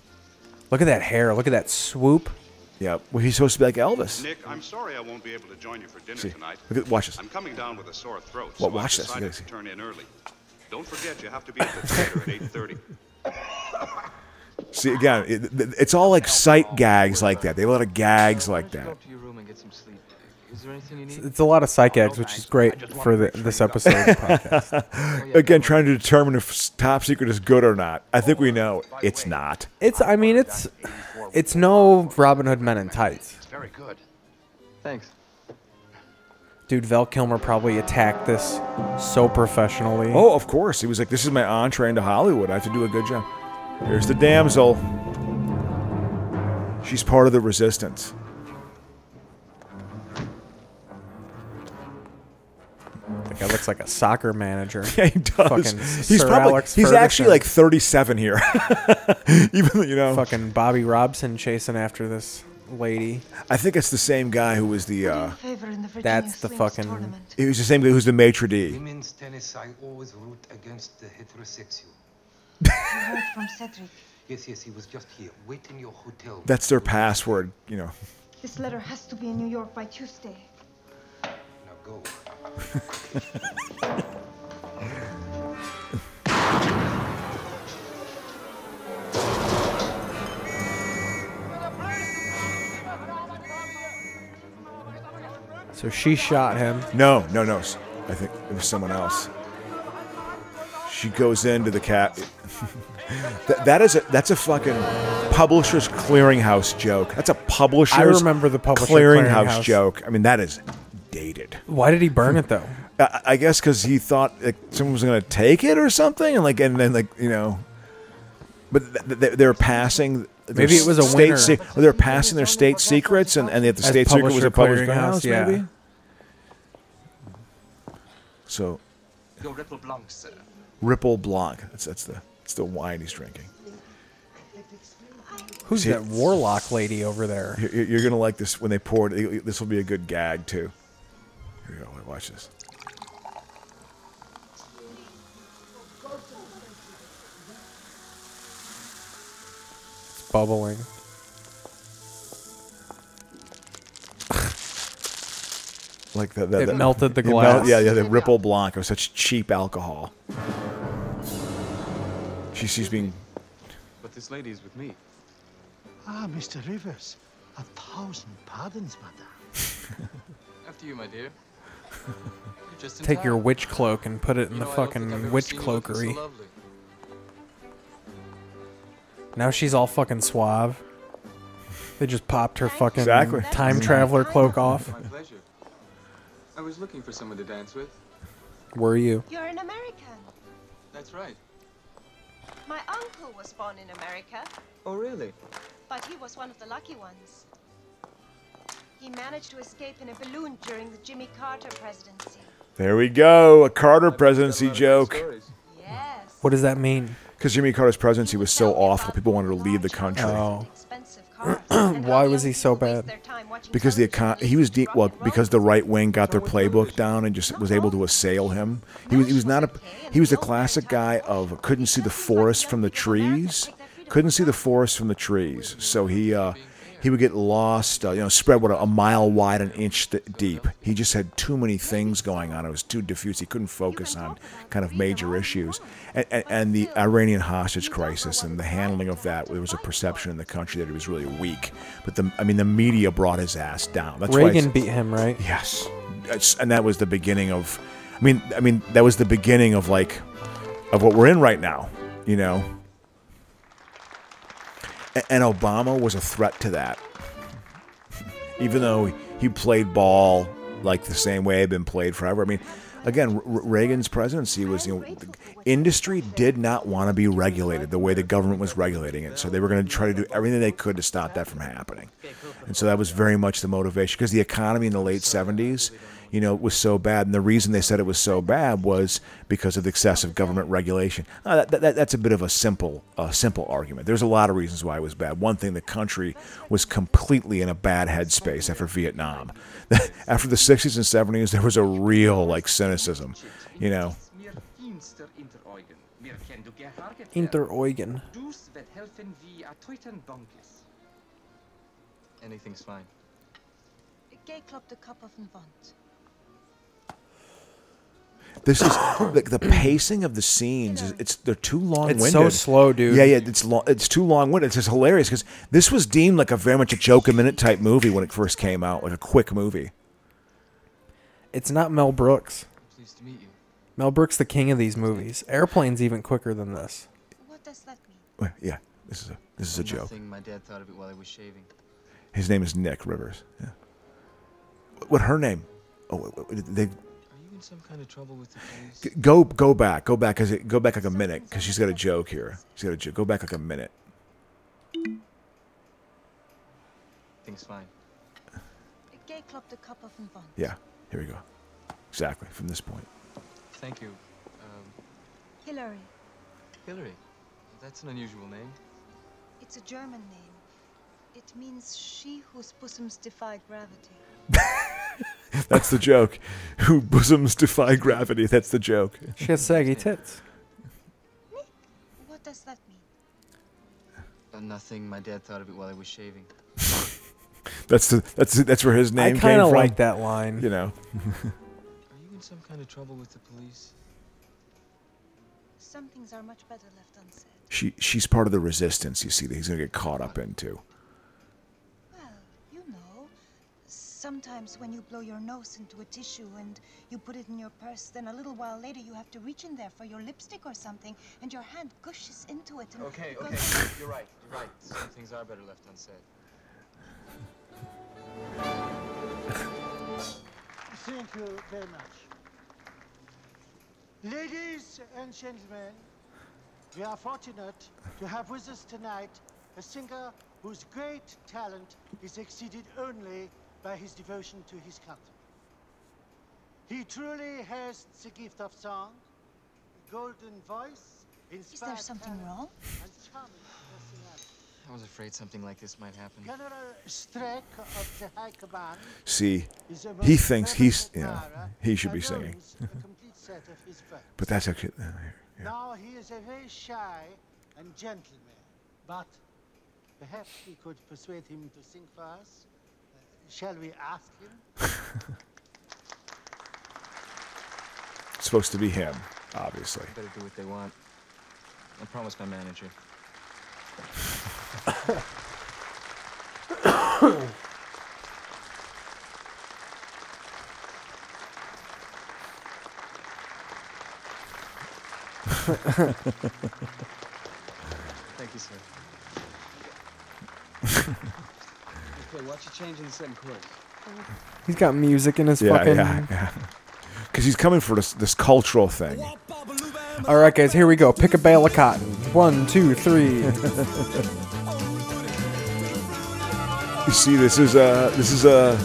Speaker 3: look at that hair. Look at that swoop.
Speaker 2: Yeah, well, he's supposed to be like Elvis.
Speaker 7: Nick, I'm sorry I won't be able to join you for dinner
Speaker 2: See,
Speaker 7: tonight.
Speaker 2: look at- watch this.
Speaker 7: I'm coming down with a sore throat,
Speaker 2: Well,
Speaker 7: so I
Speaker 2: watch this. You
Speaker 7: decided
Speaker 2: gotta
Speaker 7: to
Speaker 2: see.
Speaker 7: turn in early. Don't forget, you have to be at the theater at 8.30.
Speaker 2: See again, it, it- it's all like sight gags like that. They have a lot of gags like that.
Speaker 10: to your room and get some sleep. Is there anything you need?
Speaker 3: It's a lot of psych gags, which is great for the, this episode of the podcast.
Speaker 2: again, trying to determine if Top Secret is good or not. I think we know it's not.
Speaker 3: It's, I mean, it's, it's no Robin Hood Men in Tights.
Speaker 10: It's very good. Thanks.
Speaker 3: Dude, Val Kilmer probably attacked this so professionally.
Speaker 2: Oh, of course. He was like, "This is my entree into Hollywood. I have to do a good job." Here's the damsel. She's part of the resistance.
Speaker 3: That guy looks like a soccer manager.
Speaker 2: Yeah, he does.
Speaker 3: Fucking
Speaker 2: he's
Speaker 3: Sir
Speaker 2: probably
Speaker 3: Alex
Speaker 2: he's actually
Speaker 3: Ferguson.
Speaker 2: like 37 here. Even you
Speaker 22: Oh.
Speaker 2: know,
Speaker 3: fucking Bobby Robson chasing after this lady.
Speaker 2: I think it's the same guy who was the. Uh,
Speaker 3: That's the fucking.
Speaker 2: it was the same guy who's the maitre d.
Speaker 5: Women's tennis, I always root against the heterosexual.
Speaker 8: from Cedric.
Speaker 5: Yes, yes, he was just here. Wait in your hotel.
Speaker 2: That's their password. You know.
Speaker 8: This letter has to be in New York by Tuesday.
Speaker 5: Now go.
Speaker 3: So she shot him.
Speaker 2: No, no, no. s- I think it was someone else. She goes into the cat. that, that is a that's a fucking publishers clearinghouse joke. That's a publishers.
Speaker 3: remember the publisher
Speaker 2: clearinghouse
Speaker 3: clearinghouse.
Speaker 2: joke. I mean, that is dated.
Speaker 3: Why did he burn it though?
Speaker 2: I, I guess because he thought like, someone was going to take it or something, and like, and then like you know, but th- th- they're passing. their
Speaker 3: Maybe it was a
Speaker 2: state
Speaker 3: winner.
Speaker 2: se- or they're passing their state secrets, and, and if the
Speaker 3: As
Speaker 2: state secret was a
Speaker 3: publisher
Speaker 2: published house,
Speaker 3: clearinghouse, yeah.
Speaker 2: maybe. So
Speaker 5: Your Ripple Blanc, sir.
Speaker 2: Ripple Blanc. That's that's the that's the wine he's drinking.
Speaker 3: Who's
Speaker 2: See-
Speaker 3: that warlock lady over there?
Speaker 2: You're, you're gonna like this when they pour it. This will be a good gag too. Here we go. wait, Watch this.
Speaker 3: It's bubbling.
Speaker 2: Like that. that
Speaker 3: It
Speaker 2: that-
Speaker 3: melted the
Speaker 2: it mel-
Speaker 3: glass.
Speaker 2: yeah, yeah. The Ripple Blanc of such cheap alcohol. She, she's being.
Speaker 22: But this lady is with me.
Speaker 6: Ah, Mr. Rivers, a thousand pardons, madame.
Speaker 22: After you, my dear. You're just in
Speaker 3: Take your
Speaker 22: time.
Speaker 3: witch cloak and put it in
Speaker 22: You
Speaker 3: the
Speaker 22: know, I don't think I've
Speaker 3: fucking
Speaker 22: ever
Speaker 3: witch
Speaker 22: seen you looking so
Speaker 3: cloakery.
Speaker 22: lovely.
Speaker 3: Now she's all fucking suave. They just popped her fucking
Speaker 2: Exactly.
Speaker 3: time traveler cloak off.
Speaker 22: My pleasure. I was looking for someone to dance with.
Speaker 3: Were you?
Speaker 8: You're an American.
Speaker 22: That's right.
Speaker 8: My uncle was born in America,
Speaker 22: Oh, really?
Speaker 8: but he was one of the lucky ones. He managed to escape in a balloon during the Jimmy Carter presidency.
Speaker 2: There we go. A Carter presidency joke.
Speaker 3: What does that mean?
Speaker 2: Because Jimmy Carter's presidency was so awful, people wanted to leave the country.
Speaker 3: Oh. Why was he so bad?
Speaker 2: because the econ- he was de- well because the right wing got their playbook down and just was able to assail him. He was he was not a he was the classic guy of couldn't see the forest from the trees, couldn't see the forest from the trees. So he uh, he would get lost, uh, you know, spread what a mile wide, an inch th- deep. He just had too many things going on. It was too diffuse. He couldn't focus on kind of major issues. And, and, and the Iranian hostage crisis and the handling of that, there was a perception in the country that he was really weak. But the I mean, the media brought his ass down. That's why
Speaker 3: Reagan
Speaker 2: it's-
Speaker 3: beat him, right?
Speaker 2: Yes, That's- and that was the beginning of. I mean, I mean, that was the beginning of like, of what we're in right now. You know. A- And Obama was a threat to that, even though he played ball like the same way it had been played forever. I mean, Again, R- R- Reagan's presidency was you know, the industry did not want to be regulated the way the government was regulating it, so they were going to try to do everything they could to stop that from happening. And so that was very much the motivation because the economy in the late 70s, you know, was so bad, and the reason they said it was so bad was because of the excessive government regulation. Uh, that, that, that's a bit of a simple, uh, simple argument. There's a lot of reasons why it was bad. One thing, the country was completely in a bad headspace after Vietnam. after the 60s and 70s, there was a real like cynicism, you know.
Speaker 3: Inter Eugen.
Speaker 22: Anything's fine.
Speaker 8: Geklopt de kop of een wand.
Speaker 2: This is like the pacing of the scenes. Is, it's they're too long.
Speaker 3: It's so slow, dude.
Speaker 2: Yeah, yeah. It's long. It's too long winded. It's just hilarious because this was deemed like a very much a joke a minute type movie when it first came out, like a quick movie.
Speaker 3: It's not Mel Brooks.
Speaker 22: Pleased to meet you.
Speaker 3: Mel Brooks, the king of these movies. Airplane's even quicker than this.
Speaker 8: What does that mean?
Speaker 2: Wait, Yeah, this is a this is a joke.
Speaker 22: Nothing. My dad thought of it while I was shaving.
Speaker 2: His name is Nick Rivers. Yeah. What- What her name? Oh, wait, wait, they
Speaker 22: Are you in some kind of trouble with the police?
Speaker 2: G- go go back go back 'cause it go back like a minute because she's got a joke here she's got a joke go back like a minute
Speaker 22: Things fine.
Speaker 8: Geklopt de kop of een wand.
Speaker 2: yeah here we go exactly from this point
Speaker 22: Thank you. Um,
Speaker 8: Hillary.
Speaker 22: Hillary. That's an unusual name.
Speaker 8: It's a German name. It means she whose bosoms defy gravity.
Speaker 2: that's the joke who bosoms defy gravity that's the joke
Speaker 3: She has saggy tits.
Speaker 8: What does that mean?
Speaker 22: Uh, nothing. My dad thought of it while I was shaving.
Speaker 2: that's the that's that's where his
Speaker 3: I
Speaker 2: name came
Speaker 3: kind of
Speaker 2: from
Speaker 3: like that line.
Speaker 2: you know
Speaker 22: Are you in some kind of trouble with the police?
Speaker 8: Some things are much better left unsaid.
Speaker 2: she she's part of the resistance you see that he's gonna get caught up into
Speaker 8: Well, you know, sometimes when you blow your nose into a tissue and you put it in your purse, then a little while later you have to reach in there for your lipstick or something, and your hand gushes into it. And
Speaker 22: Okay,
Speaker 8: God-
Speaker 22: okay. You're right. You're right. Some things are better left unsaid.
Speaker 6: Thank you very much. Ladies and gentlemen, we are fortunate to have with us tonight a singer whose great talent is exceeded only by his devotion to his country. He truly has the gift of song, golden voice,
Speaker 8: Is there
Speaker 6: inspired
Speaker 8: something
Speaker 6: talent,
Speaker 8: wrong?
Speaker 6: and charming personality.
Speaker 22: I was afraid something like this might happen.
Speaker 6: General Streck of the High Command
Speaker 2: see
Speaker 6: is a
Speaker 2: he
Speaker 6: most
Speaker 2: thinks
Speaker 6: fervent
Speaker 2: he's you know
Speaker 6: admirer
Speaker 2: he should
Speaker 6: and
Speaker 2: be singing
Speaker 6: owns a complete set of his works.
Speaker 2: but that's actually uh,
Speaker 6: Now he is a very shy and gentle man, but perhaps we could persuade him to sing for us. Uh, shall we ask him?
Speaker 2: it's supposed to be him obviously
Speaker 22: Better do what they want. I promised my manager. Thank you, sir. okay, watch you change in the second chorus.
Speaker 3: He's got music in his fucking.
Speaker 2: yeah yeah because he's coming for this this cultural thing
Speaker 3: All right, guys, here we go. Pick a bale of cotton. One, two, three.
Speaker 2: You see, this is a this is a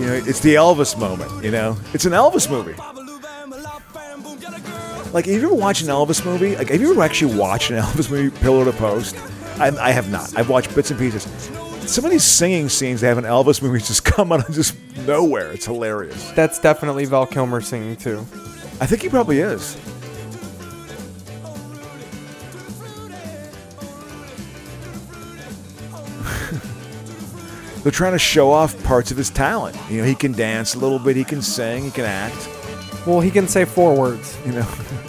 Speaker 2: you know, it's the Elvis moment. You know, it's an Elvis movie. Like, have you ever watched an Elvis movie? Like, have you ever actually watched an Elvis movie, pillow to post? I, I have not. I've watched bits and pieces. Some of these singing scenes they have in Elvis movies just come out of just nowhere. It's hilarious.
Speaker 3: That's definitely Val Kilmer singing too.
Speaker 2: I think he probably is. They're trying to show off parts of his talent. You know, he can dance a little bit, he can sing, he can act.
Speaker 3: Well, he can say four words.
Speaker 2: You know,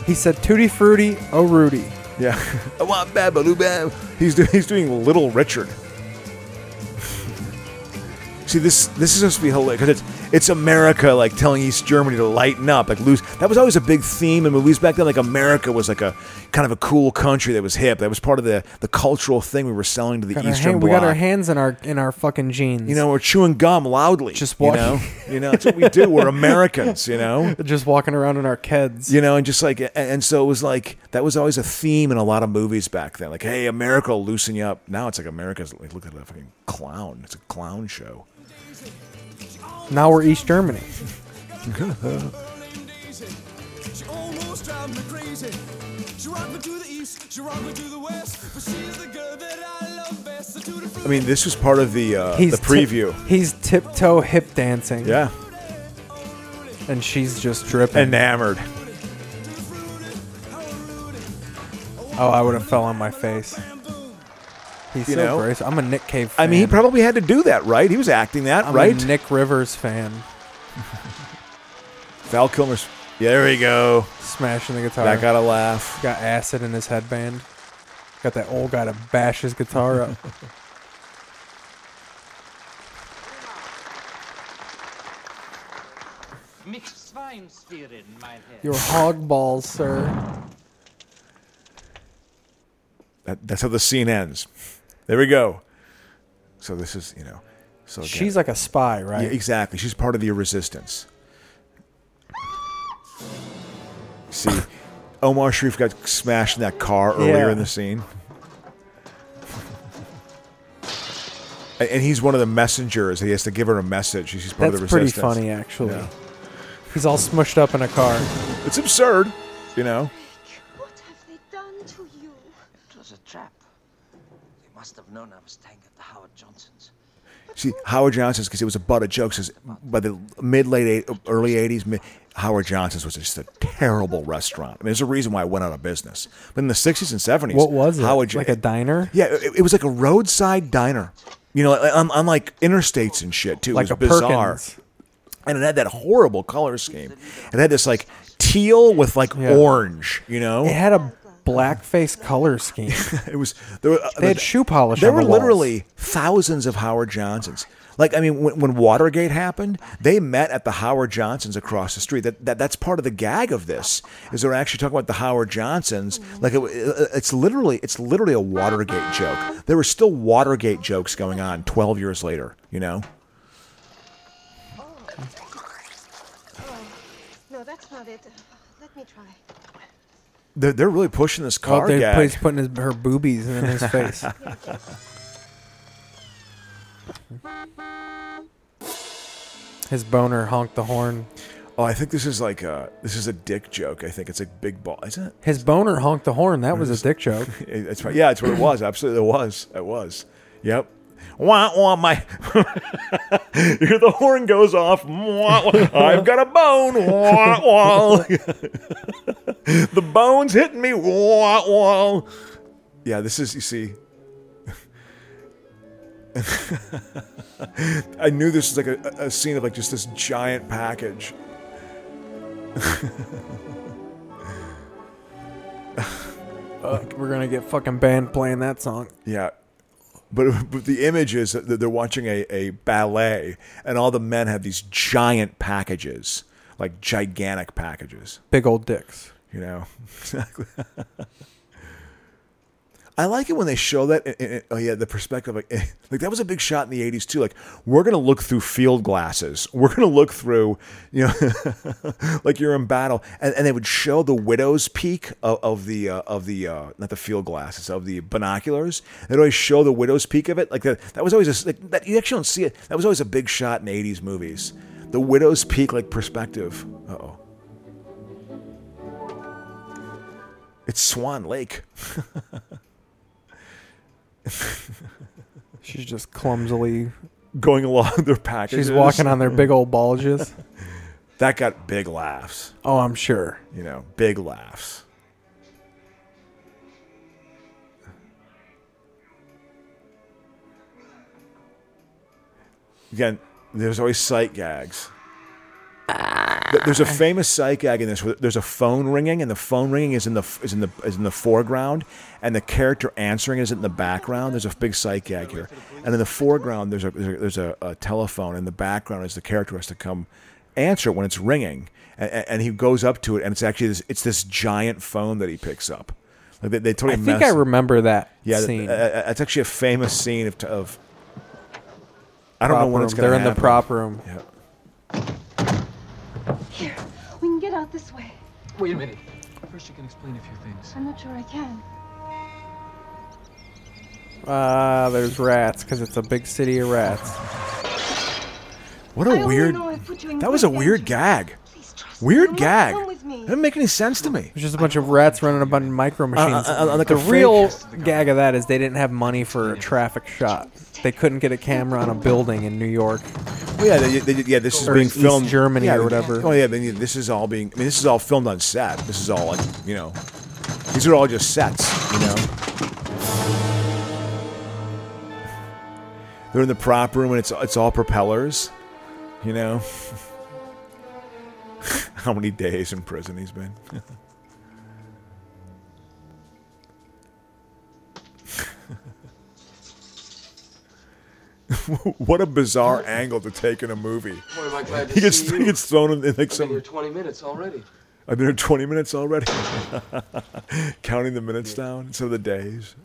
Speaker 3: He said "Tutti Frutti, oh Rudy."
Speaker 2: yeah. I want bad, baloo, bad. He's do- he's doing Little Richard. See this this is supposed to be hilarious because it's it's America like telling East Germany to lighten up like lose that was always a big theme in movies back then like America was like a kind of a cool country that was hip that was part of the the cultural thing we were selling to the
Speaker 3: Got our
Speaker 2: Eastern
Speaker 3: hand- we
Speaker 2: Bloc
Speaker 3: got our hands in our in our fucking jeans.
Speaker 2: you know we're chewing gum loudly just
Speaker 3: walking-
Speaker 2: you know you know that's what we do we're Americans you know
Speaker 3: just walking around in our keds
Speaker 2: you know and just like a- and so it was like that was always a theme in a lot of movies back then like hey America will loosen you up now it's like America's like look at that fucking clown it's a clown show
Speaker 3: Now we're East Germany.
Speaker 21: She almost drives me crazy. She rocked me to the east, she rocked me to the west. But she is the girl that I love best. The tutti
Speaker 2: I mean this was part of the uh, the
Speaker 3: tip-
Speaker 2: preview.
Speaker 3: he's tiptoe hip dancing.
Speaker 2: Yeah.
Speaker 3: And she's just dripping.
Speaker 2: Enamored.
Speaker 3: Oh, I would have fell on my face. He's
Speaker 2: You
Speaker 3: so
Speaker 2: know?
Speaker 3: gracious. I'm a Nick Cave fan.
Speaker 2: I mean, he probably had to do that, right? He was acting that,
Speaker 3: I'm
Speaker 2: right?
Speaker 3: a Nick Rivers fan.
Speaker 2: Val Kilmer's. Yeah, there we go.
Speaker 3: Smashing the guitar.
Speaker 2: That got a laugh.
Speaker 3: Got acid in his headband. Got that old guy to bash his guitar up.
Speaker 20: Mixed Schweinstieren, mein Herr.
Speaker 3: Your hog balls, sir.
Speaker 2: That, that's how the scene ends. There we go. So this is, you know, so again-
Speaker 3: She's like a spy, right?
Speaker 2: Yeah, exactly. She's part of the resistance. See, Omar Sharif got smashed in that car earlier
Speaker 3: Yeah.
Speaker 2: in the scene. And- And he's one of the messengers. He has to give her a message. She's part
Speaker 3: That's
Speaker 2: of the
Speaker 3: pretty
Speaker 2: resistance.
Speaker 3: funny, actually.
Speaker 2: Yeah.
Speaker 3: He's all smushed up in a car.
Speaker 2: It's absurd, you know.
Speaker 9: It was a trap. They must have known I was staying at the Howard Johnson's.
Speaker 2: See, Howard Johnson's, because it was a butt of jokes, is by the mid late eight, early eighties, mid, Howard Johnson's was just a terrible restaurant. I mean, there's a reason why it went out of business. But in the sixties and seventies,
Speaker 3: What was it?
Speaker 2: Howard Jo-
Speaker 3: Like a diner?
Speaker 2: Yeah, it, it was like a roadside diner. You know, like, on, on like interstates and shit too.
Speaker 3: Like
Speaker 2: it
Speaker 3: a
Speaker 2: was bizarre.
Speaker 3: Perkins.
Speaker 2: And it had that horrible color scheme. It had this like teal with like
Speaker 3: Yeah.
Speaker 2: orange. You know,
Speaker 3: It had a blackface color scheme.
Speaker 2: it was there were, uh,
Speaker 3: They had shoe polish
Speaker 2: There
Speaker 3: on
Speaker 2: were
Speaker 3: the walls.
Speaker 2: literally thousands of Howard Johnsons. Like I mean, when, when Watergate happened, they met at the Howard Johnsons across the street. That, that that's part of the gag of this is they're actually talking about the Howard Johnsons. Like it, it's literally it's literally a Watergate joke. There were still Watergate jokes going on twelve years later. You know,
Speaker 12: No, that's not it. Let me try.
Speaker 2: they're, they're really pushing this car
Speaker 3: oh, they
Speaker 2: gag.
Speaker 3: he's putting his, her boobies in his face. his boner honked the horn.
Speaker 2: Oh, I think this is like a this is a dick joke. I think it's like big ball, isn't it?
Speaker 3: His boner honked the horn. That was a dick joke.
Speaker 2: It's right. Yeah, it's what it was. Absolutely, it was. It was. Yep. Wah, wah, my. Here the horn goes off. Mwah, wah. I've got a bone. Wah, wah. the bone's hitting me. Wah, wah. Yeah, this is, you see. I knew this was like a, a scene of like just this giant package.
Speaker 3: Fuck, we're gonna get fucking banned playing that song.
Speaker 2: Yeah. But, but the image is that they're watching a, a ballet, and all the men have these giant packages, like gigantic packages.
Speaker 3: Big old dicks.
Speaker 2: You know, exactly. I like it when they show that. in- in- in- oh yeah, the perspective. Like, eh, like that was a big shot in the '80s too. Like we're gonna look through field glasses. We're gonna look through, you know, like you're in battle, and, and they would show the widow's peak of, of the uh, of the uh, not the field glasses of the binoculars. They'd always show the widow's peak of it. Like that. That was always a, s- like, that. You actually don't see it. That was always a big shot in '80s movies. The widow's peak, like perspective. Uh oh. It's Swan Lake.
Speaker 3: She's just clumsily
Speaker 2: Going along their packages.
Speaker 3: She's walking on their big old bulges.
Speaker 2: That got big laughs.
Speaker 3: Oh, I'm sure.
Speaker 2: You know, big laughs. Again, there's always sight gags. Th- there's a famous sight gag in this. Where there's a phone ringing, and the phone ringing is in the is in the is in the foreground, and the character answering is in the background. There's a big sight gag here, and in the foreground there's a there's a, there's a, a telephone, and the background is the character has to come answer when it's ringing, and, and he goes up to it, and it's actually this, it's this giant phone that he picks up. Like they, they totally
Speaker 3: I think
Speaker 2: mess-
Speaker 3: I remember that
Speaker 2: yeah, th-
Speaker 3: scene.
Speaker 2: uh, uh, it's actually a famous scene of. of I don't know
Speaker 3: Prop
Speaker 2: when it's
Speaker 3: room.
Speaker 2: going to
Speaker 3: They're in the prop room.
Speaker 2: Yeah.
Speaker 12: Here, we can get out this way.
Speaker 22: Wait a minute. First, you can explain a few things.
Speaker 12: I'm not sure I can.
Speaker 3: Ah, there's rats because it's a big city of rats.
Speaker 2: What a weird.
Speaker 12: know I put you in
Speaker 2: That was a
Speaker 12: great
Speaker 2: weird gag. Weird gag.
Speaker 12: come
Speaker 2: It
Speaker 12: with me.
Speaker 2: doesn't make any sense to me.
Speaker 3: There's just a bunch of rats running a bunch of micro machines.
Speaker 2: uh, uh, like
Speaker 3: the
Speaker 2: a fake-
Speaker 3: real gag of that is they didn't have money for a traffic shot. They couldn't get a camera on a building in New York.
Speaker 2: Well, yeah, they, they, yeah, this is
Speaker 3: Or
Speaker 2: being
Speaker 3: East
Speaker 2: filmed
Speaker 3: Germany
Speaker 2: yeah,
Speaker 3: or whatever.
Speaker 2: Oh yeah, I mean, this is all being. I mean, this is all filmed on set. This is all like you know, these are all just sets. You know, they're in the prop room and it's it's all propellers. You know, how many days in prison he's been. what a bizarre angle to take in a movie.
Speaker 13: Boy, am I glad to
Speaker 2: he gets
Speaker 13: see
Speaker 2: he
Speaker 13: you.
Speaker 2: gets thrown in, in like
Speaker 13: I've been
Speaker 2: some.
Speaker 13: here 20 minutes already.
Speaker 2: I've been here 20 minutes already. Counting the minutes down instead of the days.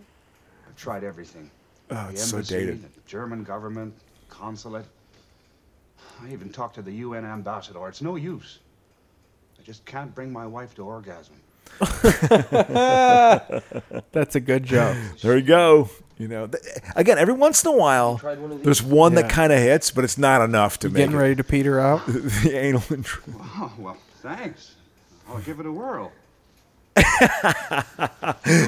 Speaker 14: I've tried everything.
Speaker 2: Oh,
Speaker 14: the
Speaker 2: it's so
Speaker 14: embassy,
Speaker 2: dated.
Speaker 14: The German government, consulate. I even talked to the UN ambassador. It's no use. I just can't bring my wife to orgasm.
Speaker 3: That's a good joke.
Speaker 2: There you go. You know, th- again, every once in a while, there's one that
Speaker 3: Yeah.
Speaker 2: kind of hits, but it's not enough to
Speaker 3: You
Speaker 2: make
Speaker 3: getting
Speaker 2: it.
Speaker 3: ready to peter out?
Speaker 2: the anal intrusion.
Speaker 14: Oh, well, thanks. I'll give it a whirl.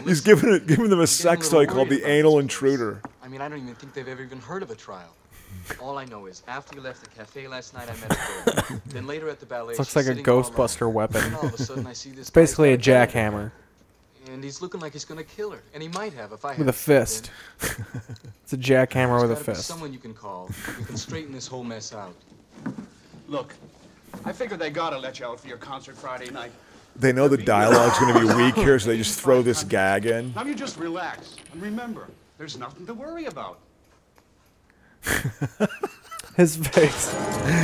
Speaker 2: He's giving it, giving them a sex toy called the anal intruder.
Speaker 13: I mean, I don't even think they've ever even heard of a trial. All I know is after you left the cafe last night, I met a girl. then later at the ballet,
Speaker 3: This looks
Speaker 13: she's
Speaker 3: like a
Speaker 13: sitting all
Speaker 3: Ghostbuster
Speaker 13: alone.
Speaker 3: weapon.
Speaker 13: And all of a sudden, I see this
Speaker 3: It's
Speaker 13: guy's
Speaker 3: basically a
Speaker 13: got gun.
Speaker 3: jackhammer
Speaker 13: And he's looking like he's gonna kill her, and he might have if I
Speaker 3: with a
Speaker 13: hadn't stepped
Speaker 3: fist. It's a jackhammer
Speaker 13: in.
Speaker 3: with a
Speaker 13: There's gotta be
Speaker 3: fist.
Speaker 13: Someone you can call. We can straighten this whole mess out.
Speaker 15: Look, I figure they gotta let you out for your concert Friday night.
Speaker 2: They know the dialogue's going to be weak here, so they just throw this gag in.
Speaker 15: Now you just relax and remember, there's nothing to worry about.
Speaker 3: His face.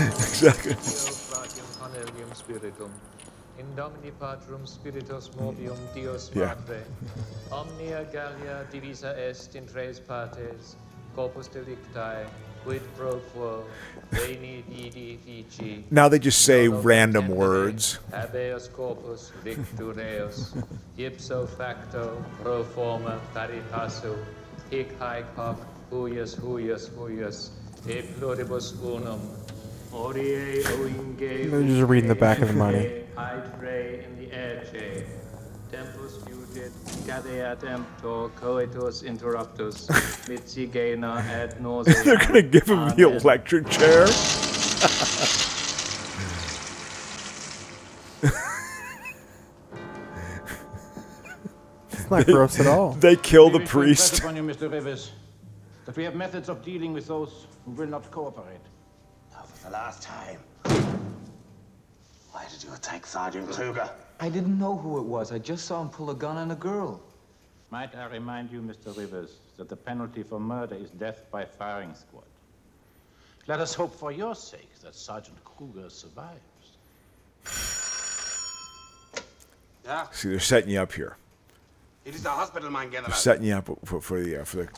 Speaker 2: exactly. Yeah.
Speaker 23: Omnia Gallia divisa est in tres partes, corpus delicti, quid pro quo, veni vidi vici.
Speaker 2: Now they just say random words.
Speaker 23: Habeas corpus victu reus, ipso facto, pro forma, paripasu, hic haec hoc, huius, huius, huius, e pluribus unum. Orie oinge
Speaker 3: They're just reading the back of the money.
Speaker 23: Hydre in the erge. Tempus fugit, cadeat emptor, coitus interruptus, mitigena ad nauseam.
Speaker 2: They're going to give him the electric chair.
Speaker 3: It's not gross at all.
Speaker 2: They kill
Speaker 19: We
Speaker 2: the
Speaker 19: wish to
Speaker 2: priest.
Speaker 19: impress upon you, Mr. Rivers, that we have methods of dealing with those who will not cooperate.
Speaker 5: Now, for the last time. Why did you attack Sergeant Kruger?
Speaker 13: I didn't know who it was. I just saw him pull a gun on a girl.
Speaker 19: Might I remind you, Mr. Rivers, that the penalty for murder is death by firing squad. Let us hope for your sake that Sergeant Kruger survives.
Speaker 24: Yeah,
Speaker 2: See, they're setting you up here.
Speaker 24: it is the hospital man
Speaker 2: They're
Speaker 24: gatherer.
Speaker 2: setting you up for, for the uh, for the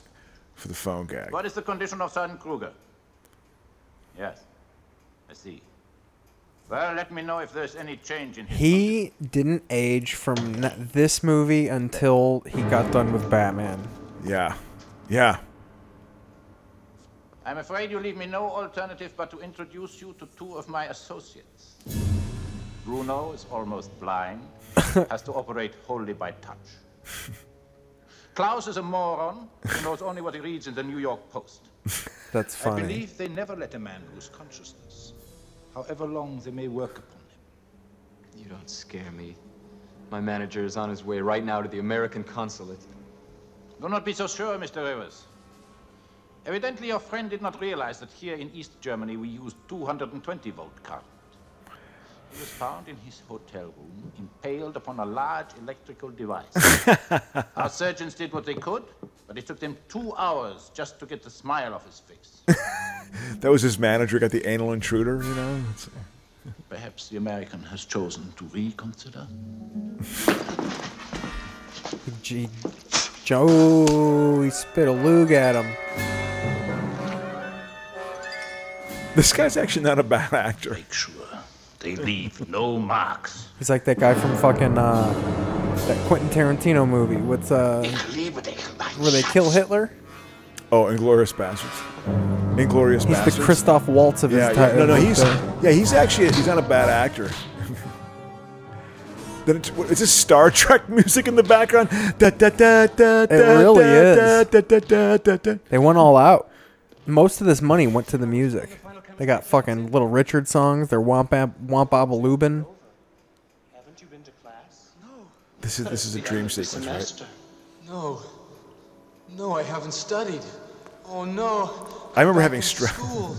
Speaker 2: for the phone gag.
Speaker 19: What is the condition of Sergeant Kruger? Yes, I see. Well, let me know if there's any change in his.
Speaker 3: He didn't age from n- this movie until he got done with Batman.
Speaker 2: Yeah, yeah.
Speaker 19: I'm afraid you leave me no alternative but to introduce you to two of my associates. Bruno is almost blind, has to operate wholly by touch. Klaus is a moron who knows only what he reads in the New York Post.
Speaker 3: That's
Speaker 19: I
Speaker 3: funny.
Speaker 19: believe they never let a man lose consciousness, however long they may work upon him.
Speaker 13: You don't scare me. My manager is on his way right now to the American consulate.
Speaker 19: Do not be so sure, Mr. Rivers. Evidently, your friend did not realize that here in East Germany we use 220 volt current. He was found in his hotel room, impaled upon a large electrical device. Our surgeons did what they could, but it took them two hours just to get the smile off his face.
Speaker 2: That was his manager got the anal intruder, you know? It's-
Speaker 19: Perhaps the American has chosen to reconsider.
Speaker 3: Gee, Joe, oh, he spit a lug at him.
Speaker 2: This guy's actually not a bad actor.
Speaker 19: They leave no marks.
Speaker 3: He's like that guy from fucking uh, that Quentin Tarantino movie. What's uh, where they kill Hitler?
Speaker 2: Oh, Inglorious Bastards. Inglorious
Speaker 3: He's the
Speaker 2: Bastards.
Speaker 3: Christoph Waltz of his
Speaker 2: yeah,
Speaker 3: time.
Speaker 2: Yeah, no, no, he's yeah, he's actually he's not a bad actor. then it's, what, is this Star Trek music in the background? Da, da, da, da,
Speaker 3: It really is.
Speaker 2: Da, da, da, da, da.
Speaker 3: They went all out. Most of this money went to the music. They got fucking Little Richard songs. Their Womp Ab- Womp Abba Lubin.
Speaker 2: This is this is a dream sequence, right?
Speaker 11: No. No, I haven't studied. Oh no.
Speaker 2: I remember having
Speaker 11: in
Speaker 2: stress.
Speaker 11: school.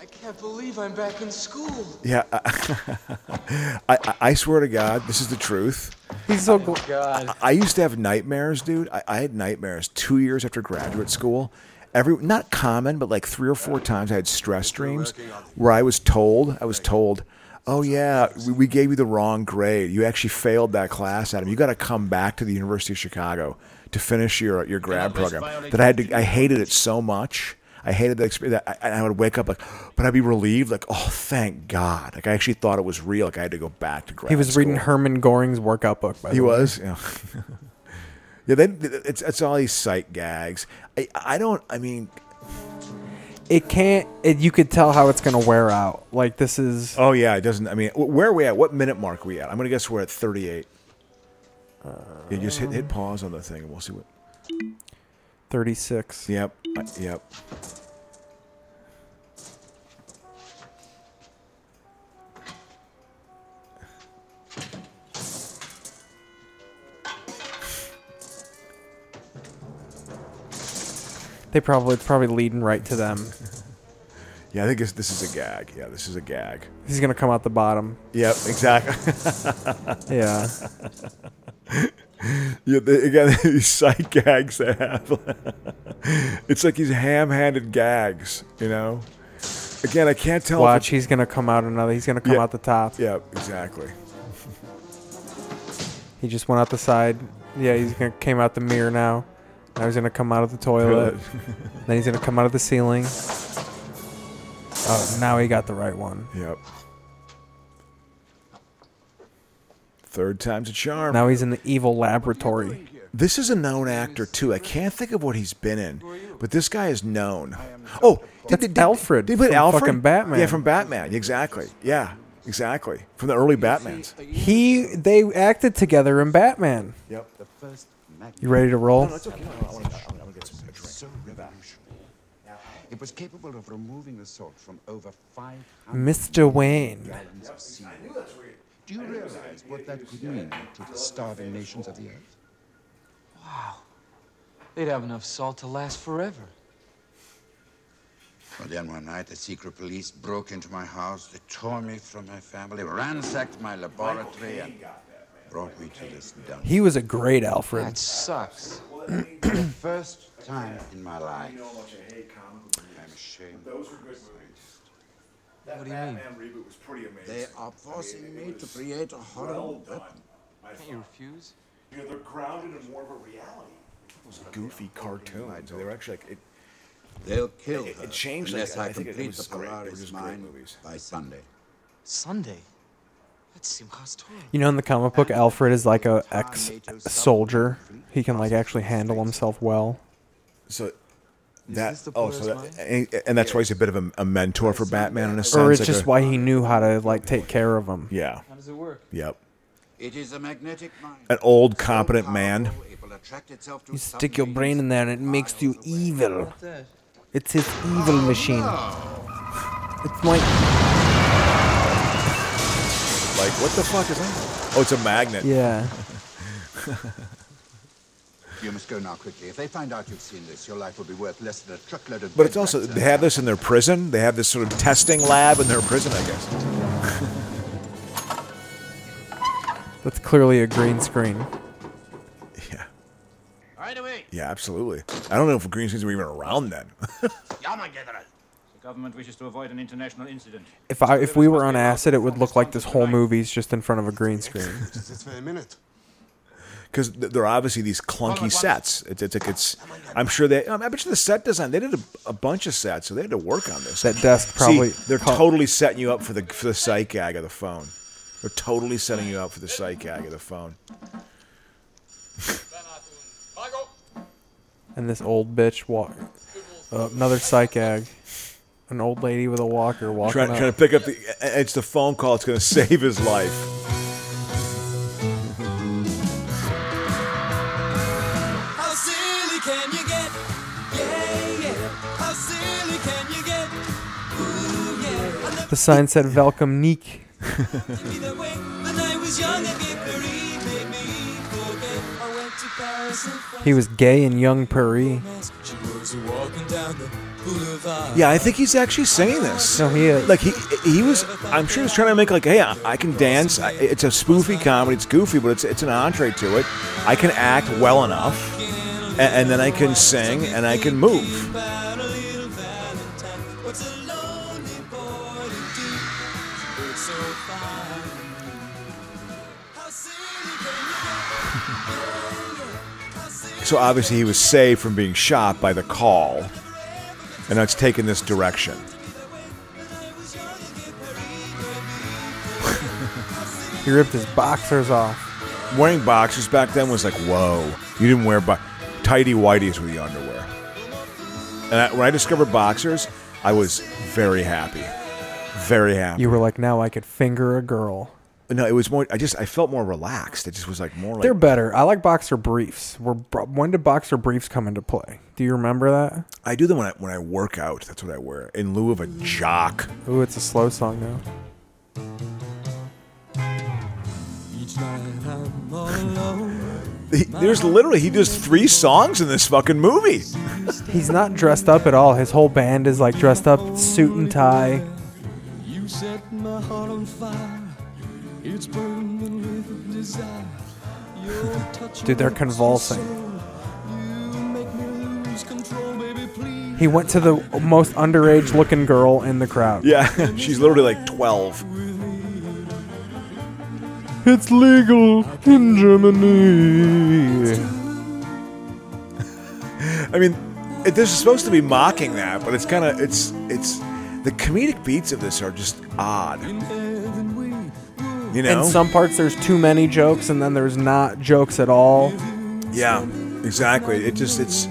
Speaker 11: I can't believe I'm back in school.
Speaker 2: Yeah, I, I, I swear to God, this is the truth.
Speaker 3: He's so cool.
Speaker 2: I, I used to have nightmares, dude. I, I had nightmares two years after graduate school. Every not common, but like three or four times, I had stress dreams where I was told, I was told, "Oh yeah, we, we gave you the wrong grade. You actually failed that class, Adam. You got to come back to the University of Chicago to finish your your grad program." That I had to, I hated it so much. I hated the experience. That I, and I would wake up like, but I'd be relieved, like, "Oh, thank God!" Like I actually thought it was real. Like I had to go back to grad.
Speaker 3: He was
Speaker 2: school.
Speaker 3: reading Herman Goring's workout book. By the
Speaker 2: He
Speaker 3: way.
Speaker 2: was. Oh, Yeah. yeah. They, it's it's all these sight gags. I I don't. I mean.
Speaker 3: It can't. It, you could tell how it's gonna wear out. Like this is.
Speaker 2: Oh yeah. It doesn't. I mean, wh- where are we at? What minute mark are we at? I'm gonna guess we're at 38. yeah, just hit hit pause on the thing, and we'll see what.
Speaker 3: 36.
Speaker 2: Yep. I- Yep.
Speaker 3: They probably it's probably leading right to them.
Speaker 2: Yeah, I think it's, this is a gag. Yeah, this is a gag.
Speaker 3: He's gonna come out the bottom.
Speaker 2: Yep, exactly.
Speaker 3: yeah.
Speaker 2: yeah, they, again, these sight gags they have. it's like these ham-handed gags, you know. Again, I can't tell. if
Speaker 3: Watch, he's gonna come out another. He's gonna come
Speaker 2: Yeah.
Speaker 3: out the top.
Speaker 2: Yeah, exactly.
Speaker 3: He just went out the side. Yeah, he's gonna came out the mirror now. Now he's gonna come out of the toilet.
Speaker 2: Toilet.
Speaker 3: then he's gonna come out of the ceiling. Oh, now he got the right one.
Speaker 2: Yep. Third time's a charm.
Speaker 3: Now he's in the evil laboratory.
Speaker 2: This is a known actor too. I can't think of what he's been in, but this guy is known. Oh, did, did, Alfred. Did he play
Speaker 3: from
Speaker 2: Alfred?
Speaker 3: fucking Batman.
Speaker 2: Yeah, from Batman. Exactly. Yeah, exactly. From the early Batmans.
Speaker 3: He they acted together in Batman.
Speaker 2: Yep.
Speaker 14: The first
Speaker 3: You ready to roll?
Speaker 14: No, no, it's okay. No, no, I wanna- I wanna- I wanna get some- a drink. So revolutionary. It was capable of removing the salt from over 500
Speaker 3: Mr. Wayne.
Speaker 14: gallons of sea. Do you realize what that could mean to the starving nations of the earth?
Speaker 11: They'd have enough salt to last forever.
Speaker 14: Well, then one night, the secret police broke into my house. They tore me from my family, ransacked my laboratory, and brought me to this dump.
Speaker 3: He was a great Alfred.
Speaker 14: That sucks. the first time in my life. I'm ashamed.
Speaker 11: What do you mean?
Speaker 2: reboot was pretty amazing.
Speaker 14: They are forcing me to create a horrible weapon.
Speaker 11: Can't you refuse?
Speaker 2: You know, they're grounded in more of a reality. Those goofy cartoons. They were actually like it.
Speaker 14: They'll kill
Speaker 2: It,
Speaker 14: her
Speaker 2: it changed. like,
Speaker 14: unless I,
Speaker 2: think it, it
Speaker 14: complete
Speaker 2: was
Speaker 14: the
Speaker 2: great. They were
Speaker 14: Polaris
Speaker 2: just great
Speaker 14: mine
Speaker 2: movies.
Speaker 14: by Sunday.
Speaker 11: Sunday? That's Simcha's toy.
Speaker 3: You know, in the comic book, Alfred is like a ex soldier. He can like actually handle himself well.
Speaker 2: So that oh, so that, and, and that's why he's a bit of a, a mentor for Batman in a sense.
Speaker 3: or it's
Speaker 2: like
Speaker 3: just
Speaker 2: a-
Speaker 3: why he knew how to like take care of him.
Speaker 2: Yeah.
Speaker 14: How does it work?
Speaker 2: Yep.
Speaker 14: It is a magnetic mind.
Speaker 2: An old competent man.
Speaker 14: It will attract itself to
Speaker 3: You stick your brain in there and it makes you evil.
Speaker 14: What's that?
Speaker 3: It's his evil machine. It's like
Speaker 2: Like what the fuck is that? Oh, it's a magnet.
Speaker 3: yeah.
Speaker 14: You must go now quickly. If they find out you've seen this, your life will be worth less than a truckload of.
Speaker 2: But it's also they have this in their prison. They have this sort of testing lab in their prison, I guess.
Speaker 3: That's clearly a green screen.
Speaker 2: Yeah, absolutely. I don't know if green screens were even around then.
Speaker 1: The government wishes to avoid an international incident.
Speaker 3: If I if we were on acid, it would look like this whole movie's just in front of a green screen.
Speaker 4: Sitzt für eine Minute.
Speaker 2: Because they're obviously these clunky sets. It's, it's like it's. I'm sure they. I bet you the set design. They did a, a bunch of sets, so they had to work on this.
Speaker 3: That desk probably-
Speaker 2: See, they're totally setting you up for the for the sight gag of the phone. They're totally setting you up for the sight gag of the phone.
Speaker 3: And this old bitch walk. Uh, another psych gag. An old lady with a walker walking.
Speaker 2: Trying,
Speaker 3: up.
Speaker 2: trying to pick up the. It's the phone call. It's going to save his life.
Speaker 21: How silly can you get? Yeah, yeah. How silly can you get? Ooh, yeah. I never
Speaker 3: The sign said "Welcome, Nick."
Speaker 21: be that way. When I was young and Gary made me forget. I went to Paris and France.
Speaker 3: he was gay and young Paris.
Speaker 21: She was walking down the boulevard.
Speaker 2: Yeah, I think he's actually saying this.
Speaker 3: No, he uh, is.
Speaker 2: Like he he was. I'm sure he's trying to make like, hey, I, I can dance. I, it's a spoofy comedy. It's goofy, but it's it's an entree to it. I can act well enough, and, and then I can sing and I can move. So obviously he was saved from being shot by the call, and now it's taken this direction.
Speaker 3: He ripped his boxers off.
Speaker 2: Wearing boxers back then was like, whoa. You didn't wear bo- tidy whities were the underwear. And I, when I discovered boxers, I was very happy, very happy.
Speaker 3: You were like, now I could finger a girl.
Speaker 2: No, it was more. I just I felt more relaxed. It just was like more like
Speaker 3: They're better. I like boxer briefs. Were when did boxer briefs come into play? Do you remember that?
Speaker 2: I do them when I when I work out. That's what I wear in lieu of a jock.
Speaker 3: Ooh, it's a slow song now.
Speaker 21: Each night I'm all alone.
Speaker 2: He, there's literally he does three songs in this fucking movie.
Speaker 3: He's not dressed up at all. His whole band is like dressed up, suit and tie.
Speaker 21: You set my heart on fire. It's burning with desire. Your touch
Speaker 3: Dude, they're
Speaker 21: wakes the
Speaker 3: convulsing.
Speaker 21: soul. You make me lose control, baby, please.
Speaker 3: He went to the most underage looking girl in the crowd.
Speaker 2: Yeah, she's literally like twelve.
Speaker 3: It's legal in Germany.
Speaker 2: I mean, it, this is supposed to be mocking that, but it's kind of it's it's the comedic beats of this are just odd. You know,
Speaker 3: In some parts, there's too many jokes, and then there's not jokes at all.
Speaker 2: Yeah, exactly. It just it's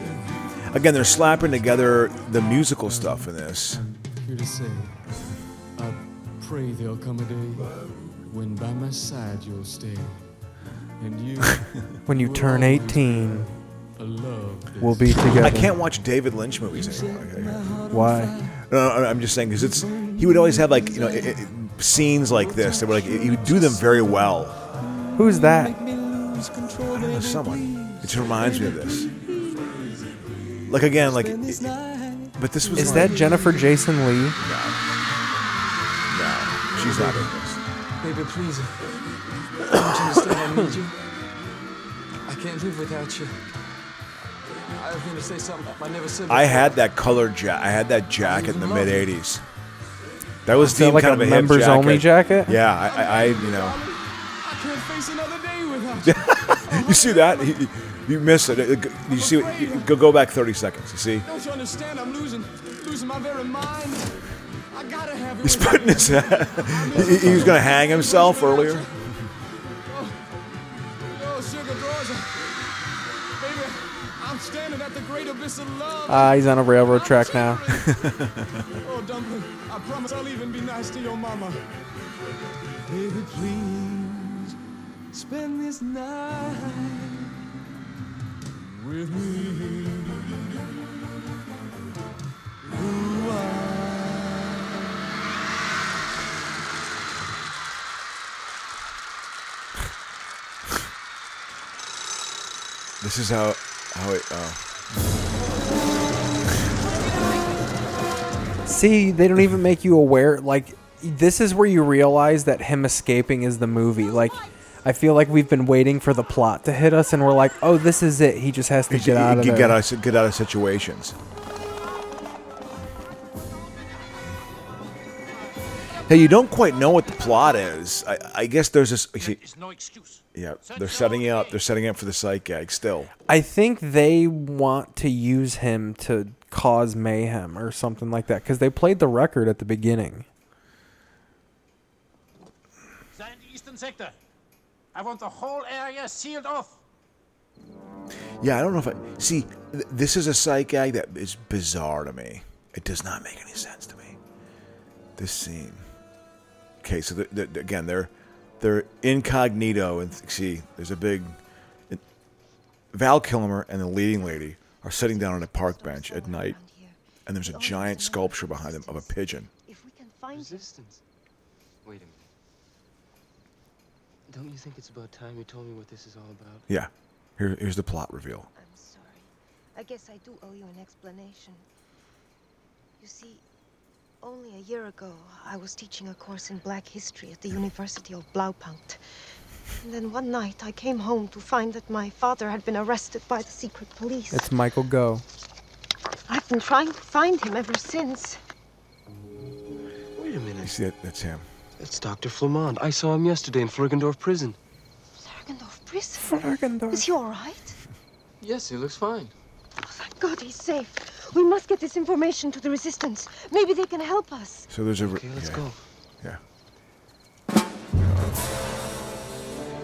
Speaker 2: again they're slapping together the musical stuff in this.
Speaker 16: Here to say, I pray there'll come a day when by my side you'll stay, and you
Speaker 3: When you turn 18,
Speaker 16: love.
Speaker 3: we'll be together.
Speaker 2: I can't watch David Lynch movies anymore.
Speaker 3: Why?
Speaker 2: No, no, Uh, I'm just saying because it's he would always have like you know i i scenes like this that were like he would do them very well.
Speaker 3: Who's that?
Speaker 2: I don't know someone. It just reminds me of this. Like again, like, it- but this was
Speaker 3: Is
Speaker 2: like-
Speaker 3: that Jennifer Jason Lee?
Speaker 2: No, she's not in this.
Speaker 11: Baby, please. Don't you understand? I need you. I can't live without you. I was going to say something I never said.
Speaker 2: I
Speaker 11: before.
Speaker 2: had that color jacket. I had that jacket in the mid '80s. That was
Speaker 3: Is that
Speaker 2: deemed
Speaker 3: like
Speaker 2: kind
Speaker 3: a
Speaker 2: of a hip
Speaker 3: members only jacket?
Speaker 2: Yeah, I, I, I you know,
Speaker 16: I can't face another day without
Speaker 2: you see that He- he- you miss it. It- You see, what- you- go go back 30 seconds. You see,
Speaker 16: Don't you understand? I'm losing, losing my very mind. I gotta have you.
Speaker 2: he's putting his. he, he was gonna hang himself earlier.
Speaker 16: Oh, sugar draws. Baby, I'm standing at the great abyss of love.
Speaker 3: Ah, he's on a railroad track now.
Speaker 16: oh, dumpling, I promise I'll even be nice to your mama. Baby, please spend this night with me. Ooh,
Speaker 2: This is how how it. Oh.
Speaker 3: See, they don't even make you aware. Like, this is where you realize that him escaping is the movie. Like, I feel like we've been waiting for the plot to hit us, and we're like, oh, this is it. He just has to
Speaker 2: He's-
Speaker 3: get out
Speaker 2: he-
Speaker 3: of
Speaker 2: he
Speaker 3: there.
Speaker 2: Get out of, get out of situations. Hey, you don't quite know what the plot is. I, I guess there's this. you see- Yeah, they're setting you up. They're setting you up for the sight gag still.
Speaker 3: I think they want to use him to cause mayhem or something like that because they played the record at the beginning.
Speaker 20: They're in the eastern sector. I want the whole area sealed off.
Speaker 2: Yeah, I don't know if I see. Th- this is a sight gag that is bizarre to me. It does not make any sense to me. This scene. Okay, so the, the, again, they're they're incognito, and see, there's a big. Val Kilmer and the leading lady are sitting down on a park bench at night, and there's a giant sculpture behind them of a pigeon.
Speaker 7: Resistance. Wait a minute. Don't you think it's about time you told me what this is all about?
Speaker 2: Yeah, here, here's the plot reveal.
Speaker 8: I guess I do owe you an explanation. You see, only a year ago, I was teaching a course in black history at the University of Blaupunkt. And then one night, I came home to find that my father had been arrested by the secret police.
Speaker 3: It's Michael Go.
Speaker 8: I've been trying to find him ever since.
Speaker 7: Wait a minute. You
Speaker 2: see, that, that's him.
Speaker 7: It's Dr. Flamand. I saw him yesterday in Flergendorf prison.
Speaker 8: Flergendorf prison? Is he all right?
Speaker 22: Yes, he looks fine.
Speaker 8: Thank God he's safe. We must get this information to the resistance. Maybe they can help us.
Speaker 2: So there's a. Okay,
Speaker 7: let's go.
Speaker 2: Yeah.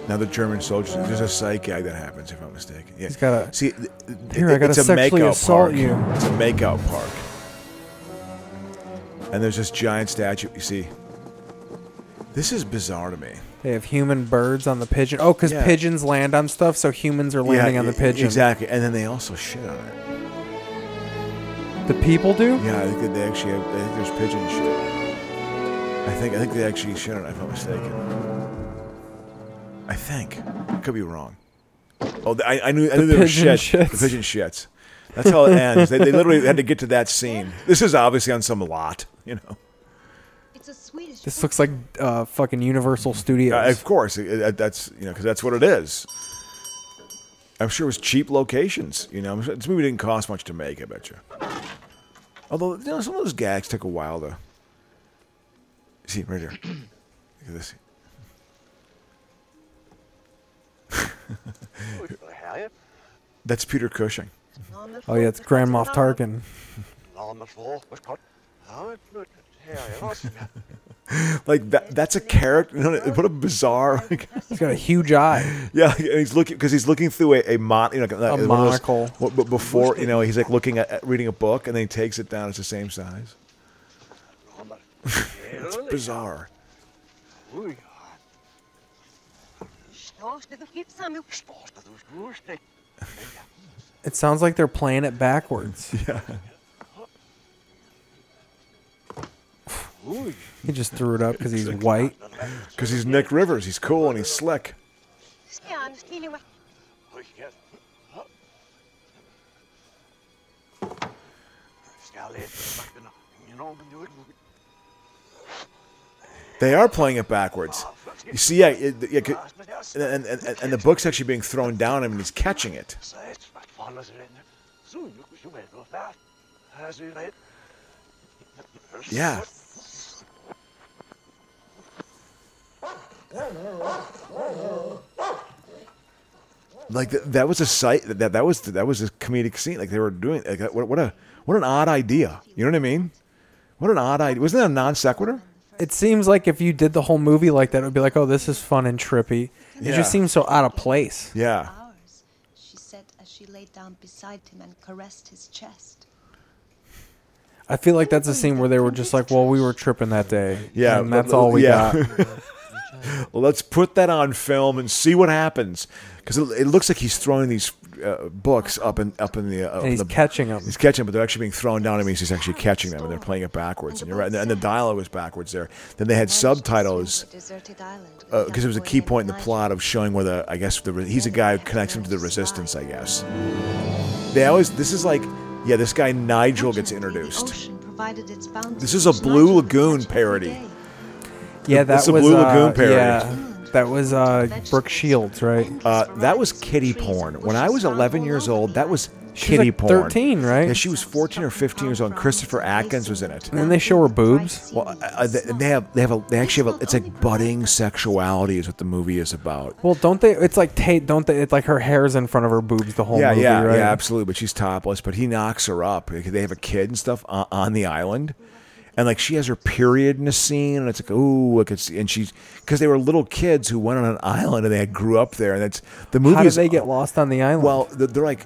Speaker 2: Now the German soldiers. There's a psych gag that happens, if I'm mistaken. Yeah.
Speaker 3: He's got a-
Speaker 2: see. th- th-
Speaker 3: Here, I gotta
Speaker 2: it's a
Speaker 3: sexually
Speaker 2: makeout
Speaker 3: assault
Speaker 2: park.
Speaker 3: you.
Speaker 2: It's a makeout park. And there's this giant statue. You see. This is bizarre to me.
Speaker 3: They have human birds on the pigeon. Oh, because
Speaker 2: Yeah.
Speaker 3: pigeons land on stuff, so humans are landing
Speaker 2: Yeah,
Speaker 3: on the
Speaker 2: e-
Speaker 3: pigeon.
Speaker 2: Exactly, and then they also shit on it.
Speaker 3: The people do?
Speaker 2: Yeah, I think that they actually. Have, I think there's pigeon shit. I think I think they actually shit on it. If I'm not mistaken. I think. Could be wrong. Oh, th- I, I knew. I
Speaker 3: The
Speaker 2: knew there was
Speaker 3: pigeon
Speaker 2: shit.
Speaker 3: shits.
Speaker 2: The pigeon shits. That's how it ends. they, they literally had to get to that scene. This is obviously on some lot, you know.
Speaker 8: It's a Swedish.
Speaker 3: This looks like uh, fucking Universal Studios.
Speaker 2: Uh, of course, it- it- that's you know because that's what it is. I'm sure it was cheap locations. You know, I'm sure- this movie didn't cost much to make. I bet you. Although you know, some of those gags took a while to see right here. Look at this. That's Peter Cushing.
Speaker 3: Oh, yeah, it's Grand Moff Tarkin.
Speaker 2: like that. That's a character. No, no, what a bizarre.
Speaker 3: he's got a huge eye.
Speaker 2: Yeah, and he's looking because he's looking through a a mon, you know, like, one of those-
Speaker 3: monocle.
Speaker 2: what- but before you know, he's like looking at, at reading a book, and then he takes it down. It's the same size. it's bizarre.
Speaker 3: It sounds like they're playing it backwards.
Speaker 2: yeah.
Speaker 3: He just threw it up because he's white.
Speaker 2: Because he's Nick Rivers. He's cool and he's slick. They are playing it backwards. You see, yeah, it, yeah 'cause- and, and, and, and the book's actually being thrown down at him, and he's catching it. Yeah. Like th- that was a sight that that was that was a comedic scene. Like they were doing like what, what a what an odd idea. You know what I mean? What an odd idea. Wasn't that a non sequitur?
Speaker 3: It seems like if you did the whole movie like that, it would be like, oh, this is fun and trippy. It
Speaker 2: Yeah.
Speaker 3: just seems so out of place.
Speaker 2: Yeah.
Speaker 8: She said as she lay down beside him and caressed his chest.
Speaker 3: I feel like that's a scene where they were just like, well, we were tripping that day.
Speaker 2: Yeah,
Speaker 3: And that's
Speaker 2: l- l-
Speaker 3: all we
Speaker 2: yeah.
Speaker 3: got.
Speaker 2: Let's put that on film and see what happens, because it, it looks like he's throwing these uh, books up in up in the. Uh, up in
Speaker 3: he's
Speaker 2: the-
Speaker 3: catching 'em.
Speaker 2: He's catching, 'em, but they're actually being thrown down. It means he's actually catching them, and they're playing it backwards. And you're right, and the, and the dialogue was backwards there. Then they had subtitles because it was a key point in the plot of showing where the I guess the re- he's a guy who connects him to the resistance. I guess they always. This is like, yeah, this guy Nigel gets introduced.
Speaker 8: Ocean provided its bounty.
Speaker 2: This is a Blue Lagoon parody.
Speaker 3: Yeah,
Speaker 2: It's
Speaker 3: that
Speaker 2: a
Speaker 3: was
Speaker 2: Blue
Speaker 3: uh,
Speaker 2: Lagoon parody.
Speaker 3: Yeah. That was uh, Brooke Shields, right?
Speaker 2: Uh, that was kitty porn. When I was 11 years old, that was
Speaker 3: was
Speaker 2: kitty
Speaker 3: like
Speaker 2: porn.
Speaker 3: 13, right?
Speaker 2: Yeah, she was 14 or 15 years old. and Christopher Atkins was in it.
Speaker 3: And then they show her boobs.
Speaker 2: Well, uh, uh, they, they have they have a they actually have a, it's like budding sexuality is what the movie is about.
Speaker 3: Well, don't they? It's like Tate. Don't they? It's like her hair's in front of her boobs the whole
Speaker 2: yeah,
Speaker 3: movie,
Speaker 2: yeah,
Speaker 3: right?
Speaker 2: yeah, absolutely. But she's topless. But he knocks her up. They have a kid and stuff on, on the island, and like she has her period in a scene, and it's like ooh, I could see. And she's because they were little kids who went on an island and they had grew up there, and that's the movie.
Speaker 3: How did
Speaker 2: is-
Speaker 3: they get lost on the island?
Speaker 2: well, th- they're like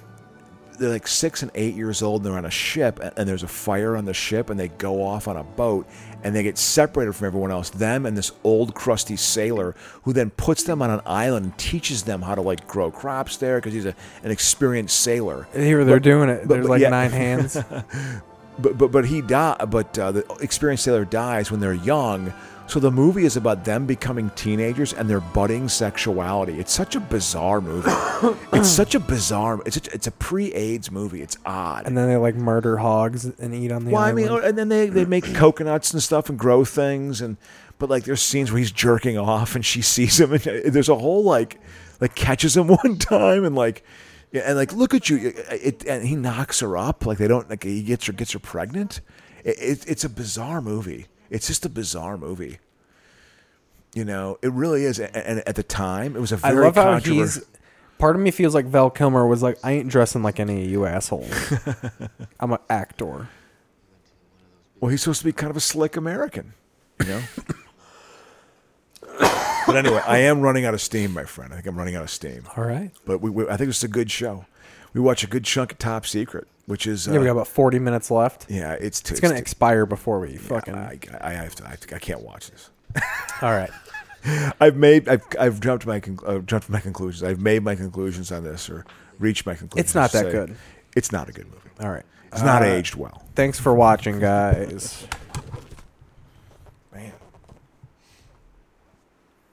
Speaker 2: they're like six and eight years old. And they're on a ship, a- and there's a fire on the ship, and they go off on a boat, and they get separated from everyone else. Them and this old crusty sailor, who then puts them on an island and teaches them how to like grow crops there because he's a, an experienced sailor.
Speaker 3: Here they're doing it. There's like nine hands.
Speaker 2: but but but he die. But uh, the experienced sailor dies when they're young. So the movie is about them becoming teenagers and their budding sexuality. It's such a bizarre movie. it's such a bizarre. It's a, it's a pre-AIDS movie. It's odd.
Speaker 3: and then they like murder hogs and eat on the
Speaker 2: Well, I
Speaker 3: island.
Speaker 2: mean, or- and then they, they make coconuts and stuff and grow things and but like there's scenes where he's jerking off and she sees him and uh, there's a whole like like catches him one time and like yeah, and like look at you uh, it, and he knocks her up like they don't like he gets her gets her pregnant. It, it, it's a bizarre movie. It's just a bizarre movie. You know, it really is. And- And at the time, it was a
Speaker 3: I
Speaker 2: very
Speaker 3: love how
Speaker 2: controversial.
Speaker 3: he's. Part of me feels like Val Kilmer was like, I ain't dressing like any of you assholes. I'm an actor.
Speaker 2: Well, he's supposed to be kind of a slick American, you know. but anyway, I am running out of steam, my friend. I think I'm running out of steam.
Speaker 3: All right.
Speaker 2: But we, we I think it's a good show. We watch a good chunk of Top Secret, which is uh,
Speaker 3: yeah, we got about 40 minutes left.
Speaker 2: yeah, it's too,
Speaker 3: It's gonna expire before we fucking.
Speaker 2: I, I, I have to. I, have to- I can't watch this.
Speaker 3: All right.
Speaker 2: I've made. I've I've jumped my conc- I've jumped my conclusions. I've made my conclusions on this, or reached my conclusions.
Speaker 3: It's not that
Speaker 2: I should say.
Speaker 3: good.
Speaker 2: It's not a good movie.
Speaker 3: All right.
Speaker 2: It's not
Speaker 3: Uh,
Speaker 2: aged well.
Speaker 3: Thanks for watching, guys.